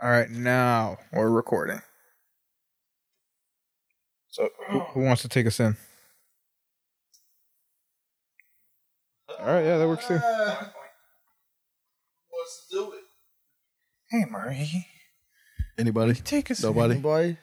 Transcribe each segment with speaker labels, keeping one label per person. Speaker 1: All right, now we're recording. So, who, who wants to take us in? All right, yeah, that works too.
Speaker 2: Uh, wants to do it.
Speaker 1: Hey, Marie,
Speaker 3: Anybody?
Speaker 1: take us.
Speaker 3: Nobody?
Speaker 1: Anybody?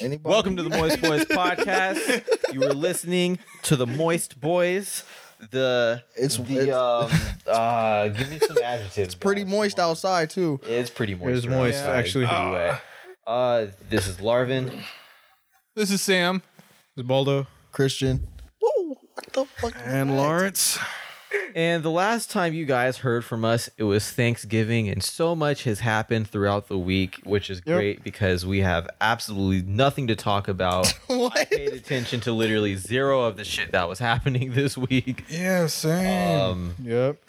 Speaker 2: Anybody?
Speaker 4: Welcome to the Moist Boys podcast. You are listening to the Moist Boys. The
Speaker 2: It's
Speaker 4: the um uh give me some adjectives. It's
Speaker 2: pretty moist outside too.
Speaker 4: It's pretty moist.
Speaker 1: is moist,
Speaker 4: outside.
Speaker 1: actually.
Speaker 4: Anyway, uh, this is Larvin.
Speaker 5: This is Sam.
Speaker 1: Baldo.
Speaker 2: Christian. Whoa! What the fuck?
Speaker 3: And Lawrence.
Speaker 4: And the last time you guys heard from us, it was Thanksgiving, and so much has happened throughout the week, which is great because we have absolutely nothing to talk about. I
Speaker 2: What?
Speaker 4: paid attention to literally zero of the shit that was happening this week.
Speaker 3: Yeah, same.
Speaker 4: Um,
Speaker 1: Uh, Yep.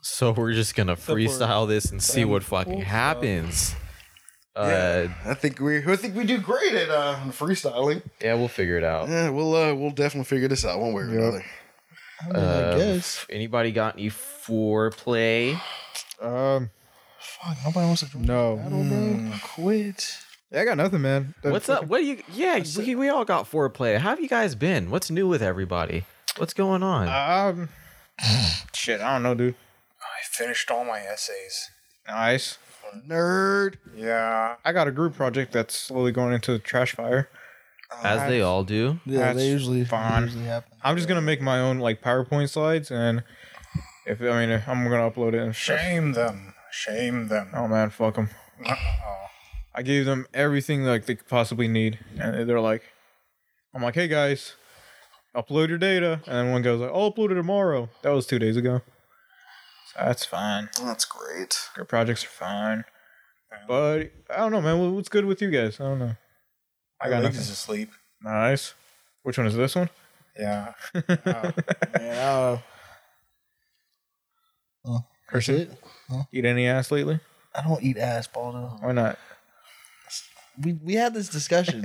Speaker 4: So we're just gonna freestyle this and see what fucking happens. Uh,
Speaker 3: yeah, I think we I think we do great at uh, freestyling.
Speaker 4: yeah, we'll figure it out.
Speaker 3: Yeah, we'll uh, we'll definitely figure this out one way or another. Um,
Speaker 2: I, mean, I
Speaker 4: Uh,
Speaker 2: guess.
Speaker 4: Anybody got any foreplay?
Speaker 1: Um,
Speaker 3: Fuck, nobody wants to join
Speaker 1: No.
Speaker 3: the battle, bro.
Speaker 2: Mm.
Speaker 3: Quit.
Speaker 1: yeah, I got nothing, man. That
Speaker 4: What's up?
Speaker 1: fucking-
Speaker 4: What do you? Yeah, we, we all got foreplay. How have you guys been? What's new with everybody? What's going on?
Speaker 1: Um, shit, I don't know, dude.
Speaker 5: I finished all my essays.
Speaker 1: Nice.
Speaker 3: Nerd.
Speaker 5: Yeah.
Speaker 1: I got a group project that's slowly going into the trash fire.
Speaker 4: As they all do.
Speaker 2: Yeah,
Speaker 1: that's
Speaker 2: they usually, they
Speaker 1: fine.
Speaker 2: usually happen.
Speaker 1: I'm just gonna make my own like PowerPoint slides, and if I mean, if I'm gonna upload it. And stuff.
Speaker 5: Shame them. Shame them.
Speaker 1: Oh man, fuck them. I gave them everything like they could possibly need, and they're like, "I'm like, hey guys, upload your data," and then one guy's like, "I'll upload it tomorrow." That was two days ago. So that's fine.
Speaker 3: That's great.
Speaker 1: Your projects are fine, but I don't know, man. What- What's good with you guys? I don't know. I got
Speaker 5: legs
Speaker 1: nothing.
Speaker 5: is asleep.
Speaker 1: Nice. Which one is this one?
Speaker 5: Yeah.
Speaker 2: Man, uh, oh, that's
Speaker 1: Christian?
Speaker 2: it.
Speaker 1: Eat any ass lately?
Speaker 2: I don't eat ass, Baldo.
Speaker 1: Why not?
Speaker 2: We we had this discussion.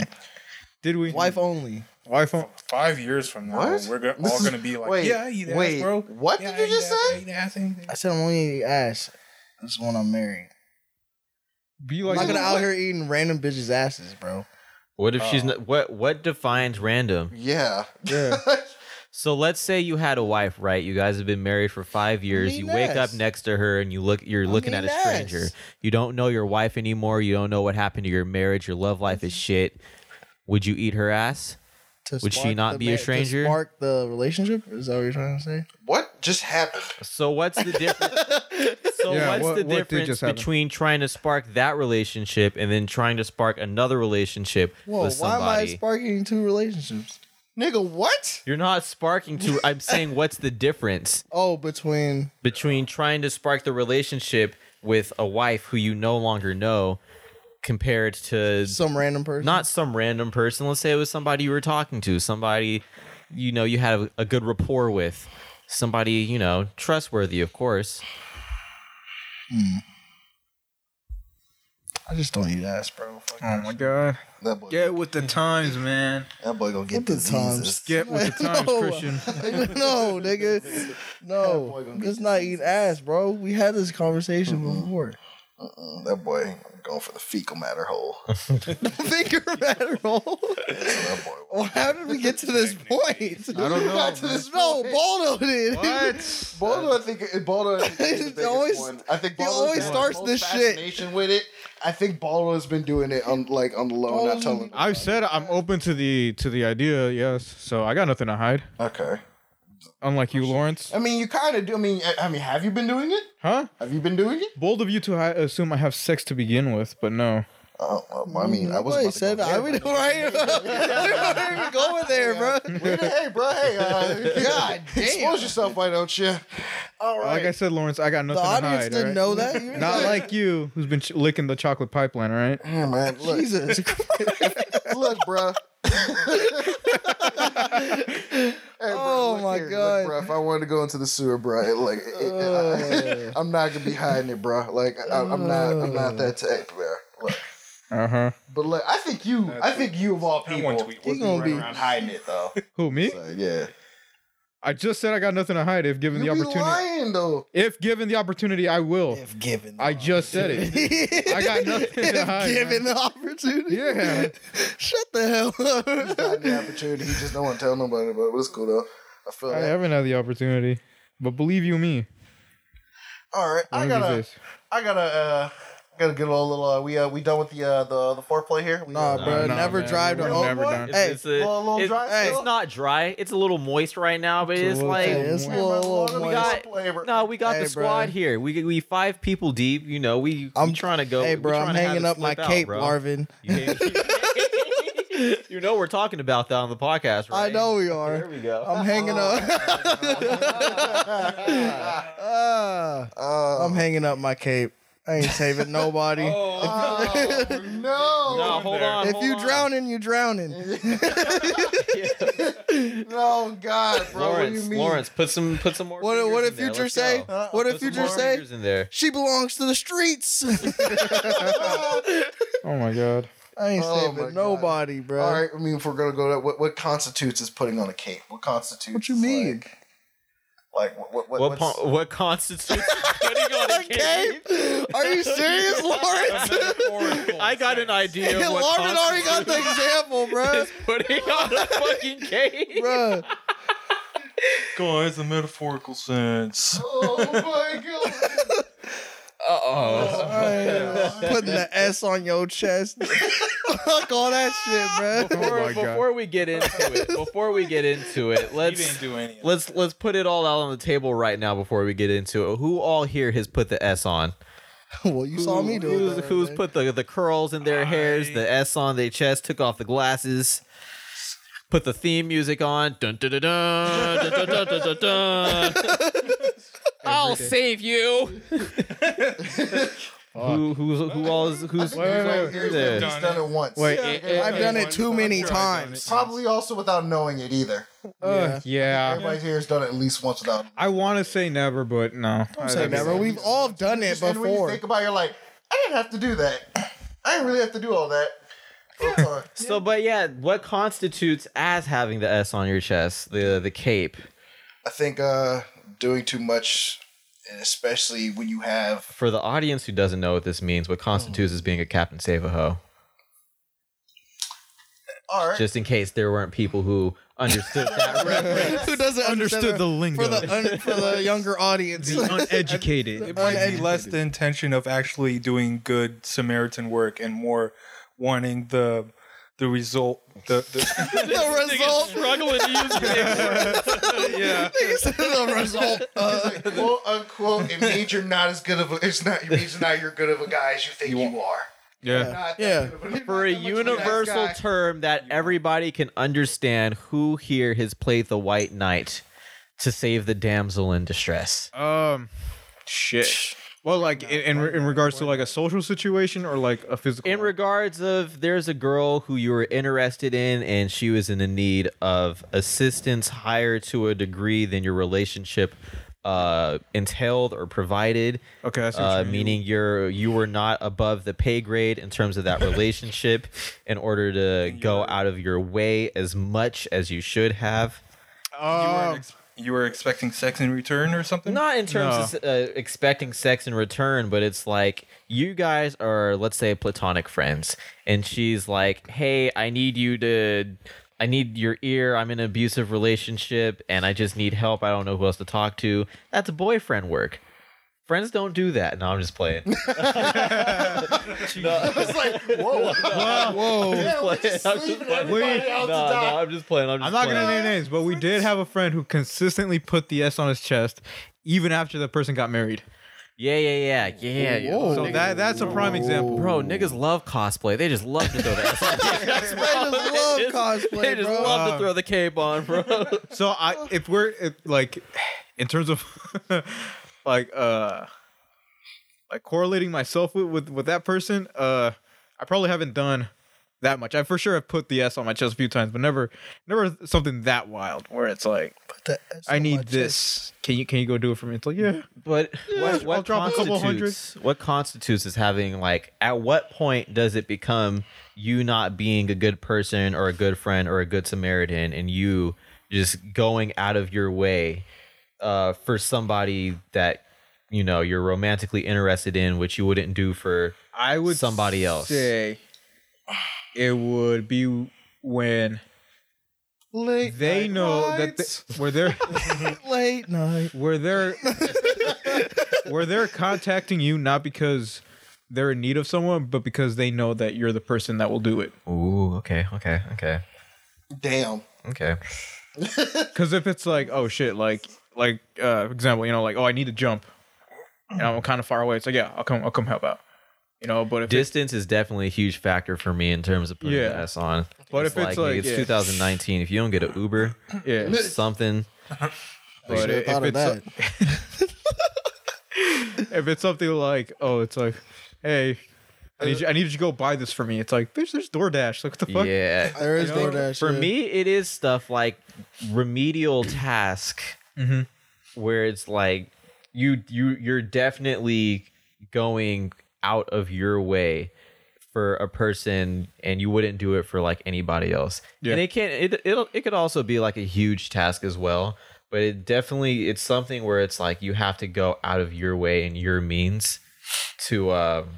Speaker 1: Did we?
Speaker 2: Wife only.
Speaker 1: Wife on.
Speaker 5: Five years from now,
Speaker 3: What?
Speaker 5: we're go-
Speaker 3: This
Speaker 5: all
Speaker 3: is-
Speaker 5: going to be like,
Speaker 3: wait,
Speaker 5: yeah, you ass,
Speaker 3: wait,
Speaker 5: bro.
Speaker 3: what
Speaker 5: Yeah,
Speaker 3: did you
Speaker 5: I eat
Speaker 3: just
Speaker 5: ass,
Speaker 3: say?
Speaker 5: I eat ass, I eat
Speaker 2: I
Speaker 5: ass.
Speaker 2: said I'm only eat ass. This is when I'm married.
Speaker 1: Be
Speaker 2: I'm
Speaker 1: like.
Speaker 2: not gonna out
Speaker 3: what?
Speaker 2: here eating random bitches' asses, bro.
Speaker 4: What if she's not? What What defines random?
Speaker 3: Yeah.
Speaker 1: Yeah.
Speaker 4: So let's say you had a wife, right? You guys have been married for five years.
Speaker 2: mean
Speaker 4: You wake up
Speaker 2: ass.
Speaker 4: next to her and you look. You're
Speaker 2: I
Speaker 4: looking
Speaker 2: mean
Speaker 4: at a stranger.
Speaker 2: ass.
Speaker 4: You don't know your wife anymore. You don't know what happened to your marriage. Your love life is shit. Would you eat her ass?
Speaker 2: To
Speaker 4: Would she
Speaker 2: spark
Speaker 4: not
Speaker 2: the
Speaker 4: be a
Speaker 2: ma- to
Speaker 4: stranger?
Speaker 2: spark the relationship? Is that what you're trying to say?
Speaker 3: what just happened?
Speaker 4: So what's the difference? so
Speaker 1: Yeah,
Speaker 4: what's
Speaker 1: what-
Speaker 4: the
Speaker 1: what did
Speaker 4: difference
Speaker 1: just happen?
Speaker 4: between trying to spark that relationship and then trying to spark another relationship
Speaker 2: Whoa,
Speaker 4: with
Speaker 2: why am I
Speaker 4: somebody?
Speaker 2: sparking two relationships?
Speaker 3: Nigga, what?
Speaker 4: You're not sparking to. I'm saying what's the difference
Speaker 2: Oh, between
Speaker 4: between trying to spark the relationship with a wife who you no longer know compared to
Speaker 2: some random person.
Speaker 4: not some random person. Let's say it was somebody you were talking to, somebody you know you had a, a good rapport with, somebody you know trustworthy, of course.
Speaker 2: I just don't eat ass, bro. Fuck
Speaker 1: oh my god.
Speaker 3: That boy,
Speaker 1: Get with the times, man.
Speaker 3: that boy gonna get
Speaker 2: the
Speaker 3: diseases.
Speaker 1: Get with the times,
Speaker 2: No.
Speaker 1: Christian.
Speaker 2: Nigga, no, nigga, no. Let's not eat ass, bro. We had this conversation before.
Speaker 3: Mm, That boy going for the fecal matter hole.
Speaker 2: Finger matter roll.
Speaker 3: that boy.
Speaker 2: Well, how did we get to this point?
Speaker 3: I don't know.
Speaker 2: No, Baldo did.
Speaker 1: What?
Speaker 3: Baldo, I think Baldo is the biggest
Speaker 2: always-
Speaker 3: one. I think
Speaker 2: he
Speaker 3: Baldo
Speaker 2: always starts this shit.
Speaker 3: with it. I think Baldo has been doing it on like on the low, not
Speaker 2: Baldo's
Speaker 3: telling.
Speaker 1: I've said I'm open to the to the idea, yes. So I got nothing to hide.
Speaker 3: Okay.
Speaker 1: Unlike
Speaker 3: Oh,
Speaker 1: you, Lawrence.
Speaker 3: I mean, you kind of do. I mean, I, I mean, have you been doing it?
Speaker 1: Huh?
Speaker 3: Have you been doing it?
Speaker 1: Bold of you to hi- assume I have sex to begin with, but no.
Speaker 3: Oh, well, I mean, I wasn't.
Speaker 2: Nobody
Speaker 3: about to
Speaker 2: said
Speaker 3: go
Speaker 2: that. I
Speaker 3: there,
Speaker 2: mean, right? Where are we going there, bro?
Speaker 3: but- Wait, hey, bro. Hey, uh, God,
Speaker 2: damn.
Speaker 3: expose yourself, why don't you? All right.
Speaker 1: Like I said, Lawrence, I got
Speaker 2: The
Speaker 1: nothing to
Speaker 2: audience
Speaker 1: hide.
Speaker 2: didn't
Speaker 1: alright?
Speaker 2: know that. You
Speaker 1: Not like you, who's been ch- licking the chocolate pipeline, all right?
Speaker 3: Yeah, man. Look,
Speaker 2: Jesus. Christ.
Speaker 3: look, bro.
Speaker 2: Oh, my God.
Speaker 3: bro! If I wanted to go into the sewer, bro, it, like it- it-
Speaker 2: Uh.
Speaker 3: I, am not gonna be hiding it, bro. Like I, I'm not, I'm
Speaker 2: Oh.
Speaker 3: not that type, bro. Look,
Speaker 1: Uh huh.
Speaker 3: but look, I think you, I think you of all people,
Speaker 5: That one tweet
Speaker 2: He
Speaker 5: was
Speaker 2: gonna
Speaker 5: going
Speaker 2: be-
Speaker 5: around hiding it, though.
Speaker 1: Who, me?
Speaker 3: So, yeah,
Speaker 1: I just said I got nothing to hide. If given
Speaker 3: You
Speaker 1: the
Speaker 3: be
Speaker 1: opportunity,
Speaker 3: lying though.
Speaker 1: if given the opportunity, I will.
Speaker 2: If given,
Speaker 1: I just said it.
Speaker 2: it.
Speaker 1: I got nothing to
Speaker 2: if
Speaker 1: hide,
Speaker 2: given the opportunity,
Speaker 1: Yeah.
Speaker 2: Shut the hell
Speaker 3: He's
Speaker 2: up.
Speaker 3: got the opportunity. He just don't want to tell nobody about it. It's cool though. I feel
Speaker 1: I
Speaker 3: that.
Speaker 1: haven't had the opportunity, but believe you me,
Speaker 3: All right,
Speaker 1: one
Speaker 3: I
Speaker 1: of
Speaker 3: gotta,
Speaker 1: these days.
Speaker 3: I gotta, uh, gotta get a little. Uh, we uh, we done with the uh, the the foreplay here. We,
Speaker 2: Nah,
Speaker 3: uh,
Speaker 2: bro.
Speaker 1: nah,
Speaker 2: never
Speaker 1: man,
Speaker 2: drive to
Speaker 1: we're
Speaker 3: Old
Speaker 1: never
Speaker 3: Boy?
Speaker 1: done.
Speaker 3: It's
Speaker 2: Hey,
Speaker 4: it's, a,
Speaker 3: well, a little
Speaker 4: it's,
Speaker 3: dry
Speaker 4: it's
Speaker 3: still.
Speaker 4: not dry. It's a little moist right now, but
Speaker 1: It's a
Speaker 4: it's,
Speaker 1: little
Speaker 4: like
Speaker 1: dry.
Speaker 2: it's a
Speaker 1: we
Speaker 2: little,
Speaker 3: got-
Speaker 2: little
Speaker 3: we
Speaker 2: moist.
Speaker 4: got-
Speaker 3: flavor.
Speaker 4: no, we got
Speaker 2: Hey,
Speaker 4: the squad
Speaker 2: bruh.
Speaker 4: here. We we five people deep. You know, we I'm
Speaker 2: I'm-
Speaker 4: trying to go.
Speaker 2: Hey,
Speaker 4: we're
Speaker 2: bro,
Speaker 4: trying
Speaker 2: I'm
Speaker 4: to have
Speaker 2: hanging
Speaker 4: it
Speaker 2: up my
Speaker 4: slip out,
Speaker 2: cape,
Speaker 4: bro.
Speaker 2: Marvin.
Speaker 4: You- you know, we're talking about that on the podcast, right?
Speaker 2: I know we
Speaker 4: There
Speaker 2: are.
Speaker 4: we go.
Speaker 2: I'm hanging up. Ah,
Speaker 3: Uh,
Speaker 2: I'm hanging up my cape. I ain't saving nobody.
Speaker 3: oh, no,
Speaker 4: no, hold on.
Speaker 2: if
Speaker 4: hold
Speaker 2: you
Speaker 4: on.
Speaker 2: drowning, you drowning.
Speaker 3: no, God, bro,
Speaker 4: Lawrence,
Speaker 3: what do you mean?
Speaker 4: Lawrence, put some put some more.
Speaker 2: What
Speaker 4: fingers
Speaker 2: what
Speaker 4: in
Speaker 2: did
Speaker 4: there.
Speaker 2: future
Speaker 4: Let's
Speaker 2: say?
Speaker 4: go. Uh,
Speaker 2: What did
Speaker 4: Put some
Speaker 2: future
Speaker 4: more
Speaker 2: say?
Speaker 4: fingers in there.
Speaker 2: She belongs to the streets.
Speaker 1: Oh my god.
Speaker 2: I ain't
Speaker 3: Oh, my
Speaker 2: saving
Speaker 3: God.
Speaker 2: nobody, bro.
Speaker 3: All right, I mean, if we're gonna go, to, what what constitutes is putting on a cape? What constitutes?
Speaker 2: What you
Speaker 3: is
Speaker 2: mean?
Speaker 3: Like, like what? What? what
Speaker 4: What
Speaker 3: what's-
Speaker 4: po- what constitutes putting on a
Speaker 2: Okay?
Speaker 4: cape?
Speaker 2: Are you serious, Lawrence?
Speaker 4: I got an idea. of what
Speaker 2: Lawrence already got the
Speaker 4: constitutes
Speaker 2: example, bro.
Speaker 4: putting on a fucking cape.
Speaker 2: Bro,
Speaker 6: Guys, the metaphorical sense.
Speaker 3: Oh my God!
Speaker 2: Oh,
Speaker 4: Uh
Speaker 2: putting the S on your chest. Fuck all that shit, bro.
Speaker 4: Before,
Speaker 1: Oh my God.
Speaker 4: before we get into it, before we get into it,
Speaker 6: He
Speaker 4: let's
Speaker 6: didn't do any. Of
Speaker 4: let's let's put it all out on the table right now before we get into it. Who all here has put the S on?
Speaker 2: Well, you saw me do it.
Speaker 4: Who's,
Speaker 2: the other
Speaker 4: who's
Speaker 2: day.
Speaker 4: put the the curls in their hairs, the S on their chest, took off the glasses, put the theme music on. Dun, dun, dun, dun, dun, dun, dun, dun, dun, dun. I'll save you. who who's who all is who's, who's
Speaker 1: Wait, wait,
Speaker 4: all
Speaker 1: wait.
Speaker 4: here
Speaker 3: He's
Speaker 4: there?
Speaker 6: Done.
Speaker 3: done it once.
Speaker 1: Wait,
Speaker 6: it.
Speaker 1: it-
Speaker 2: I've done it too many
Speaker 6: I've tried doing
Speaker 2: times.
Speaker 6: it.
Speaker 3: Probably also without knowing it either.
Speaker 1: Uh, yeah.
Speaker 3: Everybody here has done it at least once without.
Speaker 1: I want to say never, but no. I
Speaker 2: Say
Speaker 1: think-
Speaker 2: never. We've all done it
Speaker 3: Just- and when you
Speaker 2: before.
Speaker 3: think about, it, you're like, I didn't have to do that. I didn't really have to do all that. Uh, Okay.
Speaker 4: So, but yeah, what constitutes as having the S on your chest, the the cape
Speaker 3: I think uh, doing too much, and especially when you have
Speaker 4: for the audience who doesn't know what this means? What constitutes as being a Captain Save a Ho?
Speaker 3: all right.
Speaker 4: Just in case there weren't people who understood that reference.
Speaker 2: Who doesn't
Speaker 1: Understood the
Speaker 2: understand
Speaker 1: lingo.
Speaker 2: for the un- for the younger audience?
Speaker 1: uneducated.
Speaker 6: It might be
Speaker 2: Uneducated.
Speaker 6: less the intention of actually doing good Samaritan work and more wanting the the result. The, the
Speaker 2: the result.
Speaker 4: Struggling to use
Speaker 6: yeah.
Speaker 2: the result. Uh,
Speaker 3: quote unquote, it means you're not as good of a. It's not. It means not you're good of a guy as you think you, are.
Speaker 1: Yeah.
Speaker 3: Not that
Speaker 2: Yeah.
Speaker 3: good of a-
Speaker 4: for a
Speaker 3: not that much of nice
Speaker 4: universal
Speaker 3: guy.
Speaker 4: term that everybody can understand who here has played the white knight to save the damsel in distress
Speaker 3: Oh.
Speaker 1: Um. Shit. Well, like in, in in regards to like a social situation or like a physical.
Speaker 4: in regards of there's a girl who you were interested in and she was in a need of assistance higher to a degree than your relationship uh entailed or provided
Speaker 1: Okay, I see what
Speaker 4: uh,
Speaker 1: you mean.
Speaker 4: meaning you're you were not above the pay grade in terms of that relationship in order to go out of your way as much as you should have
Speaker 6: You, were
Speaker 1: Um,
Speaker 6: ex- you were expecting sex in return or something?
Speaker 4: Not in terms of uh, expecting sex in return, but it's like you guys are, let's say, platonic friends, and she's like, "Hey, I need you to." I need your ear. I'm in an abusive relationship and I just need help. I don't know who else to talk to. That's boyfriend work. Friends don't do that. No, I'm just playing.
Speaker 3: It's like whoa,
Speaker 1: whoa.
Speaker 3: yeah, we're
Speaker 4: I'm
Speaker 3: just
Speaker 4: just
Speaker 3: leaving
Speaker 4: playing.
Speaker 3: everybody
Speaker 1: We-
Speaker 4: no,
Speaker 3: out
Speaker 4: no,
Speaker 3: to die.
Speaker 4: I'm just playing. I'm just
Speaker 1: I'm not
Speaker 4: playing.
Speaker 1: gonna name names, but we did have a friend who consistently put the S on his chest, even after the person got married.
Speaker 4: Yeah, yeah, yeah. Yeah, yeah.
Speaker 1: So that that's a prime example.
Speaker 4: Bro, niggas love cosplay. They just love to throw that.
Speaker 2: they just love
Speaker 4: They
Speaker 2: cosplay,
Speaker 4: just
Speaker 2: bro.
Speaker 4: love to throw the cape on, bro.
Speaker 1: So I, if we're if, like, in terms of like uh, like correlating myself with with, with that person, uh, I probably haven't done that much. I for sure have put the S on my chest a few times, but never never something that wild where it's like
Speaker 2: That- that's
Speaker 1: I
Speaker 2: so
Speaker 1: need
Speaker 2: much.
Speaker 1: this. Can you can you go do it for me? It's like yeah.
Speaker 4: But what,
Speaker 1: I'll
Speaker 4: what
Speaker 1: drop a couple
Speaker 4: constitutes what constitutes is having like at what point does it become you not being a good person or a good friend or a good Samaritan and you You're just going out of your way uh, for somebody that you know you're romantically interested in, which you wouldn't do for.
Speaker 1: I would
Speaker 4: Somebody else.
Speaker 1: say it would be when
Speaker 2: Late
Speaker 1: they
Speaker 2: night
Speaker 1: know that
Speaker 2: rides.
Speaker 1: they, where they're
Speaker 2: late night.
Speaker 1: where they're where they're contacting you not because they're in need of someone, but because they know that you're the person that will do it.
Speaker 4: Ooh, okay, okay, okay,
Speaker 3: Damn.
Speaker 4: okay.
Speaker 1: Because if it's like, oh shit, like like uh, for example, you know, like oh I need to jump, and I'm kind of far away. It's like yeah, I'll come, I'll come help out. You know, but if it-
Speaker 4: Distance is definitely a huge factor for me in terms of putting
Speaker 1: Yeah.
Speaker 4: the ass on.
Speaker 1: But if it's like-
Speaker 4: it's
Speaker 1: yeah.
Speaker 4: 2019, if you don't get an Uber,
Speaker 1: yeah,
Speaker 4: or something.
Speaker 1: but
Speaker 2: Should've
Speaker 1: if
Speaker 2: thought of
Speaker 1: it's
Speaker 2: that.
Speaker 1: if it's something like, oh, it's like, hey, I need you, I need you to go buy this for me. It's like there's there's DoorDash. Like what the fuck?
Speaker 4: Yeah.
Speaker 2: there is
Speaker 1: You know,
Speaker 2: DoorDash.
Speaker 4: For
Speaker 2: yeah.
Speaker 4: me, it is stuff like remedial task,
Speaker 1: Mhm.
Speaker 4: where it's like you you you're definitely going out of your way for a person, and you wouldn't do it for like anybody else.
Speaker 1: Yeah.
Speaker 4: And it can it it'll, it could also be like a huge task as well, but it definitely it's something where it's like you have to go out of your way and your means to um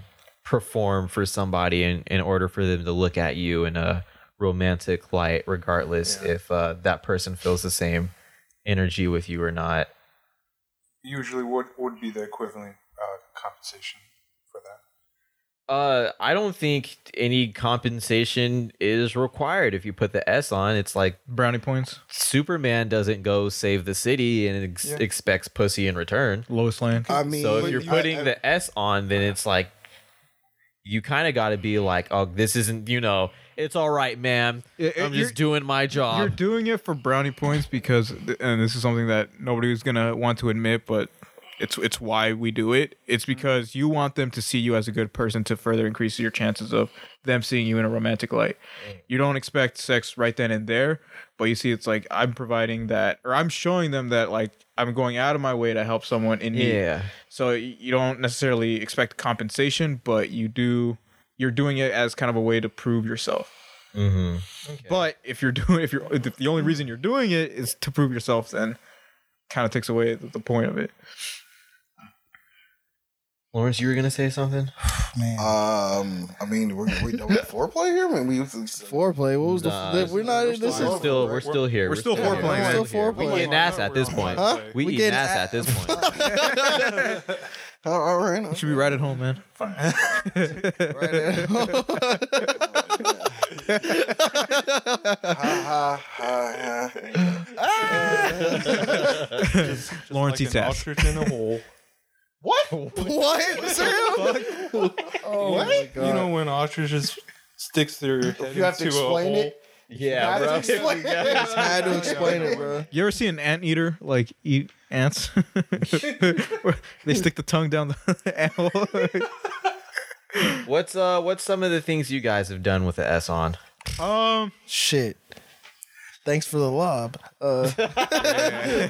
Speaker 4: perform for somebody in, in order for them to look at you in a romantic light, regardless if uh, that person feels the same energy with you or not.
Speaker 6: Usually, what would be the equivalent uh, compensation for that?
Speaker 4: Uh, I don't think any compensation is required if you put the S on. It's like
Speaker 1: Brownie points,
Speaker 4: Superman doesn't go save the city and ex-
Speaker 6: Yeah.
Speaker 4: expects pussy in return.
Speaker 1: Lois Lane.
Speaker 2: I mean,
Speaker 4: so if
Speaker 6: but
Speaker 4: you're
Speaker 6: you-
Speaker 4: putting
Speaker 6: I- I-
Speaker 4: the S on, then it's like you kind of got to be like, oh, this isn't, you know, it's all right, ma'am.
Speaker 1: It- it-
Speaker 4: I'm
Speaker 1: you're-
Speaker 4: just doing my job.
Speaker 1: You're doing it for brownie points because, and this is something that nobody was gonna want to admit, but it's it's why we do it. It's because you want them to see you as a good person to further increase your chances of them seeing you in a romantic light. You don't expect sex right then and there, but you see, it's like I'm providing that, or I'm showing them that like I'm going out of my way to help someone in need.
Speaker 4: yeah.
Speaker 1: So y- you don't necessarily expect compensation, but you do. You're doing it as kind of a way to prove yourself.
Speaker 4: Mm-hmm.
Speaker 1: But if you're doing, if you're, if the only reason you're doing it is to prove yourself, then kind of takes away the, the point of it.
Speaker 4: Lawrence, you were gonna say something?
Speaker 3: Um, I mean, we're, we're done with foreplay here. I mean, we
Speaker 2: foreplay. What was the? We're not.
Speaker 6: we're
Speaker 2: This
Speaker 4: we're
Speaker 2: is
Speaker 6: still-
Speaker 4: still we're, still here.
Speaker 1: we're still
Speaker 4: here.
Speaker 1: foreplaying.
Speaker 4: We're
Speaker 2: We're still
Speaker 4: here. We
Speaker 2: foreplaying.
Speaker 4: getting ass at this point.
Speaker 2: Huh?
Speaker 4: We,
Speaker 2: We
Speaker 4: eat
Speaker 2: getting
Speaker 4: ass
Speaker 2: a-
Speaker 4: at this point.
Speaker 3: all all right.
Speaker 1: You should be right at home, man.
Speaker 3: Ha ha ha ha.
Speaker 1: Lawrence eats
Speaker 6: an
Speaker 1: ass.
Speaker 6: ostrich in a hole.
Speaker 2: what? Seriously? oh my god!
Speaker 6: You know when ostriches sticks their head
Speaker 3: You have to
Speaker 6: into a
Speaker 3: explain
Speaker 6: hole?
Speaker 3: it.
Speaker 4: Yeah,
Speaker 3: You have to
Speaker 4: bro.
Speaker 3: explain it.
Speaker 2: I had to explain it, bro.
Speaker 1: You ever see an anteater like eat ants? they stick the tongue down the animal.
Speaker 4: What's uh what's some of the things you guys have done with the S on?
Speaker 1: um,
Speaker 2: Shit. Thanks for the lob. Uh,
Speaker 1: yeah,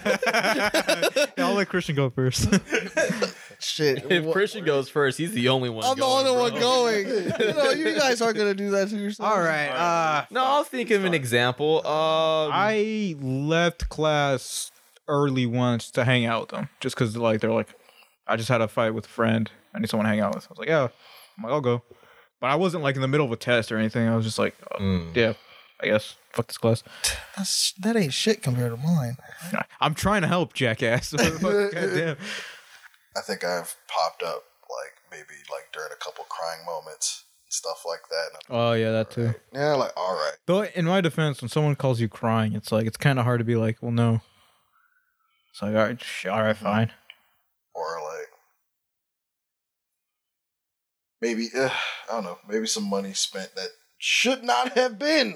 Speaker 1: I'll let Christian go first.
Speaker 2: shit.
Speaker 4: If
Speaker 2: Wha-
Speaker 4: Christian goes first, he's the only one.
Speaker 2: I'm the
Speaker 4: going, bro.
Speaker 2: only one going. You know, you guys aren't gonna do that to yourself.
Speaker 1: All right. Uh,
Speaker 4: No, I'll think of an example. Um,
Speaker 1: I left class early once to hang out with them, just because like they're like, I just had a fight with a friend. I need someone to hang out with. I was like, yeah, I'm like, I'll go. But I wasn't like in the middle of a test or anything. I was just like, oh, yeah, I guess fuck this class.
Speaker 2: That's, that ain't shit compared to mine.
Speaker 1: I'm trying to help, jackass. Goddamn.
Speaker 3: I think I've popped up like maybe like during a couple crying moments and stuff like that.
Speaker 1: Oh yeah, that too.
Speaker 3: Yeah, like all right.
Speaker 1: Though in my defense, when someone calls you crying, it's like it's kind of hard to be like, well, no. It's like all right, sh- all right, fine.
Speaker 3: or like maybe uh, I don't know, maybe some money spent that should not have been.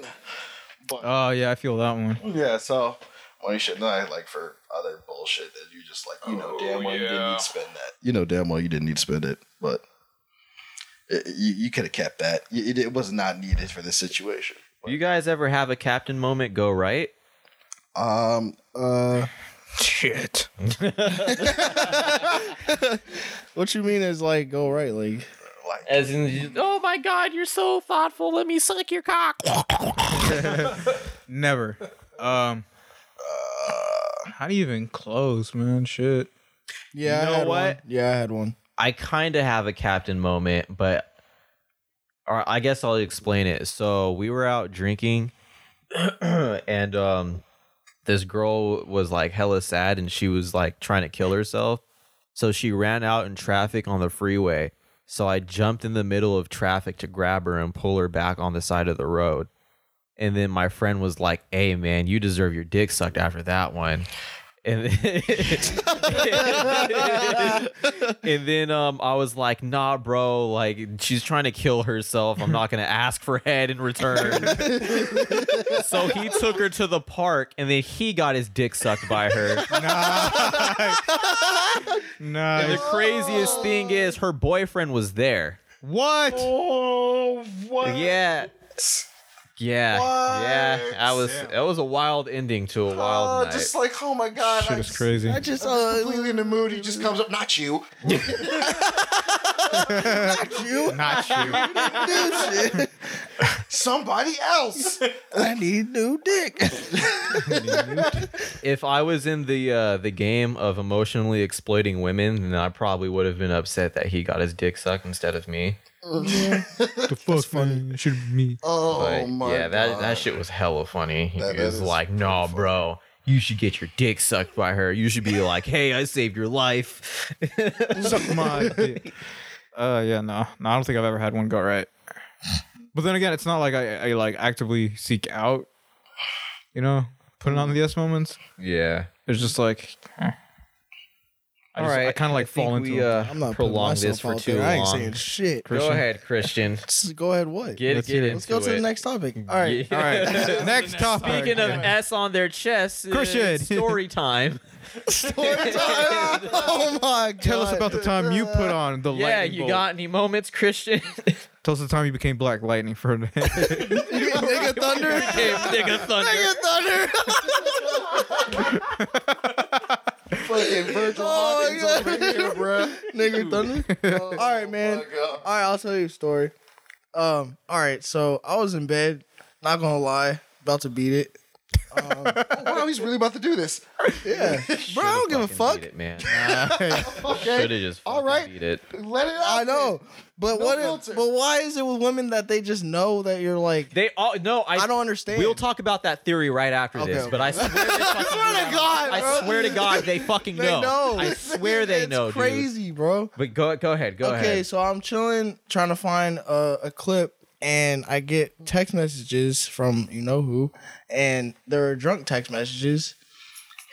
Speaker 1: Oh yeah, I feel that one.
Speaker 3: Yeah, so money should not like for other bullshit that you just like you know damn well you didn't need to spend that. You know damn well you didn't need to spend it, but it, you you could have kept that. It, it was not needed for this situation.
Speaker 4: you guys ever have a captain moment go right?
Speaker 3: Um,
Speaker 2: Uh,
Speaker 1: Shit.
Speaker 2: what you mean is like go right, like
Speaker 3: like
Speaker 4: As in, you- oh my god, you're so thoughtful. Let me suck your cock.
Speaker 1: Never. Um,
Speaker 3: done.
Speaker 1: How do you even close, man? Shit.
Speaker 4: You
Speaker 2: Yeah, I
Speaker 4: know
Speaker 2: had
Speaker 4: what?
Speaker 2: one. Yeah, I had one.
Speaker 4: I kind of have a captain moment, but or I guess I'll explain it. So we were out drinking, and um, this girl was like hella sad, and she was like trying to kill herself. So she ran out in traffic on the freeway. So I jumped in the middle of traffic to grab her and pull her back on the side of the road. And then my friend was like, "Hey, man, you deserve your dick sucked after that one." And then, and then um, I was like, nah, bro, like she's trying to kill herself. I'm not gonna ask for head in return. so he took her to the park and then he got his dick sucked by her.
Speaker 1: Nice.
Speaker 4: And the
Speaker 1: nice.
Speaker 4: craziest thing is her boyfriend was there.
Speaker 1: What?
Speaker 7: Oh, what?
Speaker 4: Yeah. Yeah. Yeah. That was that was a wild ending to a wild
Speaker 3: Uh,
Speaker 4: night.
Speaker 3: just like, oh my god,
Speaker 1: Shit
Speaker 3: I-
Speaker 1: is crazy.
Speaker 2: I just
Speaker 3: I'm
Speaker 2: uh,
Speaker 3: completely in the mood. He just comes up, not you.
Speaker 1: Not you.
Speaker 3: Somebody else.
Speaker 2: I need new dick.
Speaker 4: if I was in the uh, the game of emotionally exploiting women, then I probably would have been upset that he got his dick sucked instead of me.
Speaker 1: the fuck, man? It should be me.
Speaker 3: Oh
Speaker 4: But
Speaker 3: my
Speaker 4: yeah, that
Speaker 3: god.
Speaker 4: that shit was hella funny. He
Speaker 3: That
Speaker 4: was
Speaker 3: is
Speaker 4: like, "No, bro, you should get your dick sucked by her. You should be like, hey, I saved your life."
Speaker 1: Suck my dick. Uh, yeah, no, no, I don't think I've ever had one go right. But then again, it's not like I, I like actively seek out, you know, putting on
Speaker 4: Mm-hmm.
Speaker 1: the yes moments.
Speaker 4: yeah.
Speaker 1: It's just like, eh. I, just, I kind of like fall into.
Speaker 4: we,
Speaker 1: it.
Speaker 4: uh,
Speaker 2: I'm not putting
Speaker 4: prolong
Speaker 2: myself
Speaker 4: this for
Speaker 2: out
Speaker 4: too
Speaker 2: there. I ain't
Speaker 4: long.
Speaker 2: saying shit.
Speaker 4: Go ahead, Christian.
Speaker 2: Just Go ahead. What?
Speaker 4: Get
Speaker 1: Let's
Speaker 4: get
Speaker 1: hear it.
Speaker 4: into
Speaker 2: Let's go to
Speaker 4: it.
Speaker 2: the next topic. All right.
Speaker 4: Yeah.
Speaker 1: All right, next topic.
Speaker 4: uh, Speaking of S on their chest, uh,
Speaker 1: Christian.
Speaker 4: story time.
Speaker 2: oh my god.
Speaker 1: Tell us about the time you put on the
Speaker 4: yeah,
Speaker 1: lightning
Speaker 4: you
Speaker 1: bolt.
Speaker 4: got any moments, Christian?
Speaker 1: Tell us the time you became Black Lightning for a day.
Speaker 2: nigga thunder.
Speaker 4: Hey, nigga, thunder.
Speaker 2: Nigga thunder.
Speaker 3: fucking Virgil
Speaker 2: Oh
Speaker 3: Hawkins
Speaker 2: my
Speaker 3: over here, bruh.
Speaker 2: nigga thunder. All right, man.
Speaker 3: Oh my God.
Speaker 2: All right, I'll tell you a story. Um, all right, so I was in bed, not gonna lie, about to beat it.
Speaker 3: Wow, he's really about to do this.
Speaker 2: Yeah, bro, I don't give a fuck.
Speaker 4: Beat it, man. Should
Speaker 3: Okay,
Speaker 4: have just
Speaker 3: All
Speaker 4: fucking
Speaker 3: right.
Speaker 4: beat it.
Speaker 3: let it out.
Speaker 2: I know, but
Speaker 3: No
Speaker 2: what?
Speaker 3: filter.
Speaker 2: If, but why is it with women that they just know that you're like?
Speaker 4: They all no, I,
Speaker 2: I don't understand.
Speaker 4: We'll talk about that theory right after
Speaker 2: Okay,
Speaker 4: this,
Speaker 2: okay.
Speaker 4: but I swear, to
Speaker 2: swear to God,
Speaker 4: I swear to God, they fucking
Speaker 2: They
Speaker 4: know.
Speaker 2: know.
Speaker 4: I swear they
Speaker 2: It's
Speaker 4: know, dude.
Speaker 2: Crazy, bro.
Speaker 4: But go go ahead, go
Speaker 2: okay,
Speaker 4: ahead.
Speaker 2: so I'm chilling, trying to find a, a clip, and I get text messages from you know who, and there are drunk text messages,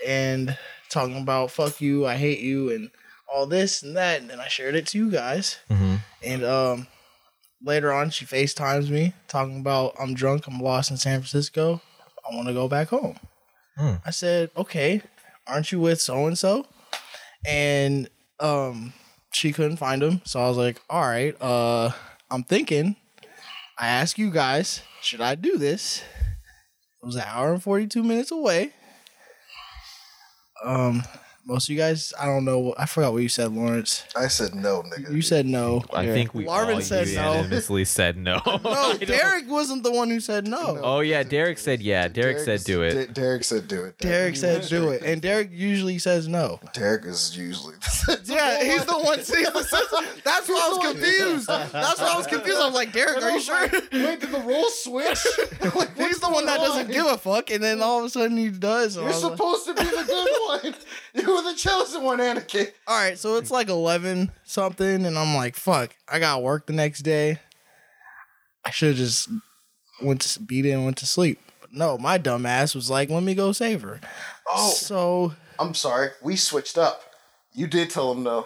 Speaker 2: and talking about fuck you, I hate you, and all this and that, and then I shared it to you guys,
Speaker 4: Mm-hmm.
Speaker 2: and um, later on she Facetimes me talking about I'm drunk, I'm lost in San Francisco, I want to go back home.
Speaker 4: Hmm.
Speaker 2: I said, okay, aren't you with so and so? And um she couldn't find him. So I was like, all right, uh, I'm thinking. I asked you guys, should I do this? It was an hour and 42 minutes away. Um, most of you guys, I don't know. I forgot what you said, Lawrence.
Speaker 3: I said no, nigga.
Speaker 2: You said no.
Speaker 4: I think we
Speaker 2: Larvin
Speaker 4: all
Speaker 2: said no.
Speaker 4: unanimously said no.
Speaker 2: No, Derek wasn't the one who said no.
Speaker 4: oh yeah, Derek said yeah. Derek said do it.
Speaker 3: D- Derek said do it.
Speaker 2: Derek said do it. And Derek usually says no.
Speaker 3: Derek is usually.
Speaker 2: Yeah, he's the one. He's the system. That's why I was confused. That's why I was confused. I was like, Derek, are you sure?
Speaker 3: Wait, did the rules switch? Like,
Speaker 2: He's the one that doesn't give a fuck, and then all of a sudden he does. and I
Speaker 3: You're
Speaker 2: was like-
Speaker 3: supposed to be the good one. You were the chosen one, Anakin.
Speaker 2: all right, so it's like eleven something, and I'm like, fuck, I got work the next day. I should have just went to beat it and went to sleep. But no, my dumb ass was like, let me go save her.
Speaker 3: Oh,
Speaker 2: So
Speaker 3: I'm sorry. We switched up. You did tell him no.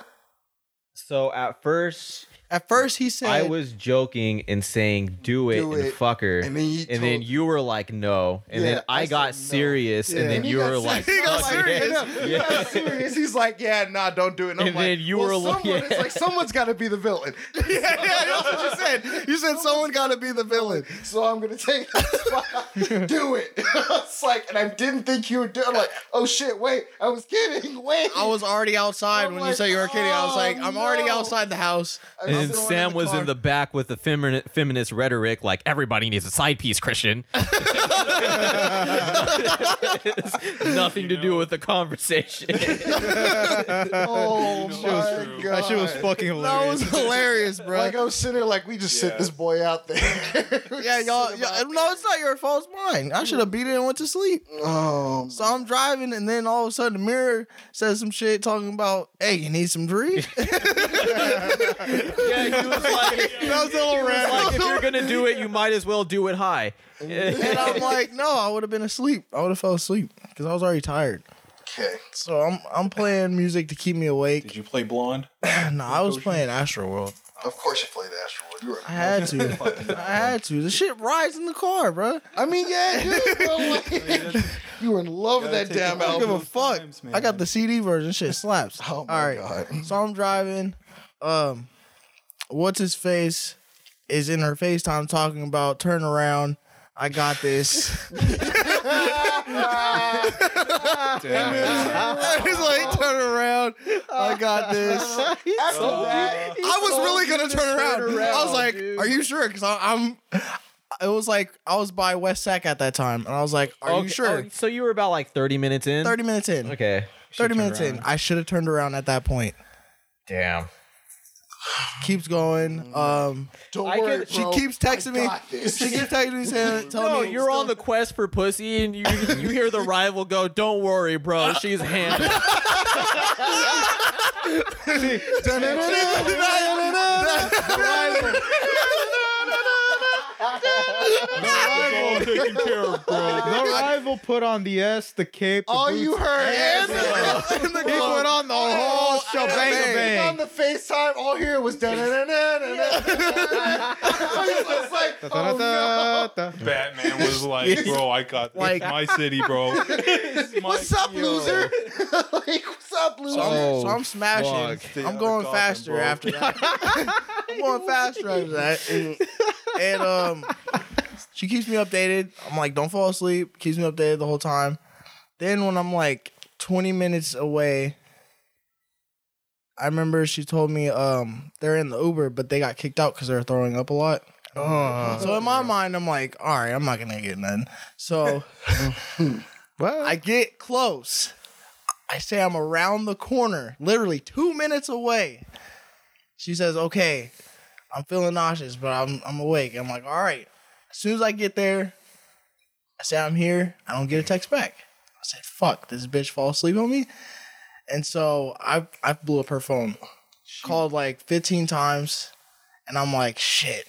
Speaker 4: So at first
Speaker 2: at first he said,
Speaker 4: I was joking and saying do it
Speaker 3: Do
Speaker 4: and
Speaker 3: it.
Speaker 4: fuck her.
Speaker 3: And then you
Speaker 4: and then
Speaker 3: told-
Speaker 4: you were like no. And
Speaker 3: Yeah,
Speaker 4: then I,
Speaker 3: I
Speaker 4: got
Speaker 3: said no.
Speaker 4: serious
Speaker 3: Yeah.
Speaker 4: and then
Speaker 3: And he
Speaker 4: you
Speaker 3: got
Speaker 4: were
Speaker 3: serious.
Speaker 4: like
Speaker 2: He got
Speaker 4: fuck
Speaker 2: serious.
Speaker 4: it.
Speaker 3: Yeah. That's serious. He's like, yeah, nah, don't do it. And, I'm
Speaker 4: And
Speaker 3: like,
Speaker 4: then you
Speaker 3: well,
Speaker 4: were
Speaker 3: someone,
Speaker 4: like-
Speaker 3: It's like someone's got to be the villain.
Speaker 2: yeah, yeah, that's what you said. You said someone got to be the villain.
Speaker 3: So I'm gonna take that spot. do it. it's like, and I didn't think you would do. it. I'm like, oh shit, wait, I was kidding. Wait,
Speaker 2: I was already outside
Speaker 3: I'm
Speaker 2: when you
Speaker 3: like,
Speaker 2: said you were kidding. I was like,
Speaker 3: "Oh,
Speaker 2: I'm already
Speaker 3: no."
Speaker 2: outside the house.
Speaker 3: I
Speaker 4: And And
Speaker 2: throwing
Speaker 4: Sam
Speaker 2: in the
Speaker 4: was
Speaker 2: car.
Speaker 4: in the back with the femini- feminist rhetoric, like everybody needs a side piece, Christian. It's nothing to do with the conversation.
Speaker 3: Oh
Speaker 6: was
Speaker 3: my
Speaker 6: true.
Speaker 3: god,
Speaker 1: That shit was fucking
Speaker 2: That
Speaker 1: hilarious.
Speaker 2: was hilarious, bro.
Speaker 3: Like I was sitting there, like we just
Speaker 6: Yeah.
Speaker 3: sent this boy out there.
Speaker 2: yeah, y'all. y'all no, it's not your fault. It's mine. I should have beat it and went to sleep.
Speaker 3: Oh,
Speaker 2: So I'm driving, and then all of a sudden the mirror says some shit talking about, "Hey, you need some drink."
Speaker 4: yeah, he was like,
Speaker 1: that was a little
Speaker 4: It's
Speaker 1: random.
Speaker 4: like if you're gonna do it, you might as well do it high.
Speaker 2: and I'm like, "No, I would have been asleep. I would have fell asleep because I was already tired."
Speaker 3: okay.
Speaker 2: So I'm I'm playing music to keep me awake.
Speaker 6: Did you play Blonde?
Speaker 2: no, I was playing Astroworld.
Speaker 3: Of course you played Astroworld. You were.
Speaker 2: I had to. I had to. The shit rides in the car, bro.
Speaker 3: I mean, yeah, it is, bro, like, you were in love with
Speaker 6: Gotta
Speaker 3: that
Speaker 6: take
Speaker 3: damn
Speaker 6: it
Speaker 2: I don't give
Speaker 3: album.
Speaker 2: a fuck.
Speaker 6: Times, man.
Speaker 2: I got the CD version. Shit slaps.
Speaker 3: Oh my God.
Speaker 2: So I'm driving. Um, what's his face is in her FaceTime talking about turn around. I got this. He's like, turn around. I got this.
Speaker 3: After that,
Speaker 2: I was really gonna turn around. I was like, "Are you sure?" Because I'm. It was like I was by West Sac at that time, and I was like, "Are you
Speaker 4: Okay,
Speaker 2: sure?"
Speaker 4: oh, so you were about like 30 minutes in.
Speaker 2: Thirty minutes in.
Speaker 4: Okay.
Speaker 2: Thirty minutes in. I should have turned around at that point.
Speaker 4: Damn.
Speaker 2: Keeps going. Um,
Speaker 3: don't
Speaker 4: I
Speaker 3: worry,
Speaker 4: could-
Speaker 2: she
Speaker 3: bro,
Speaker 2: keeps texting
Speaker 3: I
Speaker 2: me.
Speaker 3: got this.
Speaker 2: She keeps texting me saying, "Tell
Speaker 4: No,
Speaker 2: me
Speaker 4: you're on the quest for pussy, and you you hear the rival go, "Don't worry, bro, she's handled."
Speaker 1: The rival taken care of, bro. The rival put on the S, the cape. The
Speaker 3: All
Speaker 1: boots.
Speaker 3: you heard
Speaker 1: and
Speaker 3: and the,
Speaker 1: he put on the whole shebang.
Speaker 3: on the FaceTime, all here was da da da da da. I was like, oh no.
Speaker 6: Batman was like, bro, I got this.
Speaker 2: Like-
Speaker 6: my city, bro.
Speaker 3: What's up, loser? like, what's up, loser?
Speaker 2: So, so I'm smashing.
Speaker 6: fuck.
Speaker 2: I'm going
Speaker 6: Gotham,
Speaker 2: faster
Speaker 6: bro.
Speaker 2: after that. I'm going faster after that. And, Mm. and, um, she keeps me updated. I'm like, don't fall asleep. Keeps me updated the whole time. Then when I'm like 20 minutes away, I remember she told me um they're in the Uber, but they got kicked out because they're throwing up a lot. so in my mind, I'm like, all right, I'm not gonna get none. So I get close. I say I'm around the corner, literally two minutes away. She says, "Okay, I'm feeling nauseous, but I'm I'm awake." I'm like, "All right." As soon as I get there, I say I'm here. I don't get a text back. I said, "Fuck, this bitch fall asleep on me," and so I I blew up her phone, called like 15 times, and I'm like, "Shit,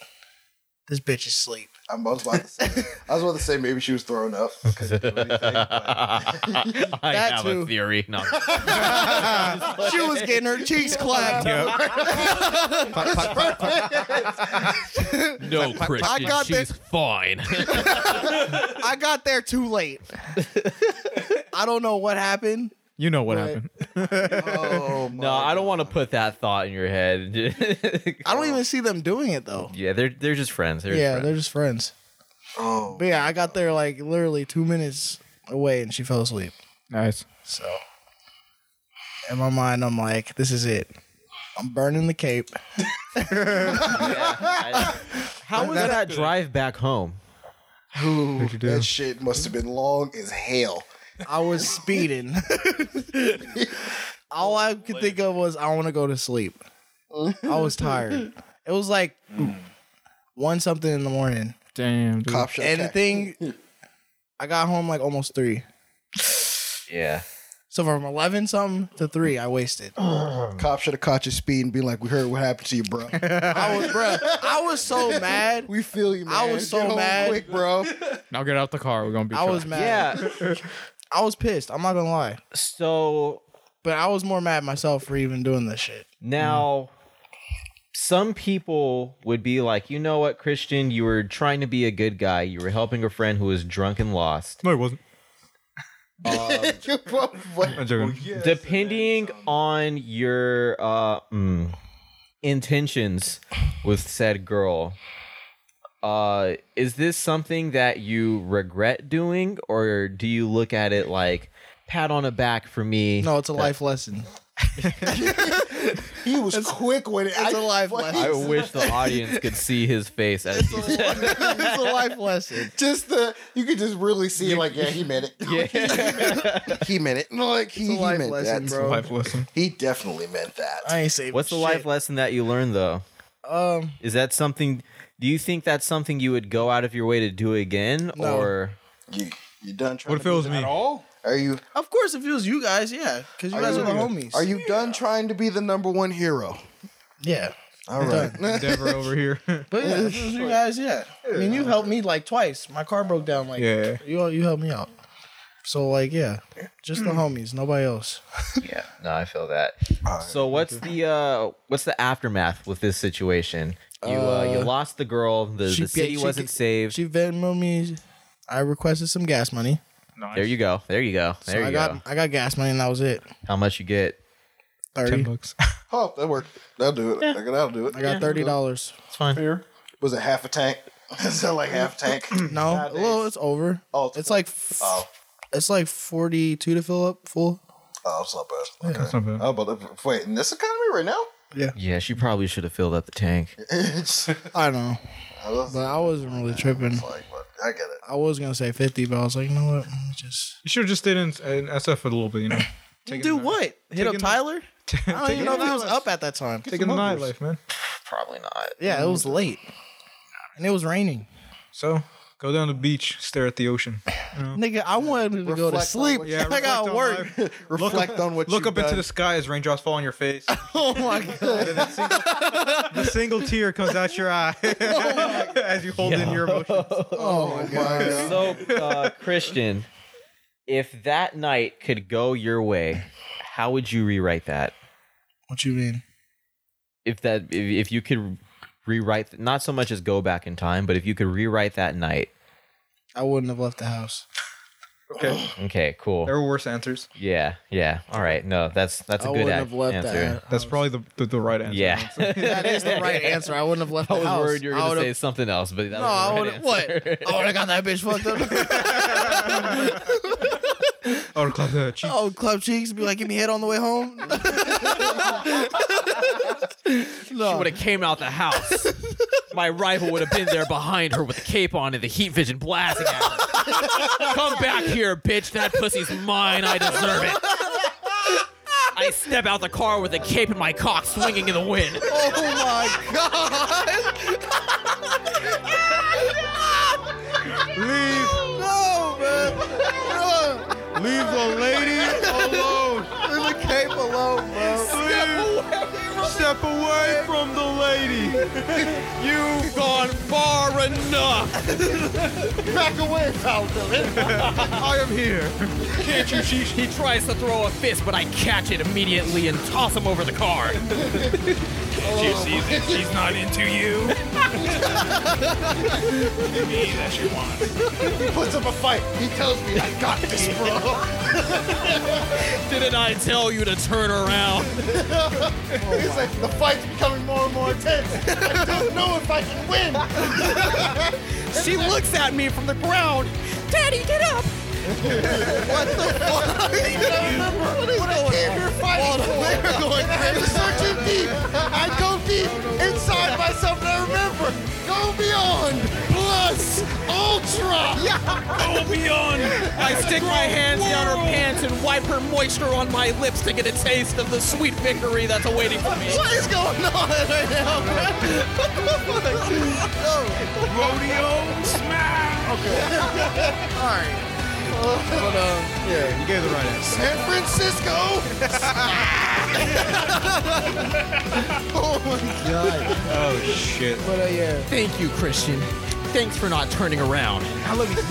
Speaker 2: this bitch is asleep."
Speaker 3: I was about to say. I was about to say maybe she was throwing up. 'cause it didn't do anything, but-
Speaker 4: I
Speaker 2: That
Speaker 4: have
Speaker 2: too.
Speaker 4: a theory. No.
Speaker 2: She was getting her cheeks clapped.
Speaker 4: No, Christian,
Speaker 2: got
Speaker 4: she's fine.
Speaker 2: I got there too late. I don't know what happened.
Speaker 1: You know what happened.
Speaker 3: Oh my
Speaker 4: no, I don't want to put that thought in your head.
Speaker 2: I don't even see them doing it though.
Speaker 4: yeah, they're they're just friends. They're
Speaker 2: yeah,
Speaker 4: yeah,
Speaker 2: they're just friends.
Speaker 3: Oh,
Speaker 2: But yeah, I got there like literally two minutes away and she fell asleep.
Speaker 1: Nice.
Speaker 2: So in my mind, I'm like, this is it. I'm burning the cape.
Speaker 4: How was that drive back home?
Speaker 3: Ooh,
Speaker 1: you do?
Speaker 3: that shit must have been long as hell.
Speaker 2: I was speeding. All I could think of was I want to go to sleep. I was tired. It was like one something in the morning.
Speaker 1: Damn. Dude.
Speaker 3: Cop shot.
Speaker 2: And the thing, I got home like almost three.
Speaker 4: Yeah.
Speaker 2: So from eleven something to three, I wasted.
Speaker 3: Cop should have caught you speed and be like, "We heard what happened to you, bro.
Speaker 2: I was, bruh, I was so mad.
Speaker 3: we feel you, man.
Speaker 2: I was so
Speaker 3: Get home
Speaker 2: mad.
Speaker 3: quick, bro."
Speaker 1: Now get out the car. We're gonna be.
Speaker 2: I was
Speaker 1: shot.
Speaker 4: Uh,
Speaker 2: mad.
Speaker 4: Yeah.
Speaker 2: I was pissed. I'm not gonna lie,
Speaker 4: So
Speaker 2: but I was more mad at myself for even doing this shit.
Speaker 4: Now, some people would be like, you know what, Christian, you were trying to be a good guy. You were helping a friend who was drunk and lost.
Speaker 1: No, it wasn't.
Speaker 3: Bro, what?
Speaker 1: I'm joking.
Speaker 4: Depending on your uh, mm, intentions with said girl, uh, is this something that you regret doing, or do you look at it like pat on the back for me?
Speaker 2: No, it's a life lesson.
Speaker 3: He was quick with it.
Speaker 2: it's
Speaker 3: a
Speaker 2: a life lesson.
Speaker 4: I wish the audience could see his face as he said.
Speaker 2: it's a life lesson.
Speaker 3: Just the you could just really see like yeah he meant it.
Speaker 8: he meant it. No, like he,
Speaker 2: It's a
Speaker 8: he
Speaker 2: life
Speaker 8: meant
Speaker 2: lesson,
Speaker 3: Oh,
Speaker 8: that.
Speaker 2: bro.
Speaker 1: Life lesson.
Speaker 8: He definitely meant that.
Speaker 2: I ain't saving.
Speaker 4: What's the
Speaker 2: shit.
Speaker 4: life lesson that you learned though?
Speaker 2: Um,
Speaker 4: Is that something? Do you think that's something you would go out of your way to do again,
Speaker 2: No.
Speaker 4: or
Speaker 8: you you done trying?
Speaker 1: What if
Speaker 8: to
Speaker 1: it
Speaker 8: be-
Speaker 1: was me?
Speaker 6: all?
Speaker 8: Are you
Speaker 2: of course, if it was you guys, yeah, because you
Speaker 8: Are
Speaker 2: guys
Speaker 8: you-
Speaker 2: are the homies.
Speaker 8: are you done trying to be the number one hero?
Speaker 2: Yeah.
Speaker 8: All right.
Speaker 1: Deborah over here.
Speaker 2: But yeah, if it was you guys, yeah. I mean, you helped me like twice. My car broke down. Like,
Speaker 1: Yeah.
Speaker 2: you all you helped me out. So like, yeah, just the homies, nobody else.
Speaker 4: Yeah, no, I feel that. So what's the uh what's the aftermath with this situation? You uh, you lost the girl. The,
Speaker 2: she-
Speaker 4: the city
Speaker 2: she-
Speaker 4: wasn't saved.
Speaker 2: She Venmoed me. I requested some gas money.
Speaker 4: there you go. There you go.
Speaker 2: So
Speaker 4: There
Speaker 2: I
Speaker 4: you
Speaker 2: got
Speaker 4: go.
Speaker 2: I got gas money, and that was it.
Speaker 4: How much you get?
Speaker 1: Ten
Speaker 2: Thirty.
Speaker 1: bucks.
Speaker 8: oh, that worked. That'll do it. I That'll do it.
Speaker 2: I got thirty dollars.
Speaker 4: It's fine.
Speaker 8: Was it half a tank? Is that like half a tank?
Speaker 2: No, well, it's over.
Speaker 8: Oh,
Speaker 2: it's like f-
Speaker 8: Oh.
Speaker 2: it's like forty two to fill up full.
Speaker 8: Oh, it's not bad. Okay.
Speaker 1: That's not bad.
Speaker 8: Oh, but wait, in this economy right now?
Speaker 4: Yeah, she probably should have filled up the tank.
Speaker 8: It's,
Speaker 2: I don't know,
Speaker 8: I was
Speaker 2: but I wasn't really tripping.
Speaker 8: like, but I get it.
Speaker 2: I was gonna say fifty, but I was like, you know what? Let me Just
Speaker 1: You should have just stayed in, in SF for a little bit, you know. Taking
Speaker 2: do
Speaker 1: the-
Speaker 2: what? Hit
Speaker 1: taking
Speaker 2: up
Speaker 1: the-
Speaker 2: Tyler? I don't
Speaker 1: taking
Speaker 2: even know if
Speaker 1: the-
Speaker 2: he was up at that time.
Speaker 1: Taking the nightlife, man.
Speaker 4: Probably not.
Speaker 2: Yeah, it was late, and it was raining.
Speaker 1: So go down to the beach, stare at the ocean.
Speaker 2: Nigga, I wanted to go to
Speaker 8: Reflect on
Speaker 2: sleep.
Speaker 8: what-
Speaker 1: Yeah,
Speaker 2: I got
Speaker 1: reflect on
Speaker 2: work.
Speaker 1: life.
Speaker 8: Reflect on what
Speaker 1: Look
Speaker 8: you've
Speaker 1: up into
Speaker 8: done.
Speaker 1: the sky as raindrops fall on your face.
Speaker 2: Oh my god.
Speaker 1: and a single, the single tear comes out your eye as you hold in your emotion.
Speaker 2: Oh my god.
Speaker 4: So uh, Christian, if that night could go your way, how would you rewrite that?
Speaker 2: What you mean?
Speaker 4: if that if, if you could rewrite not so much as go back in time but if you could rewrite that night
Speaker 2: I wouldn't have left the house.
Speaker 1: Okay,
Speaker 4: okay cool
Speaker 1: there were worse answers.
Speaker 4: yeah yeah all right no that's that's a
Speaker 2: I
Speaker 4: good
Speaker 2: wouldn't
Speaker 4: a-
Speaker 2: have left
Speaker 4: answer
Speaker 1: That's probably the, the, the right answer.
Speaker 4: yeah
Speaker 2: that. That is the right answer. I wouldn't have left
Speaker 4: i
Speaker 2: the
Speaker 4: was
Speaker 2: house.
Speaker 4: worried you were
Speaker 2: I
Speaker 4: gonna
Speaker 2: would've-
Speaker 4: say something else but that
Speaker 2: No, I would have.
Speaker 4: was
Speaker 2: What? Oh,
Speaker 4: the right answer.
Speaker 2: I would have got that bitch fucked up.
Speaker 1: I would clap the cheek.
Speaker 2: oh, club cheeks. Be like, give me head on the way home.
Speaker 4: she
Speaker 2: no.
Speaker 4: would have came out the house my rival would have been there behind her with the cape on and the heat vision blasting at her come back here bitch that pussy's mine i deserve it I step out the car with a cape in my cock swinging in the wind.
Speaker 2: Oh my god.
Speaker 1: Leave,
Speaker 2: No, man. No.
Speaker 1: leave the lady alone.
Speaker 2: Leave the cape alone, bro.
Speaker 1: Leave. Step away from the lady.
Speaker 4: You've gone far enough.
Speaker 3: Back away, pal Dylan.
Speaker 1: I am here.
Speaker 4: Can't you? She, he tries to throw a fist, but I catch it immediately and toss him over the car.
Speaker 6: She sees it. She's not into you. Give me that she wants.
Speaker 3: He puts up a fight. He tells me I got this, bro.
Speaker 4: Didn't I tell you to turn around?
Speaker 3: He's like, the fight's becoming more and more intense. I don't know if I can win.
Speaker 4: She looks at me from the ground. Daddy, get up!
Speaker 3: What is going on? You're fighting for. And I have to search in deep. I go deep inside myself and I remember. Go beyond. Plus. Ultra.
Speaker 6: Go beyond.
Speaker 4: I stick my hands down her pants and wipe her moisture on my lips to get a taste of the sweet victory that's awaiting for me.
Speaker 2: What is going on right now,
Speaker 6: Rodeo smash.
Speaker 1: You gave the right answer.
Speaker 3: San Francisco.
Speaker 1: Oh shit.
Speaker 4: Thank you, Christian. Thanks for not turning around.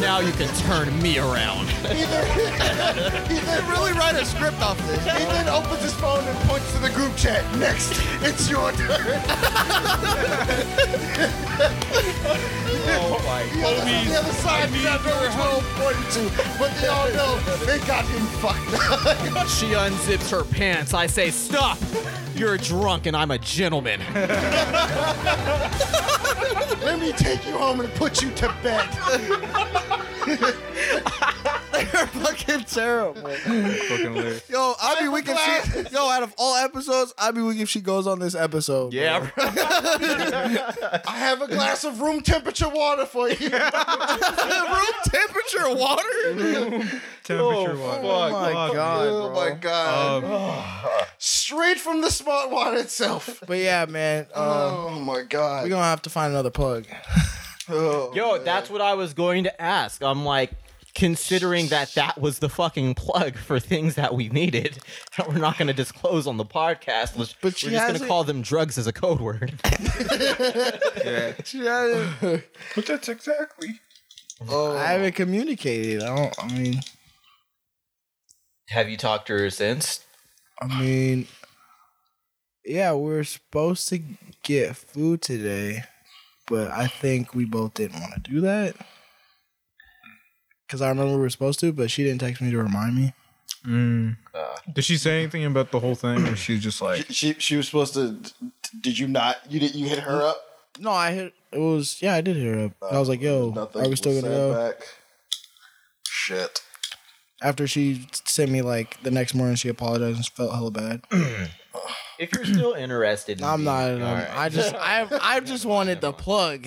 Speaker 4: Now you can turn me around.
Speaker 3: Ethan really write a script off this. Ethan opens his phone and points to the group chat. Next, it's your turn. oh my The other side, I don't know which one I'm pointing to, but they all know they got him fucked up.
Speaker 4: She unzips her pants. I say, Stop! You're drunk and I'm a gentleman.
Speaker 3: Let me take you home and put you to bed.
Speaker 2: fucking terrible.
Speaker 1: Fucking
Speaker 3: Oh,
Speaker 1: hilarious.
Speaker 2: Yo, I mean, we can see. Yo, out of all episodes, I mean, we if she goes on this episode.
Speaker 9: Yeah, bro.
Speaker 4: I have a glass of room temperature water for you.
Speaker 2: room temperature water.
Speaker 1: Temperature water.
Speaker 2: Oh my god,
Speaker 4: oh
Speaker 2: bro.
Speaker 4: my god.
Speaker 1: Um,
Speaker 4: Straight from the smart water itself.
Speaker 2: But yeah, man,
Speaker 3: Uh-huh. um,
Speaker 2: uh,
Speaker 4: oh my
Speaker 2: we're
Speaker 4: god.
Speaker 2: gonna have to find another plug.
Speaker 4: Oh,
Speaker 9: Yo,
Speaker 4: man.
Speaker 9: that's what I was going to ask. I'm like, considering that that was the fucking plug for things that we needed that we're not going to disclose on the podcast. Let's-
Speaker 2: But she
Speaker 9: we're just going to
Speaker 2: hasn't-
Speaker 9: call them drugs as a code word.
Speaker 6: But that's exactly.
Speaker 4: Oh.
Speaker 2: I haven't communicated. I don't. I mean,
Speaker 9: Have you talked to her since?
Speaker 2: I mean, yeah, we were supposed to get food today, but I think we both didn't want to do that. Cause I remember we were supposed to, but she didn't text me to remind me.
Speaker 1: mm. Did she say anything about the whole thing? Or she's just like,
Speaker 3: She she was supposed to. Did you not? You did you hit her up?
Speaker 2: No, I hit. It was yeah, I did hit her up. I was like, "Yo, are we still gonna
Speaker 3: was said
Speaker 2: go?"
Speaker 3: Back. Shit.
Speaker 2: After she sent me like the next morning, she apologized and felt hella bad.
Speaker 9: If you're still interested, in
Speaker 2: I'm
Speaker 9: being-
Speaker 2: not. Um,
Speaker 9: All right.
Speaker 2: I just I I just wanted the plug.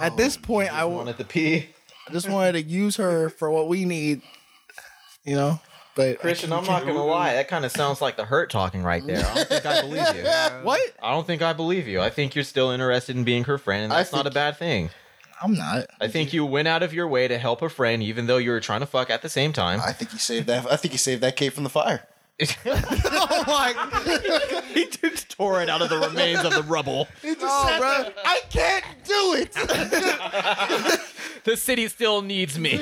Speaker 2: At this point, I w-
Speaker 9: wanted the pee.
Speaker 2: I just wanted to use her for what we need, you know. But
Speaker 9: Christian, I'm not gonna lie. That kind of sounds like the hurt talking right there. I don't think I believe you.
Speaker 2: what?
Speaker 9: I don't think I believe you. I think you're still interested in being her friend, and
Speaker 3: I
Speaker 9: that's not a
Speaker 3: think-
Speaker 9: bad thing.
Speaker 2: I'm not.
Speaker 9: I think you went out of your way to help a friend, even though you were trying to fuck at the same time.
Speaker 3: I think you saved that. I think you saved that cake from the fire.
Speaker 2: oh my
Speaker 9: he just tore it out of the remains of the rubble.
Speaker 2: god, bro!
Speaker 4: I can't do it.
Speaker 9: The city still needs me.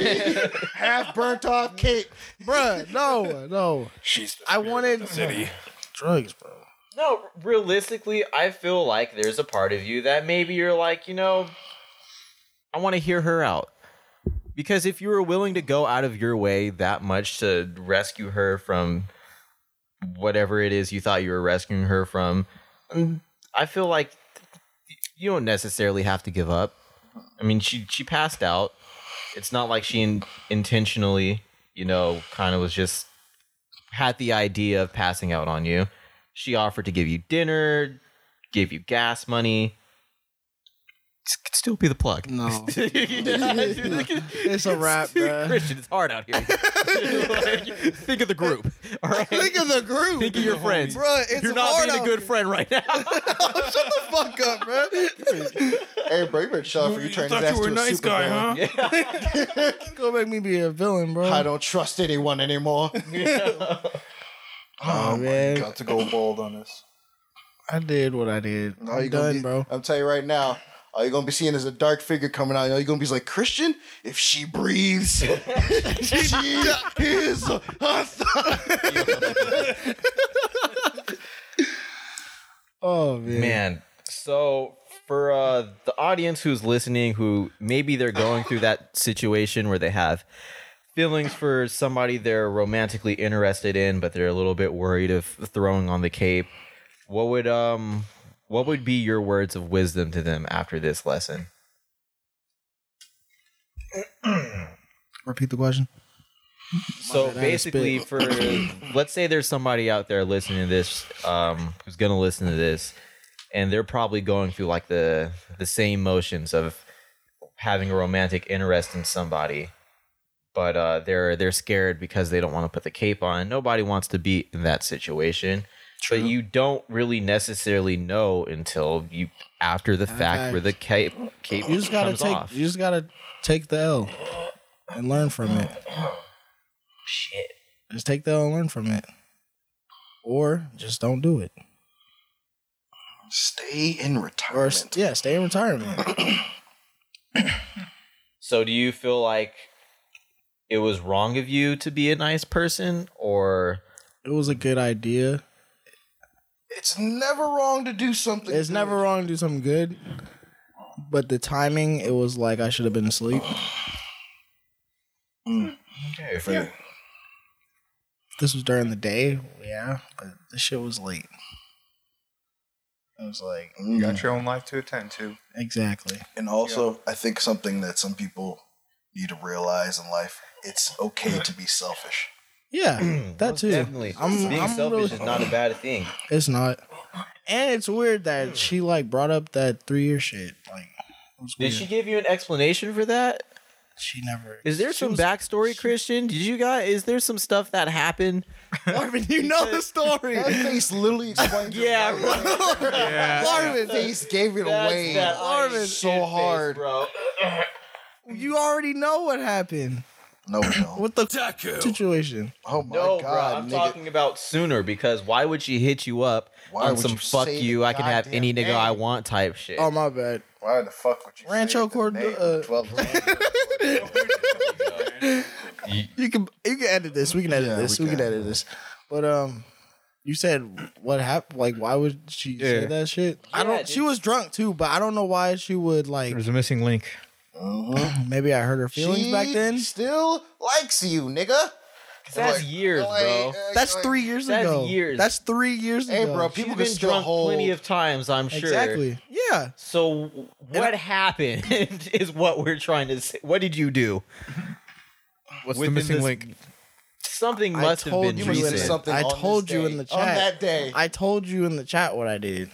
Speaker 4: Half burnt off cake.
Speaker 2: Bruh, no, no.
Speaker 6: She's
Speaker 2: I wanted
Speaker 6: city.
Speaker 2: drugs, bro.
Speaker 9: no, realistically, I feel like there's a part of you that maybe you're like, you know, I want to hear her out. Because if you were willing to go out of your way that much to rescue her from whatever it is you thought you were rescuing her from, mm, I feel like you don't necessarily have to give up. I mean, she she passed out. It's not like she in, intentionally, you know, kind of was just had the idea of passing out on you. She offered to give you dinner, give you gas money. This could still be the plug.
Speaker 2: No,
Speaker 9: it's
Speaker 2: it's a wrap, bro.
Speaker 9: Christian, it's hard out here. Like, think of the group. All right.
Speaker 2: Think of the group.
Speaker 9: Think of your friends.
Speaker 2: Bruh, it's
Speaker 9: You're not
Speaker 2: hard
Speaker 9: being a
Speaker 2: out
Speaker 9: good friend right now.
Speaker 2: here. fuck up, bro.
Speaker 3: Hey, bro, you better shut up. Or you turned his ass to a nice super guy,
Speaker 6: huh?
Speaker 2: Go make me be a villain, bro.
Speaker 3: I don't trust anyone anymore.
Speaker 2: oh, man,
Speaker 6: Got to go bald on this.
Speaker 2: I did what I did.
Speaker 3: All
Speaker 2: I'm
Speaker 3: you gonna
Speaker 2: done,
Speaker 3: be-
Speaker 2: bro.
Speaker 3: I'm telling you right now. All you're gonna be seeing is a dark figure coming out. All you're gonna be like Christian. If she breathes, she is.
Speaker 2: Oh man.
Speaker 9: Man, so for uh, the audience who's listening, who maybe they're going through that situation where they have feelings for somebody they're romantically interested in, but they're a little bit worried of throwing on the cape. What would um, what would be your words of wisdom to them after this lesson?
Speaker 2: Repeat the question. bad,
Speaker 9: So
Speaker 2: I had to
Speaker 9: basically, for let's say there's somebody out there listening to this, um, who's gonna listen to this, and they're probably going through like the the same motions of having a romantic interest in somebody, but uh, they're they're scared because they don't want to put the cape on. Nobody wants to be in that situation. But you don't really necessarily know until you after the fact where the cape cape
Speaker 2: You just gotta
Speaker 9: comes
Speaker 2: take.
Speaker 9: off.
Speaker 2: You just gotta take the L and learn from it.
Speaker 9: Shit.
Speaker 2: Just take the L and learn from it, or just don't do it.
Speaker 3: Stay in
Speaker 2: Or
Speaker 3: retirement.
Speaker 2: s- yeah, stay in retirement.
Speaker 9: So do you feel like it was wrong of you to be a nice person or
Speaker 2: It was a good idea.
Speaker 3: It's never wrong to do something.
Speaker 2: It's never wrong to do something good, but the timing, it was like I should have been asleep. Mm.
Speaker 3: Yeah.
Speaker 2: This was during the day, yeah, but this shit was late. It was like
Speaker 4: Mm-hmm.
Speaker 6: You got your own life to attend to.
Speaker 2: exactly.
Speaker 3: And also, I think something that some people you to realize in life it's okay to be selfish.
Speaker 2: Yeah, that
Speaker 9: Most
Speaker 2: too.
Speaker 9: Definitely.
Speaker 2: I'm-
Speaker 9: Being
Speaker 2: I'm
Speaker 9: selfish
Speaker 2: really-
Speaker 9: is not a bad thing.
Speaker 2: It's not. And it's weird
Speaker 9: Hmm.
Speaker 2: that she like brought up that three year shit. Like, it was
Speaker 9: Did
Speaker 2: weird.
Speaker 9: she give you an explanation for that?
Speaker 2: She never.
Speaker 9: Is there
Speaker 2: she
Speaker 9: some
Speaker 2: was-
Speaker 9: backstory, Christian? Did you guys? Is there some stuff that happened?
Speaker 2: Marvin, you know the story.
Speaker 4: That face literally explained it.
Speaker 9: Yeah,
Speaker 4: Marvin's face gave it away. so hard.
Speaker 9: bro.
Speaker 2: you already know what happened.
Speaker 3: No, no.
Speaker 2: What the situation?
Speaker 4: Oh my
Speaker 9: No, bro.
Speaker 4: god,
Speaker 9: I'm
Speaker 4: nigga.
Speaker 9: talking about sooner because why would she hit you up
Speaker 4: Why
Speaker 9: on
Speaker 4: would
Speaker 9: some
Speaker 4: you
Speaker 9: "fuck
Speaker 4: say
Speaker 9: you"?
Speaker 4: the
Speaker 9: I can have any nigga
Speaker 4: goddamn Um,
Speaker 9: I
Speaker 4: name?
Speaker 9: want type shit.
Speaker 2: Oh my bad.
Speaker 4: Why the fuck would you
Speaker 2: Rancho
Speaker 4: say the
Speaker 2: Cordova-
Speaker 4: name
Speaker 2: uh,
Speaker 4: of 12
Speaker 2: You can you can edit this. We can edit
Speaker 4: Yeah,
Speaker 2: this.
Speaker 4: we
Speaker 2: We, can.
Speaker 4: can.
Speaker 2: edit this. But um, you said what happened? Like, why would she say
Speaker 1: Yeah.
Speaker 2: that shit? I
Speaker 9: Yeah,
Speaker 2: don't.
Speaker 9: dude.
Speaker 2: She was drunk too, but I don't know why she would like.
Speaker 1: There's a missing link.
Speaker 2: Maybe I hurt her feelings
Speaker 4: She
Speaker 2: back then.
Speaker 4: still likes you, nigga.
Speaker 9: That's
Speaker 4: Like,
Speaker 9: years,
Speaker 4: like,
Speaker 9: bro.
Speaker 4: uh,
Speaker 2: That's
Speaker 4: like-
Speaker 2: three years
Speaker 9: That's
Speaker 2: ago.
Speaker 9: years.
Speaker 2: That's three years
Speaker 4: Hey,
Speaker 2: ago.
Speaker 4: bro,
Speaker 9: She's
Speaker 4: people can
Speaker 9: been
Speaker 4: still
Speaker 9: drunk
Speaker 4: hold.
Speaker 9: plenty of times, I'm sure.
Speaker 2: Exactly. Yeah.
Speaker 9: So what happened is what we're trying to say. What did you do?
Speaker 1: What's
Speaker 9: Within
Speaker 1: the missing
Speaker 9: this-
Speaker 1: link?
Speaker 9: Something must have been
Speaker 2: you
Speaker 4: was
Speaker 2: in
Speaker 9: recent.
Speaker 4: doing
Speaker 2: the-
Speaker 4: something
Speaker 2: I
Speaker 4: on
Speaker 2: told
Speaker 4: this
Speaker 2: you
Speaker 4: day.
Speaker 2: in the chat
Speaker 4: On that day.
Speaker 2: I told you in the chat what I did.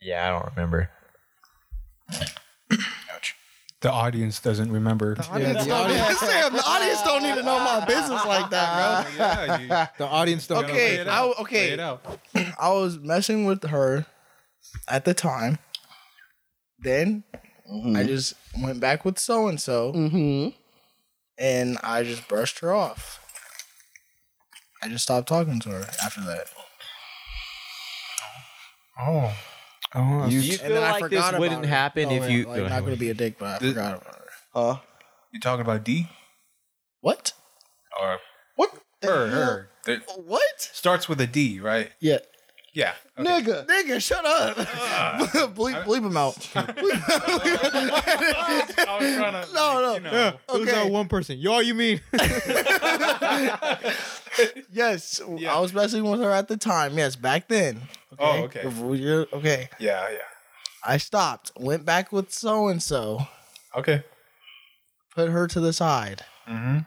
Speaker 9: Yeah, I don't remember.
Speaker 6: The audience doesn't remember.
Speaker 2: Yeah, the audience, Sam, the audience don't need to know my business like that,
Speaker 6: yeah, the audience
Speaker 2: bro. Okay, I, okay.
Speaker 6: out.
Speaker 2: I was messing with her at the time. Then I just went back with so and so,
Speaker 4: Mm-hmm.
Speaker 2: and I just brushed her off. I just stopped talking to her after that.
Speaker 6: Oh. Oh,
Speaker 9: Do you feel like this wouldn't happen
Speaker 2: Oh,
Speaker 9: if
Speaker 2: yeah,
Speaker 9: you?
Speaker 2: like, not gonna be a dick, but I
Speaker 6: Th-
Speaker 2: forgot about her.
Speaker 4: Huh?
Speaker 6: you talking about D?
Speaker 2: What?
Speaker 6: Or
Speaker 4: What? The
Speaker 6: her,
Speaker 4: hell?
Speaker 6: her. That
Speaker 2: What?
Speaker 6: starts with a D, right?
Speaker 2: Yeah.
Speaker 6: Yeah.
Speaker 4: Nigga.
Speaker 2: Nigga, shut up. bleep, bleep him out.
Speaker 6: I was trying to,
Speaker 2: No, no.
Speaker 1: Yeah, who's
Speaker 2: Okay.
Speaker 1: that one person? Y'all, you mean?
Speaker 2: Yes, I was messing with her at the time. Yes, back then.
Speaker 6: Oh, okay.
Speaker 2: You're- Okay.
Speaker 6: Yeah, yeah.
Speaker 2: I stopped, went back with so and so,
Speaker 6: Okay.
Speaker 2: put her to the side,
Speaker 6: Mm-hmm.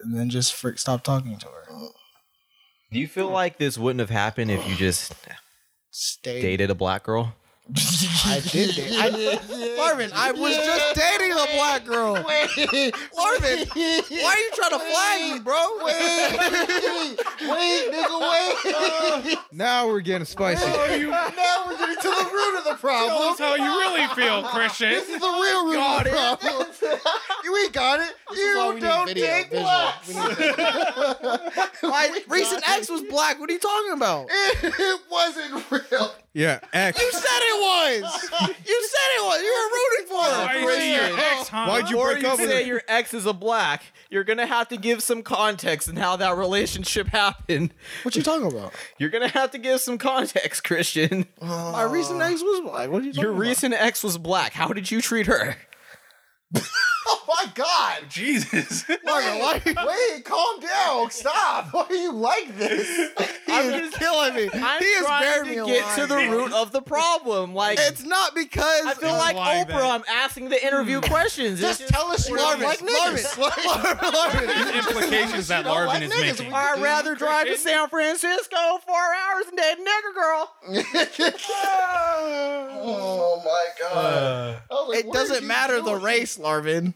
Speaker 2: and then just frick stopped talking to her.
Speaker 9: Do you feel like this wouldn't have happened if you just
Speaker 2: Stayed.
Speaker 9: dated a black girl?
Speaker 2: I did date. I, Marvin, I was just dating a black girl.
Speaker 4: Wait.
Speaker 2: Marvin,
Speaker 4: Wait.
Speaker 2: why are you trying to flag me, bro?
Speaker 4: Wait. Wait, nigga, wait.
Speaker 1: now we're getting spicy.
Speaker 4: now we're getting to the root of the problem.
Speaker 6: how you really feel, Christian.
Speaker 4: This is the real root of the problem. you ain't got it. you don't take blacks.
Speaker 2: My recent ex was black. What are you talking about?
Speaker 4: it wasn't real.
Speaker 1: Yeah, X.
Speaker 2: You said it was. You said it was. You were rooting for her.
Speaker 1: Why'd you break up with her?
Speaker 9: your ex is a black, you're gonna have to give some context in how that relationship happened.
Speaker 2: What you talking about?
Speaker 9: You're gonna have to give some context, Christian.
Speaker 2: My recent ex was black. What are you talking
Speaker 9: Your
Speaker 2: about?
Speaker 9: recent ex was black. How did you treat her?
Speaker 4: Oh my god.
Speaker 6: Jesus.
Speaker 4: Morgan, why? Wait, calm down. Stop. Why are you like this?
Speaker 2: I'm just killing me.
Speaker 9: I'm
Speaker 2: he is
Speaker 9: trying
Speaker 2: burying
Speaker 9: to
Speaker 2: me
Speaker 9: get
Speaker 2: alive.
Speaker 9: to the root of the problem. Like
Speaker 2: It's not because Hmm.
Speaker 9: I feel like
Speaker 6: why
Speaker 9: Oprah.
Speaker 6: that-
Speaker 9: I'm asking the interview questions. It's
Speaker 4: Just tell us you don't
Speaker 2: Marvin,
Speaker 4: like
Speaker 2: Marvin,
Speaker 4: niggas.
Speaker 2: Marvin, Marvin.
Speaker 6: implications that
Speaker 4: don't like
Speaker 6: Larvin
Speaker 4: niggas.
Speaker 6: is making.
Speaker 4: All
Speaker 9: I'd rather drive to San Francisco four hours and date a nigger girl.
Speaker 4: Oh my
Speaker 3: Uh,
Speaker 4: god. I was like,
Speaker 2: It
Speaker 4: what are
Speaker 2: doesn't
Speaker 4: you
Speaker 2: matter the
Speaker 4: doing?
Speaker 2: race, Larvin.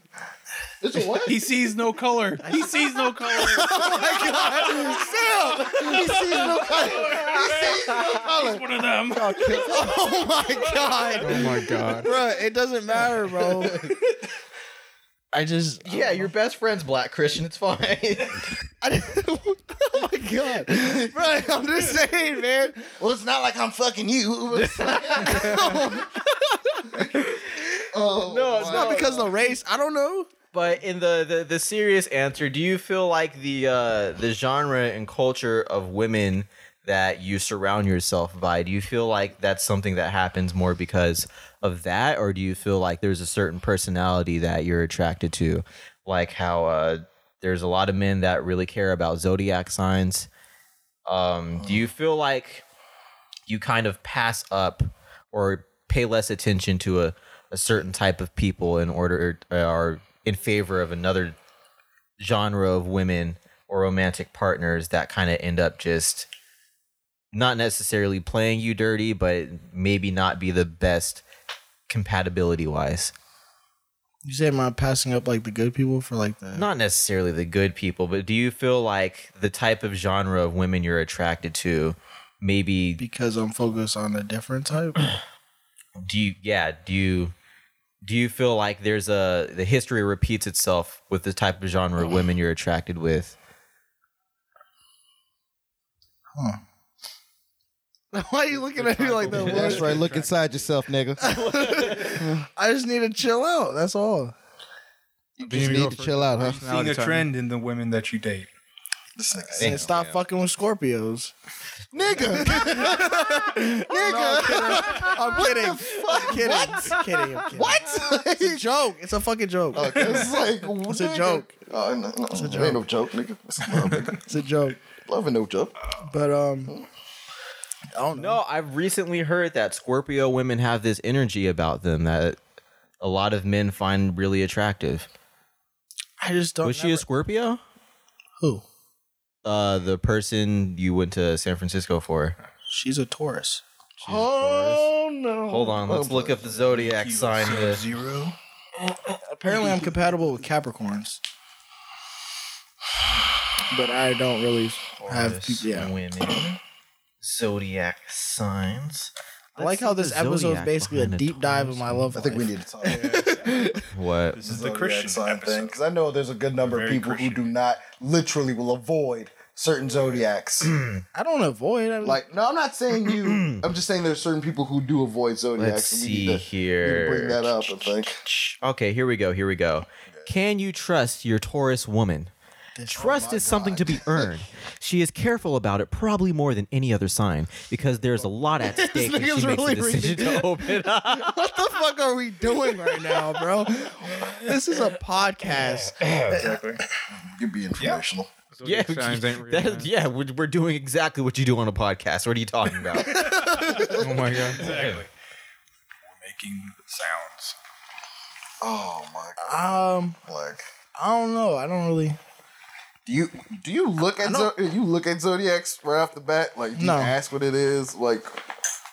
Speaker 4: It's a what?
Speaker 6: He sees no color. He sees no color.
Speaker 4: he sees no color. He sees no color.
Speaker 6: One of them.
Speaker 2: Oh my god,
Speaker 1: Oh my god.
Speaker 2: Bruh, It doesn't matter, bro. I just
Speaker 9: Yeah, your best friend's black Christian. It's fine.
Speaker 2: I, oh my god, Bruh, I'm just saying, man.
Speaker 4: Well, it's not like I'm fucking you. It's like- oh,
Speaker 9: No, it's
Speaker 4: my
Speaker 2: Not because of the race. I don't know.
Speaker 9: But in the, the the serious answer, do you feel like the uh, the genre and culture of women that you surround yourself by, do you feel like that's something that happens more because of that, or do you feel like there's a certain personality that you're attracted to, like how uh, there's a lot of men that really care about zodiac signs? Um, do you feel like you kind of pass up or pay less attention to a a certain type of people in order uh, are in favor of another genre of women or romantic partners that kind of end up just not necessarily playing you dirty, but maybe not be the best compatibility wise.
Speaker 2: You say am I passing up like the good people for like the
Speaker 9: Not necessarily the good people, but do you feel like the type of genre of women you're attracted to maybe
Speaker 2: because I'm focused on a different type?
Speaker 9: do you yeah do you do you feel like there's a the history repeats itself with the type of genre of women you're attracted with
Speaker 2: Why are you looking at me like that?
Speaker 10: That's right. Look inside yourself, nigga.
Speaker 2: I just need to chill out. That's all.
Speaker 10: You just need to chill out, huh?
Speaker 6: Seeing a trend in the women that you date.
Speaker 3: This nigga
Speaker 2: And stop fucking with Scorpios.
Speaker 10: Nigga.
Speaker 2: I'm kidding. I'm kidding. I'm kidding. I'm kidding. What? It's a joke. It's a fucking joke.
Speaker 10: Oh,
Speaker 3: It's like
Speaker 2: It's a joke.
Speaker 3: Oh, no, no, it's a joke. Ain't no joke, nigga. It's love, nigga.
Speaker 2: It's a joke.
Speaker 3: love ain't no joke.
Speaker 2: But um, I don't know.
Speaker 9: no i've recently heard that scorpio women have this energy about them that a lot of men find really attractive
Speaker 2: I just don't.
Speaker 9: was she a
Speaker 2: never-
Speaker 9: scorpio
Speaker 2: who?
Speaker 9: uh the person you went to san francisco for
Speaker 2: She's a Taurus.
Speaker 9: oh no hold on let's look up the zodiac sign to-
Speaker 3: Oh, Zero.
Speaker 2: Apparently, I'm compatible with Capricorns. But I don't really have.
Speaker 9: Taurus
Speaker 2: Yeah.
Speaker 9: women zodiac signs.
Speaker 2: I like how this episode is basically a deep dive of my love.
Speaker 3: I think we
Speaker 2: life.
Speaker 3: need to talk. about
Speaker 9: What?
Speaker 6: This is the
Speaker 3: the
Speaker 6: Christian
Speaker 3: sign
Speaker 6: episode.
Speaker 3: thing because I know there's a good number of
Speaker 6: Very
Speaker 3: people
Speaker 6: Christian.
Speaker 3: who do not literally will avoid certain zodiacs.
Speaker 2: I don't avoid. I mean,
Speaker 3: like, no, I'm not saying you. I'm just saying there's certain people who do avoid zodiacs.
Speaker 9: Let's
Speaker 3: and we need
Speaker 9: see
Speaker 3: to- need to
Speaker 9: here.
Speaker 3: bring that up. I think.
Speaker 9: Okay, here we go. Here we go. Can you trust your Taurus woman?
Speaker 2: oh
Speaker 9: Trust is something to be earned. She is careful about it, probably more than any other sign, because there's a lot at stake when she
Speaker 2: nigga's
Speaker 9: makes the
Speaker 2: really
Speaker 9: decision to open up.
Speaker 2: what the fuck are we doing right now, bro? This is a podcast.
Speaker 3: You'd be informational.
Speaker 9: Yeah,
Speaker 1: Zodiac signs ain't real,
Speaker 9: that is-
Speaker 1: man.
Speaker 9: yeah, we're we're doing exactly what you do on a podcast. What are you talking about?
Speaker 1: Oh my god.
Speaker 6: Exactly. We're making sounds.
Speaker 3: Oh my god!
Speaker 2: Um,
Speaker 3: Like,
Speaker 2: I don't know. I don't really.
Speaker 3: do you do you look at zo- you look at zodiacs right off the bat? Like, do
Speaker 2: No.
Speaker 3: you ask what it is? Like,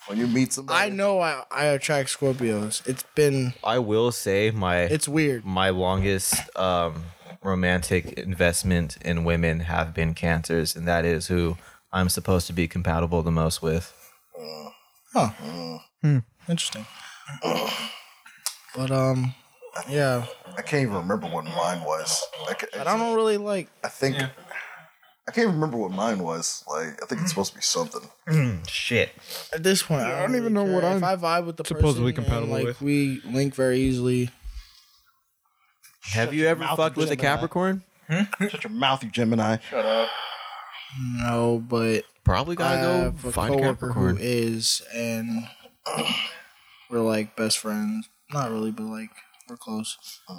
Speaker 3: when you meet somebody,
Speaker 2: I know I, I attract Scorpios. It's been
Speaker 9: I will say my
Speaker 2: it's weird.
Speaker 9: my longest um, romantic investment in women have been cancers, and that is who I'm supposed to be compatible the most with.
Speaker 2: Huh. Interesting. But um yeah.
Speaker 3: I can't even remember what mine was. I, ca-
Speaker 2: But I don't really like
Speaker 3: I think I can't remember what mine was. Like, I think it's supposed to be something.
Speaker 2: Hmm,
Speaker 9: Shit.
Speaker 2: at this point. I don't,
Speaker 1: even
Speaker 2: really
Speaker 1: know what
Speaker 2: care. if I
Speaker 1: I'm
Speaker 2: vibe with the
Speaker 1: supposedly
Speaker 2: person and,
Speaker 1: compatible
Speaker 2: like,
Speaker 1: with.
Speaker 2: We link very easily.
Speaker 9: Have you ever fucked with a Capricorn?
Speaker 3: Shut your mouth, you Gemini.
Speaker 2: No, but I
Speaker 9: Probably gotta
Speaker 2: have
Speaker 9: go
Speaker 2: a
Speaker 9: find a
Speaker 2: coworker who
Speaker 9: Capricorn.
Speaker 2: is, and we're like best friends. Not really, but like we're close.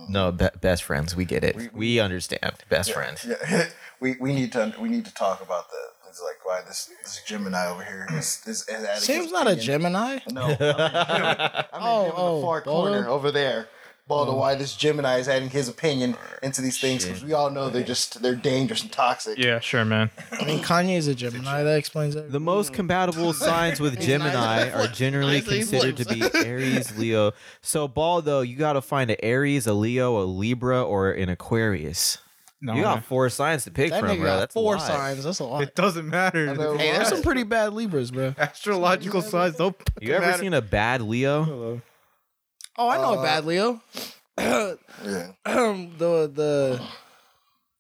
Speaker 9: No, be- best friends. We get it. We, understand. Best friends.
Speaker 3: Yeah, we, we need to we need to talk about the. It's like why this this Gemini over here is is an addict.
Speaker 2: Sam's not a Gemini.
Speaker 3: No, I mean, I mean oh, him in
Speaker 2: oh,
Speaker 3: the far
Speaker 2: Baldo? Oh.
Speaker 3: corner over there. Baldo, why this Gemini is adding his opinion into these things because we all know they're just they're dangerous and toxic.
Speaker 1: Yeah, sure, man.
Speaker 2: I mean, Kanye's a Gemini. That explains everything.
Speaker 9: The most compatible signs with Gemini are generally considered to be Aries, Leo. So, Baldo, you gotta find an Aries, a Leo, a Libra, or an Aquarius.
Speaker 1: No,
Speaker 9: you got
Speaker 1: man.
Speaker 9: four signs to pick
Speaker 2: that
Speaker 9: from,
Speaker 2: nigga
Speaker 9: bro.
Speaker 2: got
Speaker 9: That's a
Speaker 2: four
Speaker 9: lot.
Speaker 2: signs. That's a lot.
Speaker 1: It doesn't matter.
Speaker 3: know,
Speaker 1: The
Speaker 2: Hey, there's
Speaker 3: right?
Speaker 2: some pretty bad Libras, bro.
Speaker 1: Astrological signs don't.
Speaker 9: You ever seen a bad Leo?
Speaker 1: Hello.
Speaker 2: Oh, I know a bad Leo.
Speaker 3: Yeah.
Speaker 2: um the the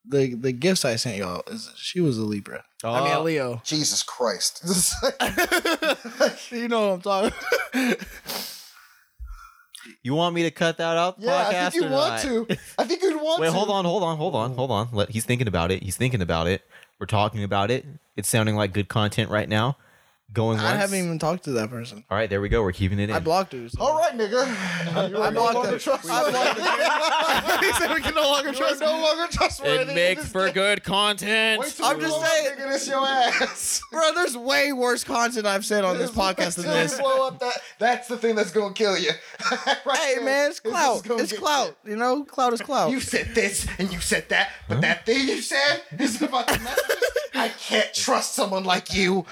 Speaker 2: the the gifts I sent y'all is she was a Libra. I mean a
Speaker 9: Oh.
Speaker 2: Leo.
Speaker 3: Jesus Christ. This is like-
Speaker 2: You know what I'm talking.
Speaker 9: You want me to cut that out?
Speaker 3: yeah, I think
Speaker 9: podcast,
Speaker 3: you
Speaker 9: or
Speaker 3: want
Speaker 9: not?
Speaker 3: to. I think you'd want
Speaker 9: Wait,
Speaker 3: to.
Speaker 9: hold on, hold on, hold on, hold on. Let, he's thinking about it. He's thinking about it. We're talking about it. It's sounding like good content right now. Going once.
Speaker 2: I haven't even talked to that person.
Speaker 9: All right, there we go. We're keeping it in.
Speaker 2: I blocked her. so-
Speaker 3: All right, nigga.
Speaker 2: I blocked her. I blocked her.
Speaker 3: he said we can no longer trust. No longer trustworthy.
Speaker 9: it makes for good content.
Speaker 3: Wait till
Speaker 2: I'm
Speaker 3: we
Speaker 2: just
Speaker 3: blow up,
Speaker 2: saying-
Speaker 3: nigga, this your ass.
Speaker 2: Bro, there's way worse content I've said on this podcast than
Speaker 3: Till we
Speaker 2: this.
Speaker 3: blow up that, that's the thing that's gonna kill you. Right
Speaker 2: Hey,
Speaker 3: there.
Speaker 2: man, it's
Speaker 3: This is
Speaker 2: clout.
Speaker 3: gonna
Speaker 2: It's
Speaker 3: get
Speaker 2: clout. You know, clout is clout.
Speaker 3: You said this and you said that, but that thing you said is about the messages. I can't trust someone like you.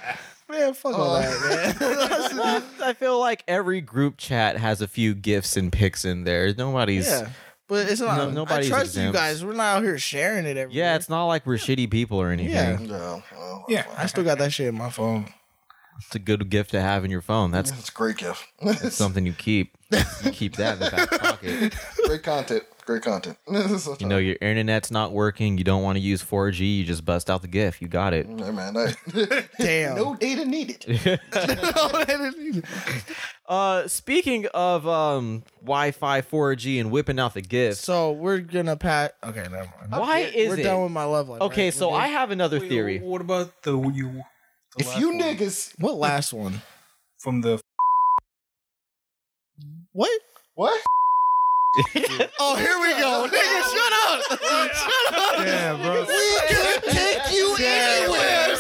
Speaker 2: Man, fuck all that, man.
Speaker 9: I feel like every group chat has a few gifs and pics in there. Nobody's.
Speaker 2: yeah.
Speaker 9: Yeah,
Speaker 2: But it's
Speaker 9: No-
Speaker 2: not.
Speaker 9: nobody's
Speaker 2: I trust
Speaker 9: exempt.
Speaker 2: you guys. We're not out here sharing it every day.
Speaker 9: it's not like we're shitty people or anything.
Speaker 2: Yeah.
Speaker 3: No,
Speaker 6: Yeah.
Speaker 2: I still got that shit in my phone.
Speaker 9: It's a good gift to have in your phone. That's
Speaker 3: it's great gift.
Speaker 9: It's something you keep. You keep that in the back pocket.
Speaker 3: great content. Great content.
Speaker 9: You know your internet's not working. You don't want to use 4G. You just bust out the GIF. You got it.
Speaker 3: Hey, man, I,
Speaker 2: Damn.
Speaker 3: no data needed.
Speaker 9: Uh, speaking of um Wi-Fi, 4G, and whipping out the GIF.
Speaker 2: So we're gonna pat. Okay, never mind.
Speaker 9: Why is
Speaker 2: we're
Speaker 9: it?
Speaker 2: done with my love life.
Speaker 9: okay,
Speaker 2: right?
Speaker 9: so I have another
Speaker 6: Wait,
Speaker 9: theory.
Speaker 6: What about the you? the
Speaker 3: If
Speaker 6: last
Speaker 3: you
Speaker 6: one
Speaker 3: niggas,
Speaker 2: what last one?
Speaker 6: from the
Speaker 2: What?
Speaker 3: what?
Speaker 2: Oh, here we go, nigga. Shut up. Shut up.
Speaker 1: Yeah, bro.
Speaker 2: We could take you anywhere.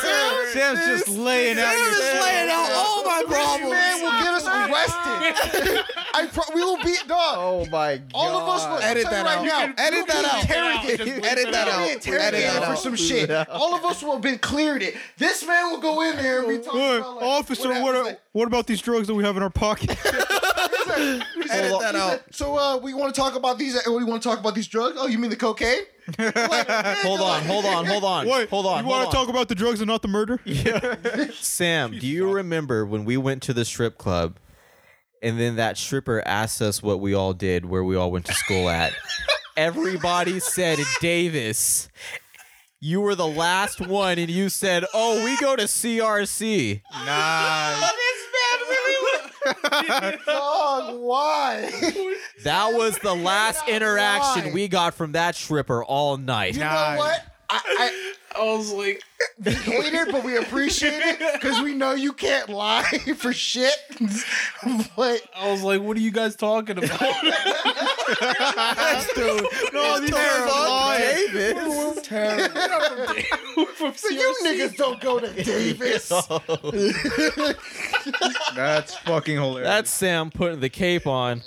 Speaker 1: Sam's just laying out.
Speaker 2: Sam
Speaker 1: your-
Speaker 2: is laying out all my problems.
Speaker 3: Man will get us arrested. I pro- we will be dog.
Speaker 9: Oh my
Speaker 3: All of us will
Speaker 2: Edit
Speaker 3: I'll tell
Speaker 2: that out.
Speaker 3: you right Now,
Speaker 2: Edit that out.
Speaker 3: Interrogated.
Speaker 2: Edit that out.
Speaker 3: Edit that out. For some shit. All of us will have been cleared. It. This man will go in there and be talking
Speaker 1: Hey,
Speaker 3: about like,
Speaker 1: officer,
Speaker 3: happened
Speaker 1: what,
Speaker 3: today.
Speaker 1: are, what about these drugs that we have in our pocket?
Speaker 2: Edit that out.
Speaker 3: So uh, we want to talk about these. Uh, we want to talk about these drugs. Oh, you mean the cocaine? Like,
Speaker 9: Hold on, hold on, hold on.
Speaker 1: Wait,
Speaker 9: hold on.
Speaker 1: You want to talk about the drugs and not the murder?
Speaker 9: Sam, do you remember when we went to the strip club and then that stripper asked us what we all did, where we all went to school at? Everybody said Davis. You were the last one, and you said, "Oh, we go to CRC."
Speaker 3: Dog, why? you
Speaker 9: That was the last interaction
Speaker 3: Why?
Speaker 9: we got from that stripper all night.
Speaker 3: know what? I, I, I was like, we hate it, but we appreciate it because we know you can't lie for shit. but
Speaker 6: I was like, what are you guys talking about?
Speaker 1: no, these are lying.
Speaker 3: so you niggas don't go to Davis.
Speaker 1: That's fucking hilarious.
Speaker 9: That's Sam putting the cape on.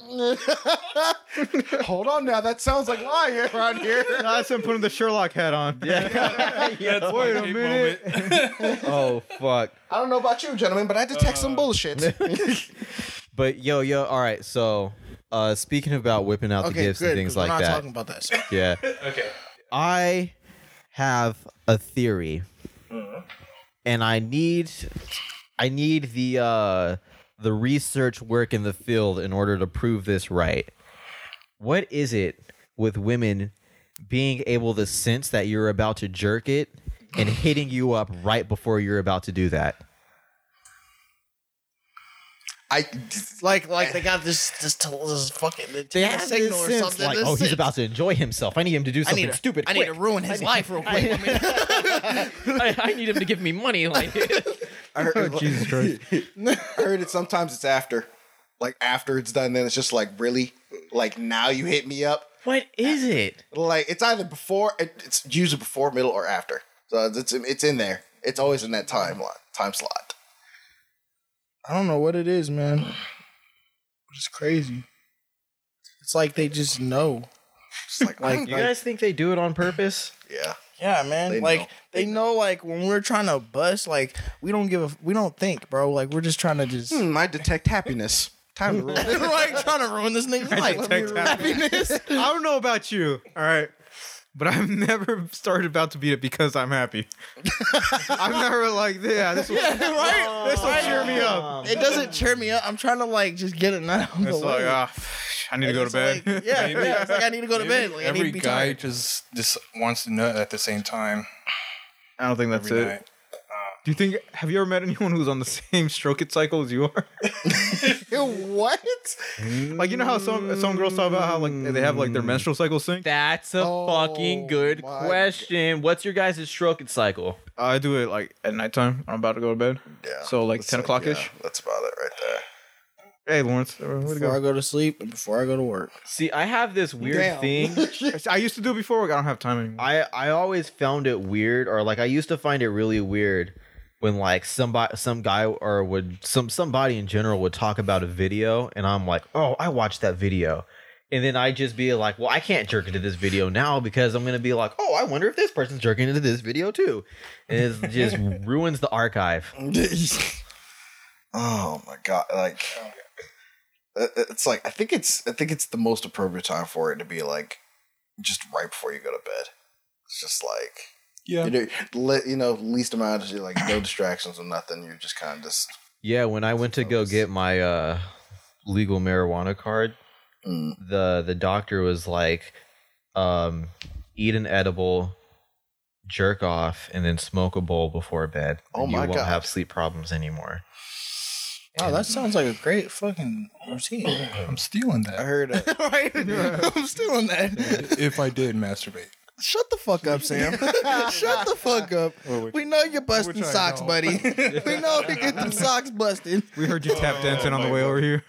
Speaker 3: Hold on now, that sounds like lying around here.
Speaker 1: That's him putting the Sherlock hat on.
Speaker 6: That's
Speaker 1: Wait a
Speaker 6: my
Speaker 1: minute.
Speaker 6: moment.
Speaker 9: Oh fuck!
Speaker 3: I don't know about you, gentlemen, but I detect some bullshit.
Speaker 9: But yo, yo, all right. So, uh, speaking about whipping out the
Speaker 2: Okay,
Speaker 9: gifts
Speaker 2: good.
Speaker 9: and things
Speaker 2: 'cause we're not
Speaker 9: like that.
Speaker 2: talking about that. shit.
Speaker 9: Yeah. Okay. I have a theory. Mm-hmm. And I need I need the uh the research work in the field in order to prove this right. What is it with women being able to sense that you're about to jerk it and hitting you up right before you're about to do that?
Speaker 3: I
Speaker 2: Like, like they got this, this, tel- this fucking the
Speaker 9: They
Speaker 2: TV
Speaker 9: have
Speaker 2: signal
Speaker 9: this
Speaker 2: or
Speaker 9: sense
Speaker 2: something.
Speaker 9: like,
Speaker 2: This
Speaker 9: oh, he's
Speaker 2: sen-
Speaker 9: about to enjoy himself. I need him to do
Speaker 2: I need
Speaker 9: something
Speaker 2: to,
Speaker 9: stupid.
Speaker 2: I need to
Speaker 9: quick.
Speaker 2: ruin his life real quick. I mean,
Speaker 9: I, I need him to give me money. Like,
Speaker 3: I heard,
Speaker 1: Jesus Christ.
Speaker 3: I heard it sometimes it's after. Like after it's done, then it's just like really, like now you hit me up.
Speaker 9: what is it?
Speaker 3: Like it's either before, it- it's usually before, middle, or after. So it's it's in there. It's always in that time lot, time slot.
Speaker 2: I don't know what it is, man. It's crazy. It's like they just know.
Speaker 3: It's like,
Speaker 2: Like,
Speaker 9: You guys think they do it on purpose?
Speaker 3: yeah,
Speaker 2: Yeah, man.
Speaker 3: They
Speaker 2: like
Speaker 3: know.
Speaker 2: they know. Like when we're trying to bust, like we don't give a, we don't think, bro. Like we're just trying to just
Speaker 3: Hmm, I detect happiness. Time to roll.
Speaker 2: like trying to ruin this nigga's life.
Speaker 1: detect
Speaker 2: happiness.
Speaker 1: I don't know about you. All right. But I've never started about to beat it because I'm happy. I'm never like, yeah, this will,
Speaker 2: right?
Speaker 1: this will cheer me up.
Speaker 2: It doesn't cheer me up. I'm trying to like just get it out of the
Speaker 1: It's like,
Speaker 2: way.
Speaker 1: ah, I need to go to
Speaker 2: It's
Speaker 1: bed.
Speaker 2: like, yeah, yeah, it's like I need to go to bed. Like, I need
Speaker 6: Every
Speaker 2: to be
Speaker 6: guy
Speaker 2: tired.
Speaker 6: just just wants to nut at the same time
Speaker 1: I don't think that's
Speaker 6: every
Speaker 1: it.
Speaker 6: night.
Speaker 1: Do you think? Have you ever met anyone who's on the same stroke it cycle as you are?
Speaker 2: what?
Speaker 1: Like you know how some some girls talk about how like they have like their menstrual cycles sync.
Speaker 9: That's a fucking good
Speaker 2: my
Speaker 9: question. What's your guys' stroke and cycle?
Speaker 1: I do it like at nighttime. I'm about to go to bed.
Speaker 3: Yeah.
Speaker 1: So, like,
Speaker 3: That's
Speaker 1: 10 o'clock-ish?
Speaker 3: yeah, that's about it right there.
Speaker 1: Hey Lawrence, where to
Speaker 2: Before
Speaker 1: go?
Speaker 2: I go to sleep and before I go to work.
Speaker 9: See, I have this weird thing.
Speaker 1: I used to do it before work. I don't have time anymore.
Speaker 9: I I always found it weird, or like I used to find it really weird when like somebody, some guy, or would some somebody in general would talk about a video, and I'm like, oh, I watched that video, and then I just be like, well, I can't jerk into this video now because I'm gonna be like, oh, I wonder if this person's jerking into this video too, and it just ruins the archive.
Speaker 3: Oh my god! Like, it- it's like I think it's I think it's the most appropriate time for it to be like just right before you go to bed. It's just like
Speaker 6: Yeah.
Speaker 3: you know, le- you know least amount of like no distractions or nothing. You're just kind of just
Speaker 9: Yeah, when I went to go get my uh, legal marijuana card,
Speaker 3: mm,
Speaker 9: the the doctor was like um eat an edible jerk off and then smoke a bowl before bed
Speaker 3: Oh
Speaker 9: and
Speaker 3: my
Speaker 9: you won't
Speaker 3: God.
Speaker 9: have sleep problems anymore
Speaker 2: Wow, that sounds like a great fucking routine.
Speaker 6: I'm stealing
Speaker 2: I
Speaker 6: that.
Speaker 2: heard
Speaker 3: uh,
Speaker 2: it. right? I'm still on that.
Speaker 6: if I did masturbate.
Speaker 2: Shut the fuck up, Sam. Shut the fuck up. We know you're busting
Speaker 6: trying
Speaker 2: socks,
Speaker 6: to help.
Speaker 2: buddy. we know you get them socks busted.
Speaker 1: We heard you tap dancing on the way over here.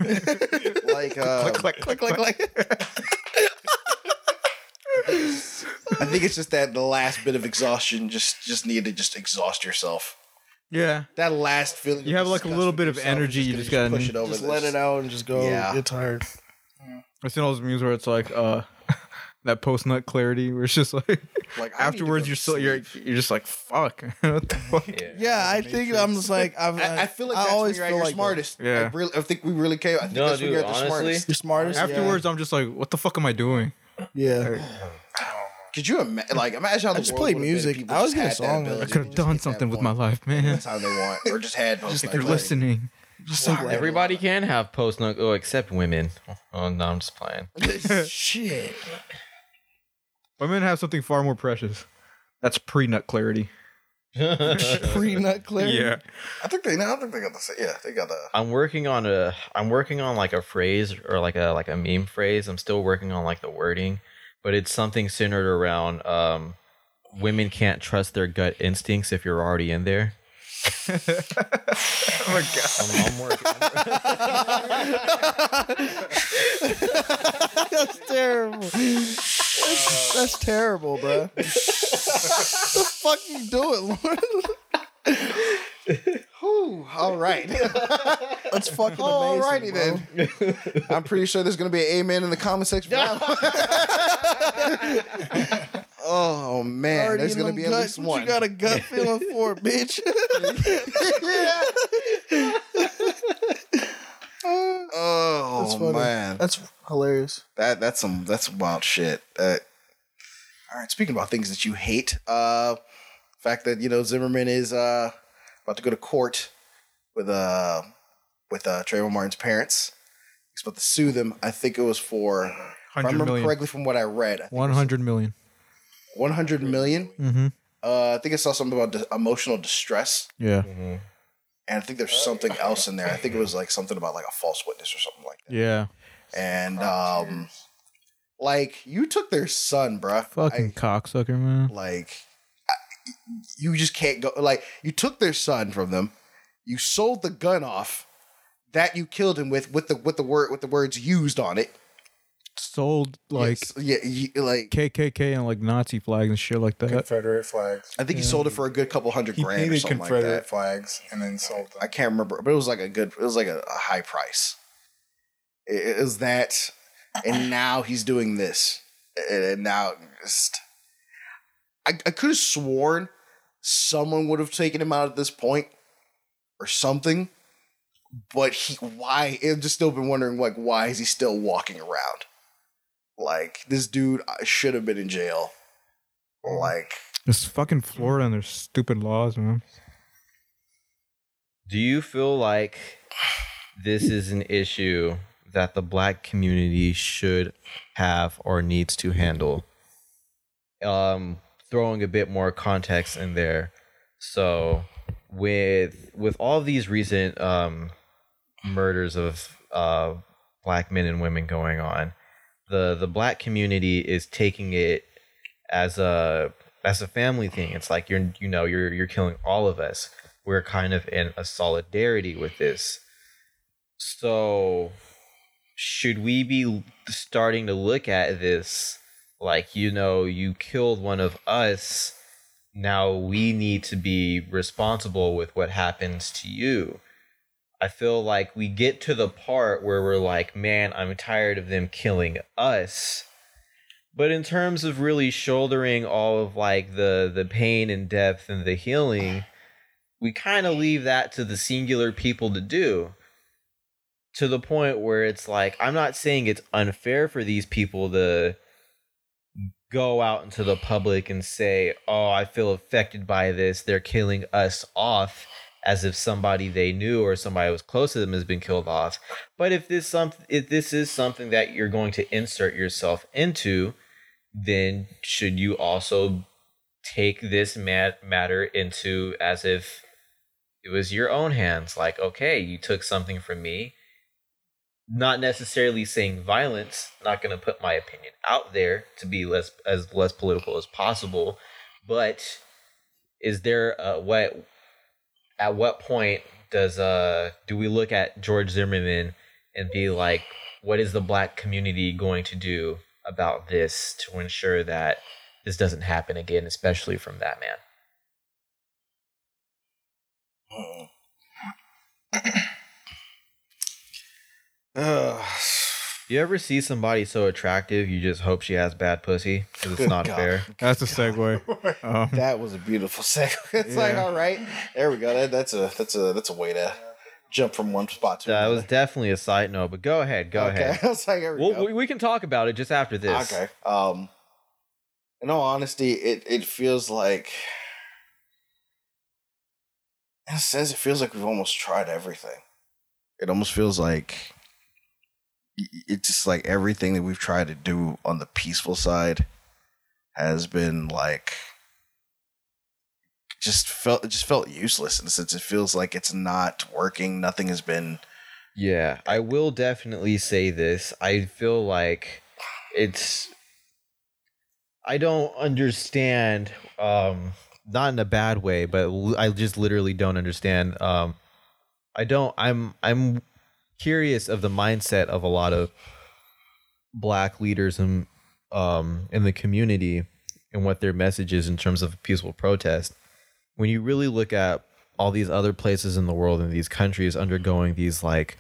Speaker 3: like uh,
Speaker 2: Click, click, click.
Speaker 3: I think it's just that the last bit of exhaustion just just need to just exhaust yourself.
Speaker 1: yeah.
Speaker 3: That last feeling.
Speaker 1: You have, like, a
Speaker 3: disgust
Speaker 1: little
Speaker 3: with
Speaker 1: bit of
Speaker 3: yourself,
Speaker 1: energy you
Speaker 3: gonna
Speaker 1: just gotta
Speaker 3: push
Speaker 1: need-
Speaker 3: it over.
Speaker 2: Just
Speaker 3: this.
Speaker 2: let it out and just go.
Speaker 3: Yeah.
Speaker 2: You're tired.
Speaker 1: I've seen all those memes where it's like uh that post nut clarity where it's just like
Speaker 3: Like I need to go
Speaker 1: afterwards
Speaker 3: to
Speaker 1: you're still you're
Speaker 3: sleep.
Speaker 1: you're just like fuck. what the fuck?
Speaker 2: Yeah, I think I'm just like I've,
Speaker 3: I, I feel like
Speaker 2: I
Speaker 3: that's
Speaker 2: always
Speaker 3: when you're at
Speaker 2: feel
Speaker 3: your
Speaker 2: like
Speaker 3: smartest.
Speaker 1: Yeah.
Speaker 3: I, really, I think we really came. I think
Speaker 9: No,
Speaker 3: that's when
Speaker 9: dude,
Speaker 3: you're at the
Speaker 9: honestly.
Speaker 3: smartest.
Speaker 2: that. You're smartest. yeah.
Speaker 1: Afterwards I'm just like what the fuck am I doing?
Speaker 2: yeah.
Speaker 3: Could you imagine? Like, imagine how the
Speaker 2: just
Speaker 3: world
Speaker 2: play
Speaker 3: would've been if
Speaker 2: music.
Speaker 3: people
Speaker 2: I always
Speaker 3: just
Speaker 2: get a
Speaker 3: had that
Speaker 2: song, like,
Speaker 1: I could
Speaker 3: ability to
Speaker 1: have
Speaker 3: just
Speaker 1: done
Speaker 3: get that
Speaker 1: something with my
Speaker 3: point
Speaker 1: life, man.
Speaker 3: anytime they want, or just had. post
Speaker 1: If you're listening. Just like,
Speaker 9: everybody can have post nut oh except women oh no i'm just playing
Speaker 2: Shit.
Speaker 1: women have something far more precious. That's pre nut clarity.
Speaker 2: Pre nut clear.
Speaker 3: I think they. No, I think they got the. sa- Yeah, they got the.
Speaker 9: i'm working on a i'm working on like a phrase or like a like a meme phrase i'm still working on like the wording but it's something centered around um women can't trust their gut instincts if you're already in there
Speaker 1: Oh my god.
Speaker 9: I'm, I'm working
Speaker 2: That's terrible. That's, that's terrible, bro. the fuck you do it, Lauren?
Speaker 3: Whew, all right.
Speaker 2: That's fucking
Speaker 3: all
Speaker 2: amazing.
Speaker 3: righty
Speaker 2: bro.
Speaker 3: then. I'm pretty sure there's gonna be an amen in the comment section. oh man,
Speaker 2: Already
Speaker 3: there's
Speaker 2: in
Speaker 3: gonna
Speaker 2: them
Speaker 3: be at
Speaker 2: gut-
Speaker 3: least
Speaker 2: what
Speaker 3: one.
Speaker 2: You got a gut feeling for it, bitch. yeah. That's
Speaker 3: oh
Speaker 2: funny.
Speaker 3: man,
Speaker 2: That's hilarious.
Speaker 3: That that's some that's some wild shit. Uh, all right, speaking about things that you hate, uh, fact that you know Zimmerman is uh about to go to court with uh with uh Trayvon Martin's parents. He's about to sue them. I think it was for. If I
Speaker 1: 100
Speaker 3: remember
Speaker 1: million.
Speaker 3: correctly from what I read,
Speaker 1: 100 million.
Speaker 3: one hundred million.
Speaker 1: Mm-hmm.
Speaker 3: Uh, I think I saw something about di- emotional distress,
Speaker 1: Yeah.
Speaker 3: Mm-hmm. and I think there's something else in there. I think it was like something about like a false witness or something like that.
Speaker 1: Yeah.
Speaker 3: And um, like you took their son, bruh. I-
Speaker 1: Fucking cocksucker, man.
Speaker 3: like I- you just can't go like you took their son from them you sold the gun off that you killed him with with the with the word with the words used on it
Speaker 1: Sold like
Speaker 3: Yes. yeah you- like
Speaker 1: KKK and like Nazi flags and shit like
Speaker 2: Uh,
Speaker 1: that.
Speaker 6: Confederate flags.
Speaker 3: i think he sold it for a good couple hundred
Speaker 6: He
Speaker 3: grand or
Speaker 6: painted
Speaker 3: something like
Speaker 6: Confederate
Speaker 3: that
Speaker 6: flags and then sold
Speaker 3: i
Speaker 6: them.
Speaker 3: can't remember but it was like a good it was like a, a high price it, it was that and now he's doing this and, and now just i, I could have sworn someone would have taken him out at this point or something. But he, why? I've just still been wondering, like, why is he still walking around? Like, this dude uh, should have been in jail. Like,
Speaker 1: It's fucking Florida and their stupid laws, man.
Speaker 9: Do you feel like this is an issue that the black community should have or needs to handle? Um, throwing a bit more context in there. So, with with all these recent um, murders of uh, black men and women going on, the the black community is taking it as a as a family thing. It's like you're you know you're you're killing all of us. We're kind of in a solidarity with this. So should we be starting to look at this like you know you killed one of us now we need to be responsible with what happens to you i feel like we get to the part where we're like man i'm tired of them killing us but in terms of really shouldering all of like the the pain and depth and the healing we kind of leave that to the singular people to do to the point where it's like I'm not saying it's unfair for these people to go out into the public and say, "Oh, I feel affected by this. They're killing us off." As if somebody they knew or somebody who was close to them has been killed off. But if this some if this is something that you're going to insert yourself into, then should you also take this mat- matter into as if it was your own hands? Like, okay, you took something from me not necessarily saying violence, not going to put my opinion out there to be less as less political as possible, but is there a what at what point does uh do we look at George Zimmerman and be like what is the black community going to do about this to ensure that this doesn't happen again especially from that man?
Speaker 3: Ugh.
Speaker 9: You ever see somebody so attractive you just hope she has bad pussy cuz it's not
Speaker 3: God.
Speaker 9: fair?
Speaker 1: That's a segue. Um,
Speaker 3: That was a beautiful segue. It's like,
Speaker 1: Yeah.
Speaker 3: all right, there we go. That, that's a that's a that's a way to jump from one spot to
Speaker 9: That
Speaker 3: another.
Speaker 9: was definitely a side note, but go ahead, go
Speaker 3: okay.
Speaker 9: ahead.
Speaker 3: I was like, there we
Speaker 9: Well,
Speaker 3: go.
Speaker 9: we, we can talk about it just after this.
Speaker 3: Okay. Um, in all honesty, it it feels like it says it feels like we've almost tried everything. It almost feels like y- y- it's just like everything that we've tried to do on the peaceful side has been like just felt it just felt useless in the sense it feels like it's not working. Nothing has been
Speaker 9: Yeah, I will definitely say this. I feel like it's. I don't understand, um, not in a bad way, but l- I just literally don't understand. Um, I don't. I'm. I'm curious of the mindset of a lot of black leaders and um in the community and what their message is in terms of peaceful protest. When you really look at all these other places in the world and these countries undergoing these like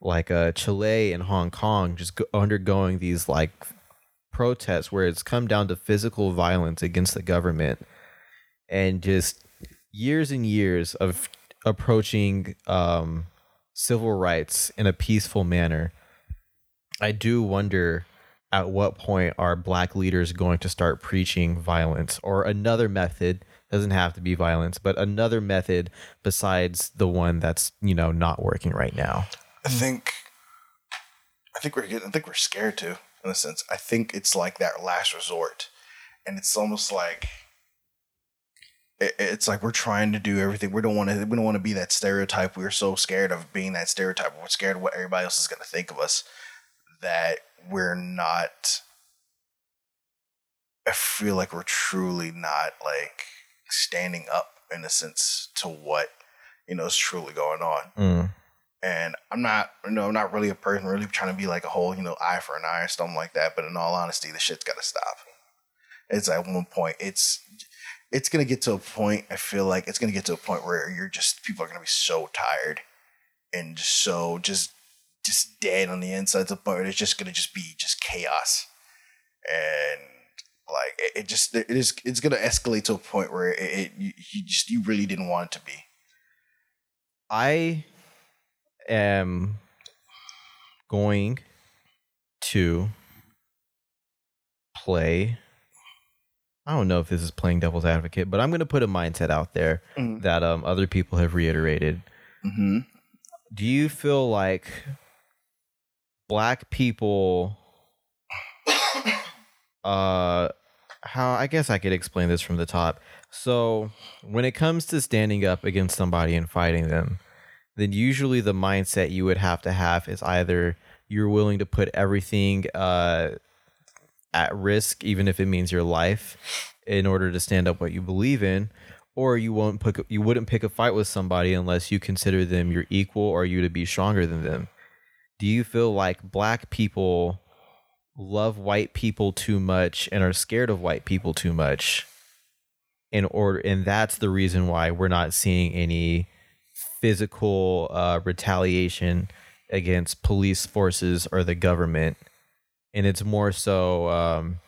Speaker 9: like uh, Chile and Hong Kong just go- undergoing these like protests where it's come down to physical violence against the government and just years and years of approaching um, civil rights in a peaceful manner. I do wonder at what point are black leaders going to start preaching violence or another method doesn't have to be violence but another method besides the one that's you know not working right now
Speaker 3: I think I think we're getting, I think we're scared to in a sense. I think it's like that last resort, and it's almost like it- it's like we're trying to do everything. We don't want to we don't want to be that stereotype. We're so scared of being that stereotype. We're scared of what everybody else is going to think of us that we're not. I feel like we're truly not like standing up in a sense to what you know is truly going on and I'm not, you know, I'm not really a person really trying to be like a whole, you know, eye for an eye or something like that. But in all honesty, the shit's got to stop. It's at one point, it's it's gonna get to a point. I feel like it's gonna get to a point where you're just people are gonna be so tired and just so just just dead on the inside. To the point where it's just gonna just be just chaos and like it, it just it is it's gonna escalate to a point where it, it you, you just you really didn't want it to be.
Speaker 9: I am going to play. I don't know if this is playing devil's advocate, but I'm going to put a mindset out there
Speaker 3: Mhm.
Speaker 9: that um, other people have reiterated.
Speaker 3: Mm-hmm.
Speaker 9: Do you feel like black people uh, how I guess I could explain this from the top. So, when it comes to standing up against somebody and fighting them, then usually the mindset you would have to have is either you're willing to put everything uh, at risk, even if it means your life, in order to stand up what you believe in, or you won't pick you wouldn't pick a fight with somebody unless you consider them your equal or you to be stronger than them. Do you feel like black people love white people too much and are scared of white people too much in order and that's the reason why we're not seeing any physical uh, retaliation against police forces or the government and it's more so um,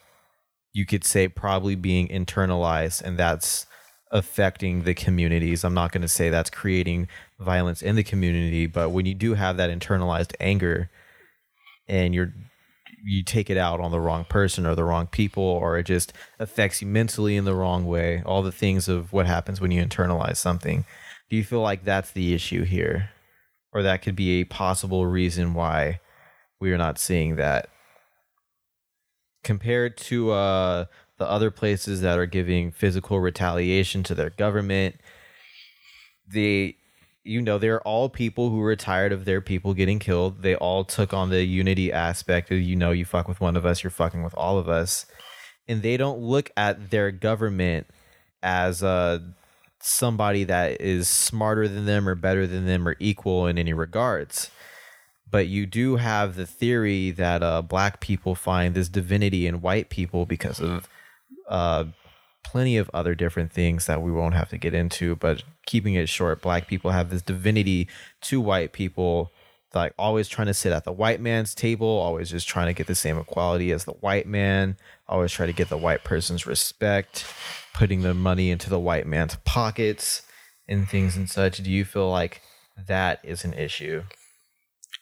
Speaker 9: you could say probably being internalized and that's affecting the communities i'm not going to say that's creating violence in the community but when you do have that internalized anger and you're you take it out on the wrong person or the wrong people or it just affects you mentally in the wrong way all the things of what happens when you internalize something do you feel like that's the issue here or that could be a possible reason why we are not seeing that compared to uh, the other places that are giving physical retaliation to their government the you know they're all people who were tired of their people getting killed they all took on the unity aspect of you know you fuck with one of us you're fucking with all of us and they don't look at their government as uh, somebody that is smarter than them or better than them or equal in any regards but you do have the theory that uh, black people find this divinity in white people because of uh, plenty of other different things that we won't have to get into. But keeping it short, black people have this divinity to white people, like always trying to sit at the white man's table, always just trying to get the same equality as the white man, always try to get the white person's respect, putting their money into the white man's pockets and things and such. Do you feel like that is an issue?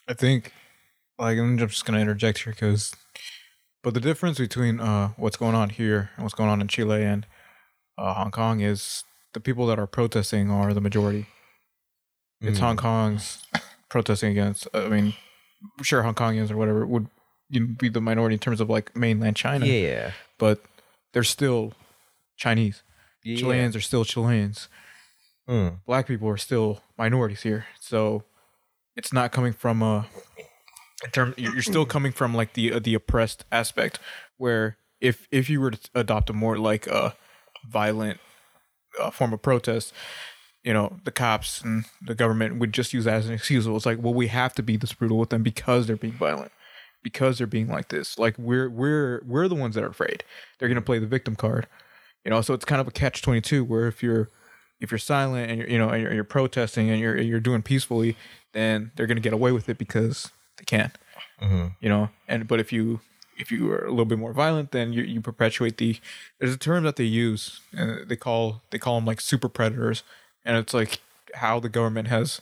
Speaker 1: I think, like, I'm just gonna interject here because, but the difference between uh, what's going on here and what's going on in Chile and uh, Hong Kong is the people that are protesting are the majority.
Speaker 9: Mm.
Speaker 1: It's Hong Kong's protesting against. I mean, sure, Hong Kongians or whatever would you know, be the minority in terms of like mainland China,
Speaker 9: Yeah.
Speaker 1: but they're still Chinese.
Speaker 9: yeah.
Speaker 1: Chileans are still Chileans.
Speaker 9: Mm.
Speaker 1: black people are still minorities here. So it's not coming from a in term. You're you're still coming from like the uh, the oppressed aspect, where if if you were to adopt a more like a violent uh, form of protest, you know, the cops and the government would just use that as an excuse. It's like, well, we have to be this brutal with them because they're being violent, because they're being like this. Like we're we're we're the ones that are afraid. They're gonna play the victim card, you know. So it's kind of a catch twenty two where if you're if you're silent and you're you know and you're, you're protesting and you're you're doing peacefully, then they're gonna get away with it because they can, you know. And but if you if you are a little bit more violent, then you, you perpetuate the. There's a term that they use, and they call they call them like super predators, and it's like how the government has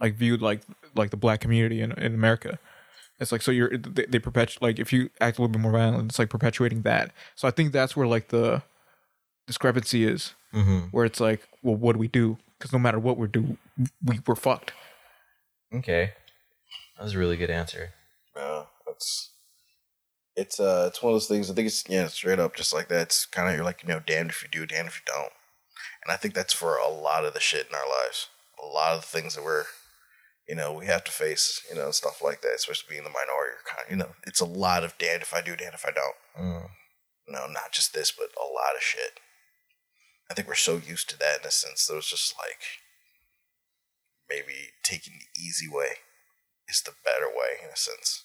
Speaker 1: like viewed like like the black community in in America. It's like so you're they, they perpetuate like if you act a little bit more violent, it's like perpetuating that. So I think that's where like the discrepancy is
Speaker 9: Mm-hmm.
Speaker 1: where it's like, well, what do we do? Because no matter what we do, we we're fucked.
Speaker 9: Okay. That was a really good answer.
Speaker 3: No, that's it's uh it's one of those things. I think it's yeah, straight up just like that. It's kind of you're like you know, damned if you do, damned if you don't. And I think that's for a lot of the shit in our lives. A lot of the things that we're you know we have to face. You know, and stuff like that. Especially being the minority, or kind of, you know, it's a lot of damned if I do, damned if I don't.
Speaker 9: Mm.
Speaker 3: No, not just this, but a lot of shit. I think we're so used to that in a sense that it's just like maybe taking the easy way is the better way in a sense.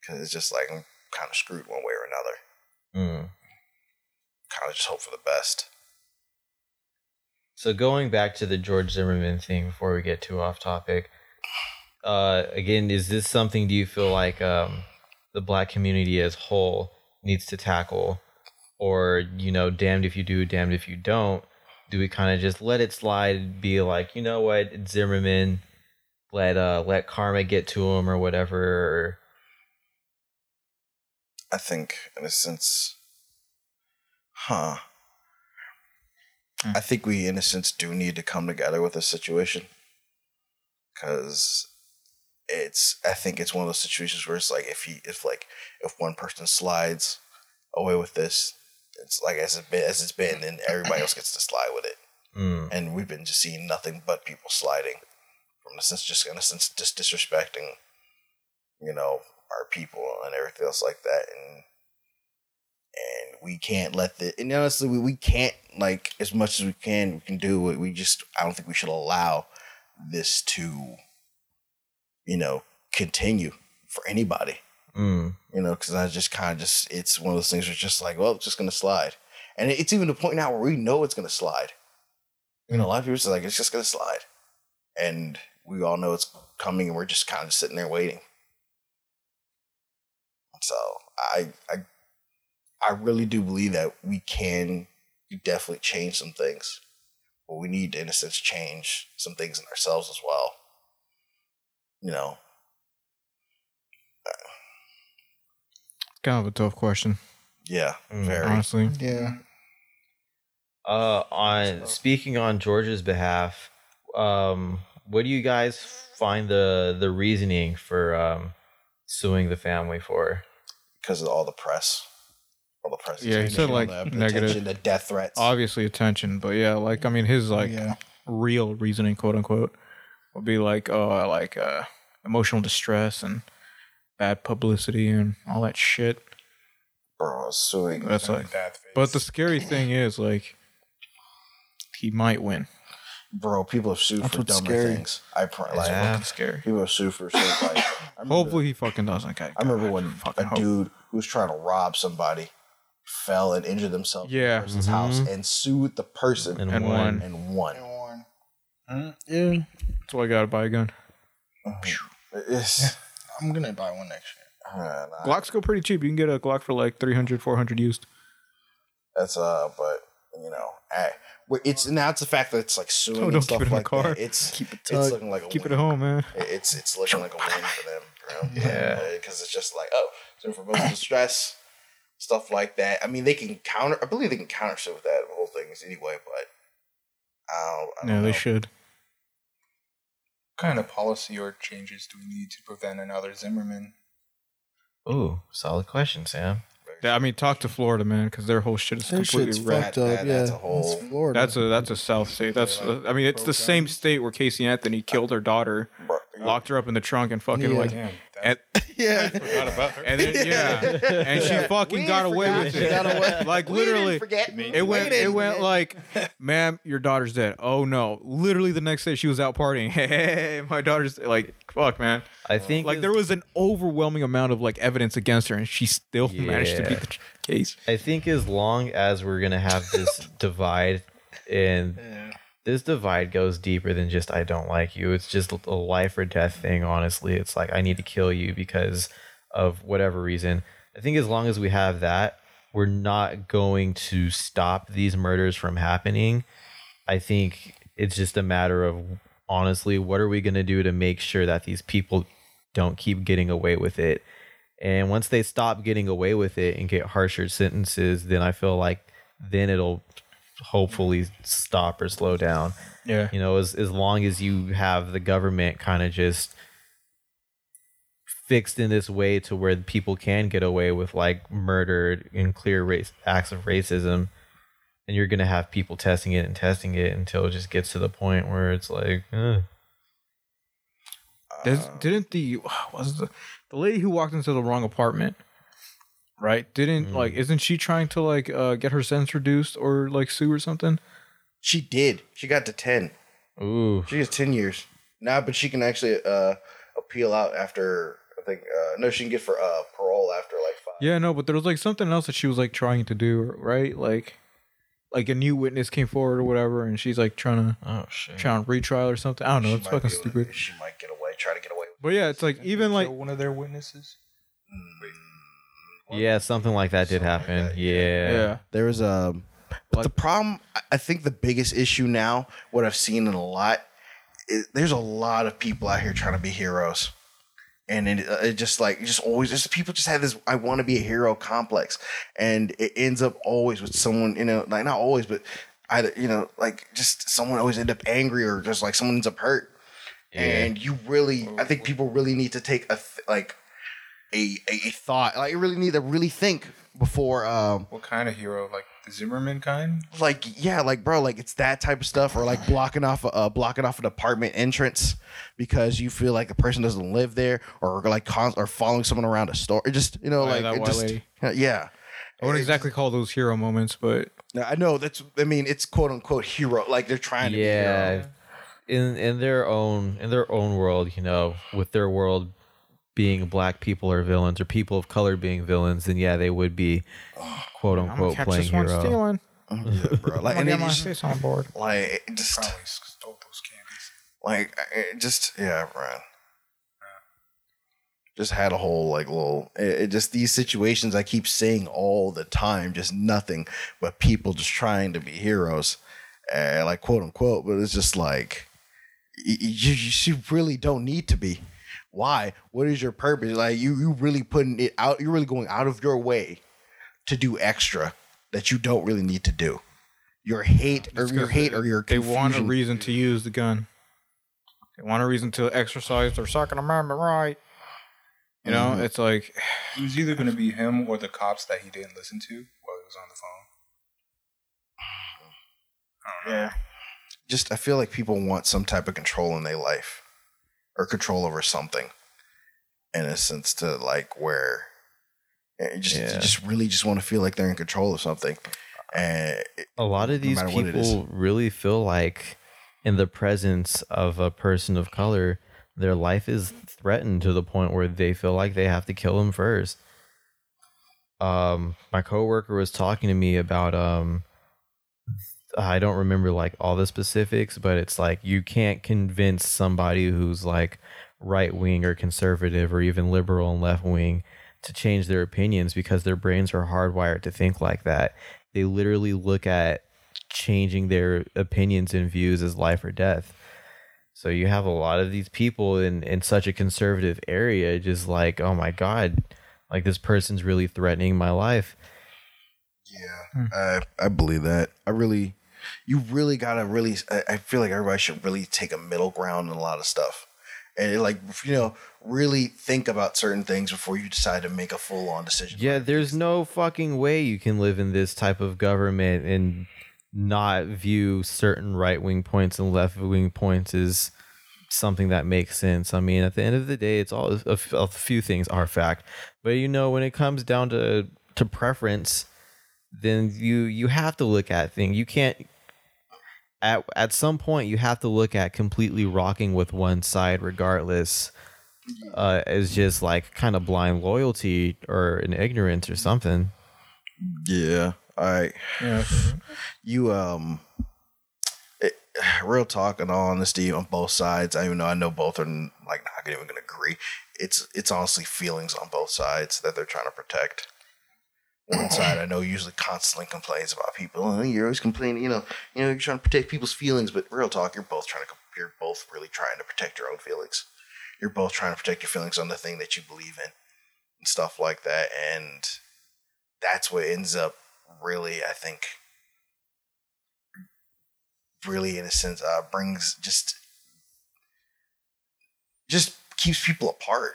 Speaker 3: Because it's just like I'm kind of screwed one way or another.
Speaker 9: Mm.
Speaker 3: Kind of just hope for the best.
Speaker 9: So going back to the George Zimmerman thing before we get too off topic, uh, again, is this something do you feel like um, the black community as whole needs to tackle, or you know, damned if you do, damned if you don't? Do we kind of just let it slide and be like, you know what, it's Zimmerman, let uh, let karma get to him or whatever? Or,
Speaker 3: I think, in a sense, huh. I think we, in a sense, do need to come together with this situation. Because it's, I think it's one of those situations where it's like, if he, if like, if one person slides away with this, it's like as it's been as it's been, and everybody else gets to slide with it.
Speaker 9: Mm.
Speaker 3: And we've been just seeing nothing but people sliding from the sense, just in a sense, just disrespecting, you know, our people and everything else like that. And and we can't let the and honestly, we, we can't like as much as we can, we can do it. We just I don't think we should allow this to, you know, continue for anybody
Speaker 9: Mm.
Speaker 3: you know, because I just kind of just it's one of those things where it's just like, well, it's just gonna slide, and it- it's even to the point now where we know it's gonna slide. You know, a lot of people just like it's just gonna slide, and we all know it's coming, and we're just kind of sitting there waiting. So I I I really do believe that we can definitely change some things, but we need to, in a sense, change some things in ourselves as well. You know,
Speaker 1: kind of a tough question,
Speaker 3: yeah,
Speaker 9: Mm.
Speaker 3: very.
Speaker 1: honestly.
Speaker 2: Yeah.
Speaker 9: Uh, on speaking on George's behalf, um, what do you guys find the the reasoning for um suing the family for?
Speaker 3: because of all the press, all the press.
Speaker 1: Yeah, he said like
Speaker 3: attention,
Speaker 1: negative,
Speaker 3: the death threats.
Speaker 1: obviously attention, but yeah, like I mean, his like
Speaker 2: yeah.
Speaker 1: real reasoning, quote unquote, would be like, oh, like uh, emotional distress and bad publicity and all that shit.
Speaker 3: Bro, suing.
Speaker 1: That's like, but the scary thing is like, he might win.
Speaker 3: Bro, people have sued
Speaker 2: That's
Speaker 3: for
Speaker 2: what's
Speaker 3: dumber
Speaker 2: scary.
Speaker 3: things. I pr- like
Speaker 9: Yeah.
Speaker 1: Fucking scary.
Speaker 3: people have sued for shit. Like, I remember,
Speaker 1: Hopefully he fucking doesn't. God,
Speaker 3: I remember
Speaker 1: God,
Speaker 3: when
Speaker 1: fucking
Speaker 3: a
Speaker 1: hope.
Speaker 3: dude who was trying to rob somebody fell and injured themselves
Speaker 1: Yeah. mm-hmm.
Speaker 3: in the person's house and sued the person
Speaker 9: And,
Speaker 1: And
Speaker 3: and,
Speaker 9: one,
Speaker 1: one.
Speaker 3: won.
Speaker 2: Warren. Yeah.
Speaker 1: That's why I gotta buy a gun.
Speaker 3: It's,
Speaker 2: I'm gonna buy one next year.
Speaker 3: uh, nah,
Speaker 1: Glocks go pretty cheap. You can get a Glock for like 300, 400 used.
Speaker 3: That's uh, but you know, I, well, it's now it's the fact that it's like suing
Speaker 1: No,
Speaker 3: and
Speaker 1: Oh, don't
Speaker 3: stuff
Speaker 1: keep it in the
Speaker 3: like
Speaker 1: car.
Speaker 3: that. It's
Speaker 2: Keep it
Speaker 3: it's
Speaker 2: tucked.
Speaker 3: looking like a
Speaker 1: Keep it
Speaker 3: win.
Speaker 1: at home, man.
Speaker 3: It- it's it's looking like a win for them, bro.
Speaker 9: Yeah.
Speaker 3: because it's just like oh, so for emotional stress, stuff like that. I mean, they can counter. I believe they can counter shit with that whole thing anyway, but I don't. I don't
Speaker 1: Yeah,
Speaker 3: know.
Speaker 1: they should.
Speaker 6: kind of policy or changes do we need to prevent another Zimmerman?
Speaker 9: Ooh, solid question, Sam.
Speaker 1: Yeah, I mean, talk to Florida, man, because their whole shit is
Speaker 2: Their
Speaker 1: completely
Speaker 2: shit's
Speaker 1: wrecked.
Speaker 2: fucked up.
Speaker 3: that-
Speaker 2: yeah.
Speaker 3: that's a whole-
Speaker 2: That's Florida.
Speaker 1: That's a that's a South state. That's uh, I mean, it's the same state where Casey Anthony killed her daughter,
Speaker 3: Bro,
Speaker 1: locked her up in the trunk, and fucking
Speaker 2: Yeah.
Speaker 1: like,
Speaker 6: Damn,
Speaker 1: and,
Speaker 10: Yeah.
Speaker 6: forgot about her.
Speaker 1: and then yeah, and she fucking got away with it. Like literally, it went it went like, ma'am, your daughter's dead. Oh no! Literally the next day she was out partying. Hey, my daughter's like, fuck, man.
Speaker 9: I think
Speaker 1: Like there was an overwhelming amount of like evidence against her, and she still managed to
Speaker 9: Yeah.
Speaker 1: beat the ch- case.
Speaker 9: I think as long as we're gonna have this divide, and this divide goes deeper than just I don't like you. It's just a life or death thing. Honestly, it's like I need to kill you because of whatever reason. I think as long as we have that, we're not going to stop these murders from happening. I think it's just a matter of honestly, what are we gonna do to make sure that these people don't keep getting away with it? And once they stop getting away with it and get harsher sentences, then I feel like then it'll hopefully stop or slow down.
Speaker 1: Yeah.
Speaker 9: You know, as as long as you have the government kind of just fixed in this way to where people can get away with like murder and clear race acts of racism, and you're gonna have people testing it and testing it until it just gets to the point where it's like, eh.
Speaker 1: Does,
Speaker 3: Um,
Speaker 1: didn't the was the the lady who walked into the wrong apartment, right? Didn't
Speaker 3: Hmm.
Speaker 1: like isn't she trying to like uh, get her sentence reduced or like sue or something?
Speaker 3: she did. She got to ten.
Speaker 9: ooh,
Speaker 3: She gets ten years now, but she can actually uh, appeal out after. I think uh, no, she can get for uh, parole after like five.
Speaker 1: Yeah, no, but there was like something else that she was like trying to do, right? Like, like a new witness came forward or whatever, and she's like trying to
Speaker 9: oh shit.
Speaker 1: trying to retrial or something. I don't know.
Speaker 3: She
Speaker 1: It's
Speaker 3: might
Speaker 1: fucking
Speaker 3: be able to-
Speaker 1: stupid.
Speaker 3: She might get away. Try to get away.
Speaker 1: But yeah, it's like even like
Speaker 6: Kill one of their witnesses.
Speaker 9: Yeah, something like that did happen. yeah.
Speaker 1: yeah,
Speaker 3: There was um, but the problem I- I think the biggest issue now, what I've seen in a lot, is there's a lot of people out here trying to be heroes, and it, uh, it just like it just always just people just have this I want to be a hero complex, and it ends up always with someone you know like not always but either you know like just someone always end up angry or just like someone ends up hurt, and you really I think people really need to take a th- like a, a, a thought. Like, I really need to really think before um
Speaker 6: What kind of hero? Like the Zimmerman kind?
Speaker 3: like yeah like bro like it's that type of stuff or like blocking off a uh, blocking off an apartment entrance because you feel like the person doesn't live there or like con- or following someone around a store it just you know
Speaker 1: Oh, yeah,
Speaker 3: like
Speaker 1: that
Speaker 3: it
Speaker 1: white
Speaker 3: just,
Speaker 1: lady.
Speaker 3: yeah
Speaker 1: I wouldn't exactly call those hero moments, but
Speaker 3: Now, I know that's I mean it's quote unquote hero like they're trying to be hero.
Speaker 9: yeah in in their own in their own world you know with their world being black people are villains or people of color being villains then yeah they would be quote
Speaker 1: I'm gonna
Speaker 9: unquote
Speaker 1: catch
Speaker 9: playing
Speaker 1: this one
Speaker 9: hero
Speaker 1: stealing.
Speaker 3: Yeah, bro. like
Speaker 1: I'm gonna
Speaker 3: and
Speaker 1: get
Speaker 3: it
Speaker 1: my
Speaker 3: just,
Speaker 1: face on board.
Speaker 3: like it just
Speaker 6: Probably stole those candies.
Speaker 3: like I- it just yeah man just had a whole like little it, it just these situations i keep seeing all the time just nothing but people just trying to be heroes uh, like quote unquote but it's just like y- y- you, you, you really don't need to be why what is your purpose like you you really putting it out you're really going out of your way to do extra that you don't really need to do your hate or your hate or your
Speaker 1: They want a
Speaker 3: confusion.
Speaker 1: reason to use the gun. They want a reason to exercise their second amendment right. You know,
Speaker 3: Mm-hmm.
Speaker 1: it's like
Speaker 6: It was either going to be him or the cops that he didn't listen to while he was on the phone. I don't know. Yeah.
Speaker 3: just I feel like people want some type of control in their life or control over something in a sense to like where eh, just
Speaker 9: Yeah.
Speaker 3: just really just want to feel like they're in control of something. And it-
Speaker 9: a lot of
Speaker 3: No
Speaker 9: these
Speaker 3: matter what it is.
Speaker 9: people really feel like in the presence of a person of color their life is threatened to the point where they feel like they have to kill him first um my coworker was talking to me about um I don't remember like all the specifics, but it's like you can't convince somebody who's like right wing or conservative or even liberal and left wing to change their opinions because their brains are hardwired to think like that. They literally look at changing their opinions and views as life or death. So you have a lot of these people in in such a conservative area just like, "Oh my god, like this person's really threatening my life."
Speaker 3: yeah, I I believe that. I really you really got to really I, I feel like everybody should really take a middle ground in a lot of stuff. And it, like you know, really think about certain things before you decide to make a full on decision.
Speaker 9: Yeah, there's no fucking way you can live in this type of government and not view certain right wing points and left wing points as something that makes sense. I mean, at the end of the day, it's all a, f- a few things are fact, but you know, when it comes down to to preference, then you you have to look at things. You can't at at some point you have to look at completely rocking with one side regardless uh, is just like kind of blind loyalty or an ignorance or something.
Speaker 3: Yeah. All right. You um it, real talk and all honesty on both sides. I even know I know both are like not even gonna agree. It's it's honestly feelings on both sides that they're trying to protect. One side I know usually constantly complains about people. Oh, you're always complaining, you know, you know, you're trying to protect people's feelings, but real talk, you're both trying to you're both really trying to protect your own feelings. You're both trying to protect your feelings on the thing that you believe in and stuff like that. And that's what ends up really, I think, really in a sense, uh, brings just just keeps people apart.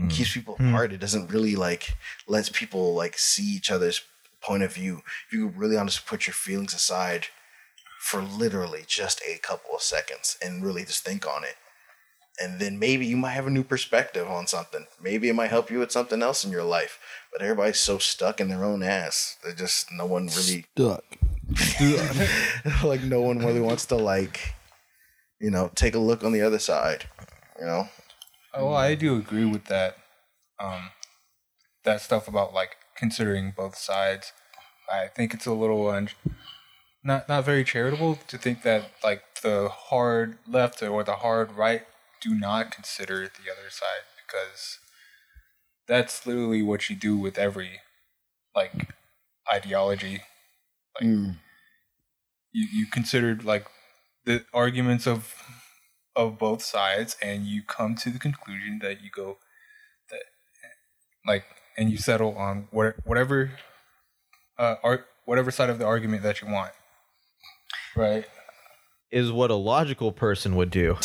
Speaker 9: Mm.
Speaker 3: Keeps people
Speaker 1: Mm.
Speaker 3: apart. It doesn't really like lets people like see each other's point of view. If you really honestly put your feelings aside for literally just a couple of seconds and really just think on it. And then maybe you might have a new perspective on something. Maybe it might help you with something else in your life. But everybody's so stuck in their own ass. They're just no one really
Speaker 10: Duck.
Speaker 3: like no one really wants to like you know, take a look on the other side. You know?
Speaker 6: Oh, well, I do agree with that. Um, that stuff about like considering both sides. I think it's a little un- not not very charitable to think that like the hard left or the hard right do not consider the other side because that's literally what you do with every like ideology. Like you, you considered like the arguments of of both sides and you come to the conclusion that you go that like and you settle on what, whatever uh art whatever side of the argument that you want right
Speaker 9: is what a logical person would do.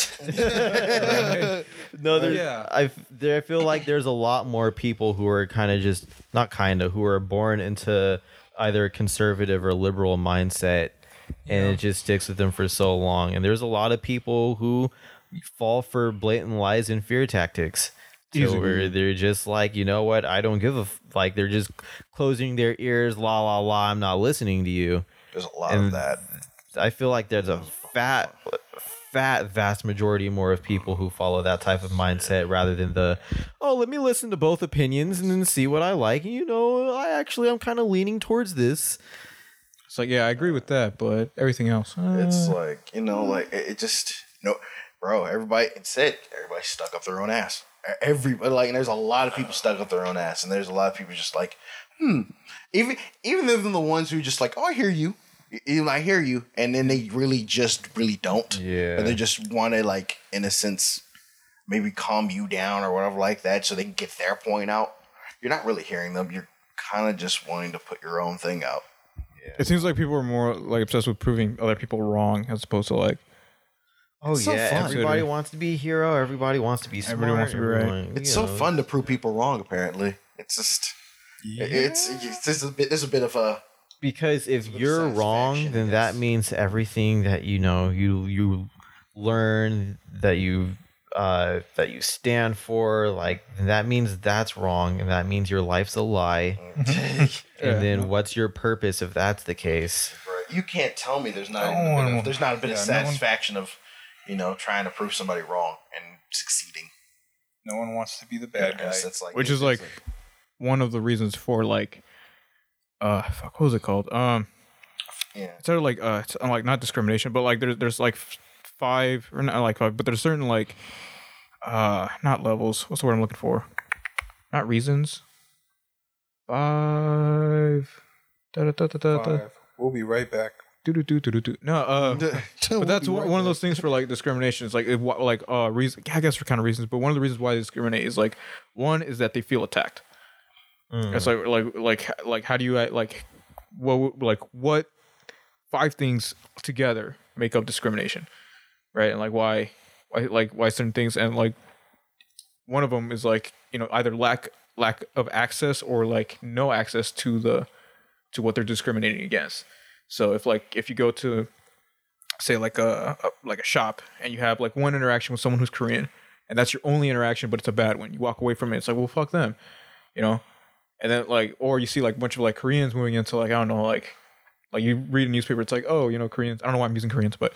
Speaker 9: no, there's,
Speaker 6: Yeah.
Speaker 9: I f- there, I feel like there's a lot more people who are kind of just not kind of who are born into either conservative or liberal mindset, and it just sticks with them for so long. And there's a lot of people who fall for blatant lies and fear tactics. So where they're just like, you know what? I don't give a f-. like. They're just closing their ears, la la la. I'm not listening to you.
Speaker 3: There's a lot
Speaker 9: And-
Speaker 3: of that.
Speaker 9: I feel like there's a fat, fat, vast majority more of people who follow that type of mindset rather than the, oh, let me listen to both opinions and then see what I like. And, you know, I actually I'm kind of leaning towards this.
Speaker 1: It's like, yeah, I agree with that, but everything else. uh,
Speaker 3: It's like you know, like it, it just no, bro. Everybody, it's it. Everybody stuck up their own ass. Everybody, like, and there's a lot of people stuck up their own ass, and there's a lot of people just like, hmm. Even even even the ones who just like, oh, I hear you. Even I hear you, and then they really just really don't.
Speaker 9: Yeah.
Speaker 3: But they just want to like, in a sense, maybe calm you down or whatever like that, so they can get their point out. You're not really hearing them. You're kind of just wanting to put your own thing out.
Speaker 1: It seems like people are more like obsessed with proving other people wrong as opposed to like
Speaker 9: Oh yeah,
Speaker 1: fun.
Speaker 9: everybody wants to be a hero. Everybody wants to be smart.
Speaker 1: Everybody wants to be right.
Speaker 9: everyone,
Speaker 3: It's
Speaker 9: you
Speaker 3: so
Speaker 9: know.
Speaker 3: fun to prove people wrong. Apparently, it's just it's, it's this is a bit. There's a bit of a
Speaker 9: because if
Speaker 3: little
Speaker 9: you're wrong,
Speaker 3: satisfaction,
Speaker 9: then
Speaker 3: I
Speaker 9: that
Speaker 3: guess.
Speaker 9: means everything that you know you you learn that you uh, that you stand for, like that means that's wrong, and that means your life's a lie. and then what's your purpose if that's the case?
Speaker 3: you can't tell me there's not
Speaker 6: No
Speaker 3: even a bit
Speaker 6: one-
Speaker 3: of, there's not a bit of
Speaker 6: yeah, no one-
Speaker 3: satisfaction of you know trying to prove somebody wrong and succeeding.
Speaker 6: No one wants to be the bad
Speaker 3: In a
Speaker 6: guy.
Speaker 3: sense, like
Speaker 1: which is like one of the reasons for like uh fuck what was it called um
Speaker 3: yeah.
Speaker 1: it's sort of like uh it's, uh, like not discrimination but like there's there's like f- five or not like five but there's certain like uh not levels what's the word i'm looking for not reasons five da da da da da da
Speaker 6: Five. We'll be right back.
Speaker 1: do do do do do do no uh but that's one one of those things for like discrimination. It's like it, wh- like uh reason I guess for kind of reasons, but one of the reasons why they discriminate is like one is that they feel attacked.
Speaker 6: Mm.
Speaker 1: It's like like like like how do you uh, like what would- like what five things together make up discrimination, right? And like why why like why certain things and like one of them is like you know either lack lack of access or like no access to the to what they're discriminating against. So if like if you go to say like a, a like a shop and you have like one interaction with someone who's Korean and that's your only interaction but it's a bad one. You walk away from it it's like well fuck them. You know? And then like or you see like a bunch of like Koreans moving into like I don't know like like you read a newspaper it's like oh you know Koreans I don't know why I'm using Koreans but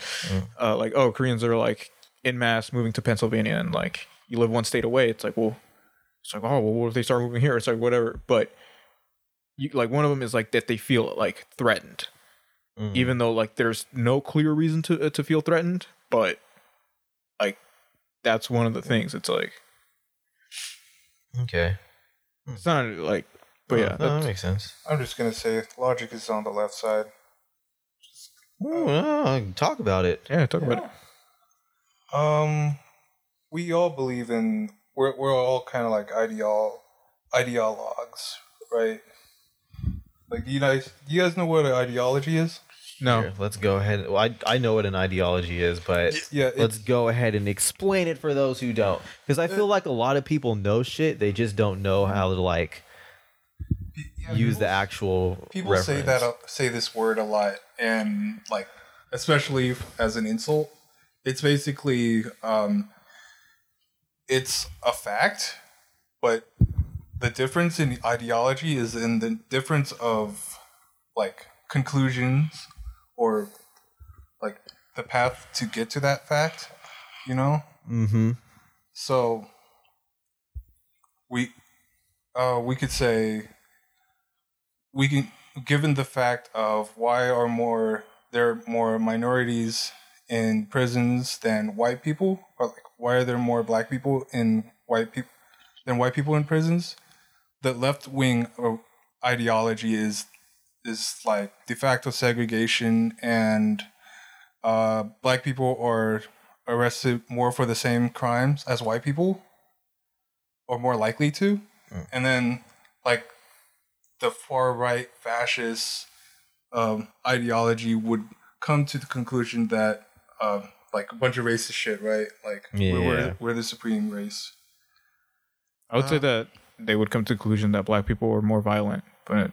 Speaker 1: uh like oh Koreans are like in mass moving to Pennsylvania and like you live one state away it's like well it's like oh well what if they start moving here it's like whatever but you like one of them is like that they feel like threatened
Speaker 9: Mm.
Speaker 1: even though like there's no clear reason to uh, to feel threatened, but like that's one of the things. It's like
Speaker 9: okay,
Speaker 1: it's not like, but yeah,
Speaker 9: no, that
Speaker 1: that's-
Speaker 9: makes sense.
Speaker 6: I'm just gonna say logic is on the left side.
Speaker 9: Ooh, no, talk about it.
Speaker 1: yeah, talk about it.
Speaker 6: Um, we all believe in we're we're all kind of like ideol ideologues, right? Like you guys, you guys know what an ideology is?
Speaker 1: No,
Speaker 9: Here, let's go ahead. Well, I I know what an ideology is, but
Speaker 6: Yeah, it's-
Speaker 9: let's go ahead and explain it for those who don't, because
Speaker 6: Uh,
Speaker 9: I feel like a lot of people know shit. They just don't know how to like
Speaker 6: Mm-hmm. yeah,
Speaker 9: use
Speaker 6: people-
Speaker 9: the actual.
Speaker 6: People say that uh, say this word a lot, and like especially f- as an insult. It's basically um, it's a fact, but the difference in ideology is in the difference of like conclusions or like the path to get to that fact. You know,
Speaker 9: Mm-hmm.
Speaker 6: so we uh, we could say we can given the fact of why are more there are more minorities in prisons than white people or like why are there more black people in white people than white people in prisons the left wing uh, ideology is is like de facto segregation and uh, black people are arrested more for the same crimes as white people or more likely to
Speaker 9: Mm.
Speaker 6: and then like the far right fascist um, ideology would come to the conclusion that um, like a bunch of racist shit, right? Like we're,
Speaker 9: Yeah.
Speaker 6: we're we're the supreme race.
Speaker 1: I would say that they would come to the conclusion that black people were more violent, but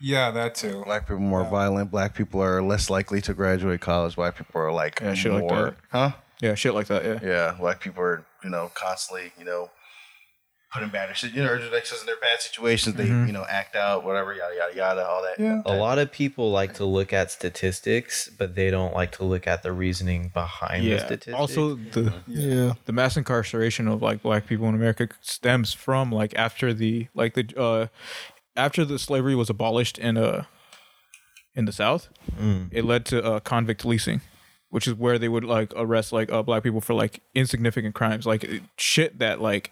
Speaker 6: Yeah, that too.
Speaker 3: Black people are more violent. Black people are less likely to graduate college. Black people are like
Speaker 1: Yeah, shit
Speaker 3: more,
Speaker 1: like that.
Speaker 3: huh?
Speaker 1: yeah, shit like that. Yeah,
Speaker 3: Yeah, black people are you know constantly you know putting bad shit, you know, because in their bad situations they
Speaker 1: Mm-hmm.
Speaker 3: you know act out, whatever, yada yada yada, all that.
Speaker 6: Yeah.
Speaker 9: A lot of people like to look at statistics, but they don't like to look at the reasoning behind the statistics.
Speaker 1: Also, the
Speaker 2: Yeah.
Speaker 1: Uh-huh. the mass incarceration of like black people in America stems from like after the like the uh after the slavery was abolished in uh in the South,
Speaker 9: Mm.
Speaker 1: it led to uh, convict leasing, which is where they would like arrest like uh, black people for like insignificant crimes, like uh, shit that like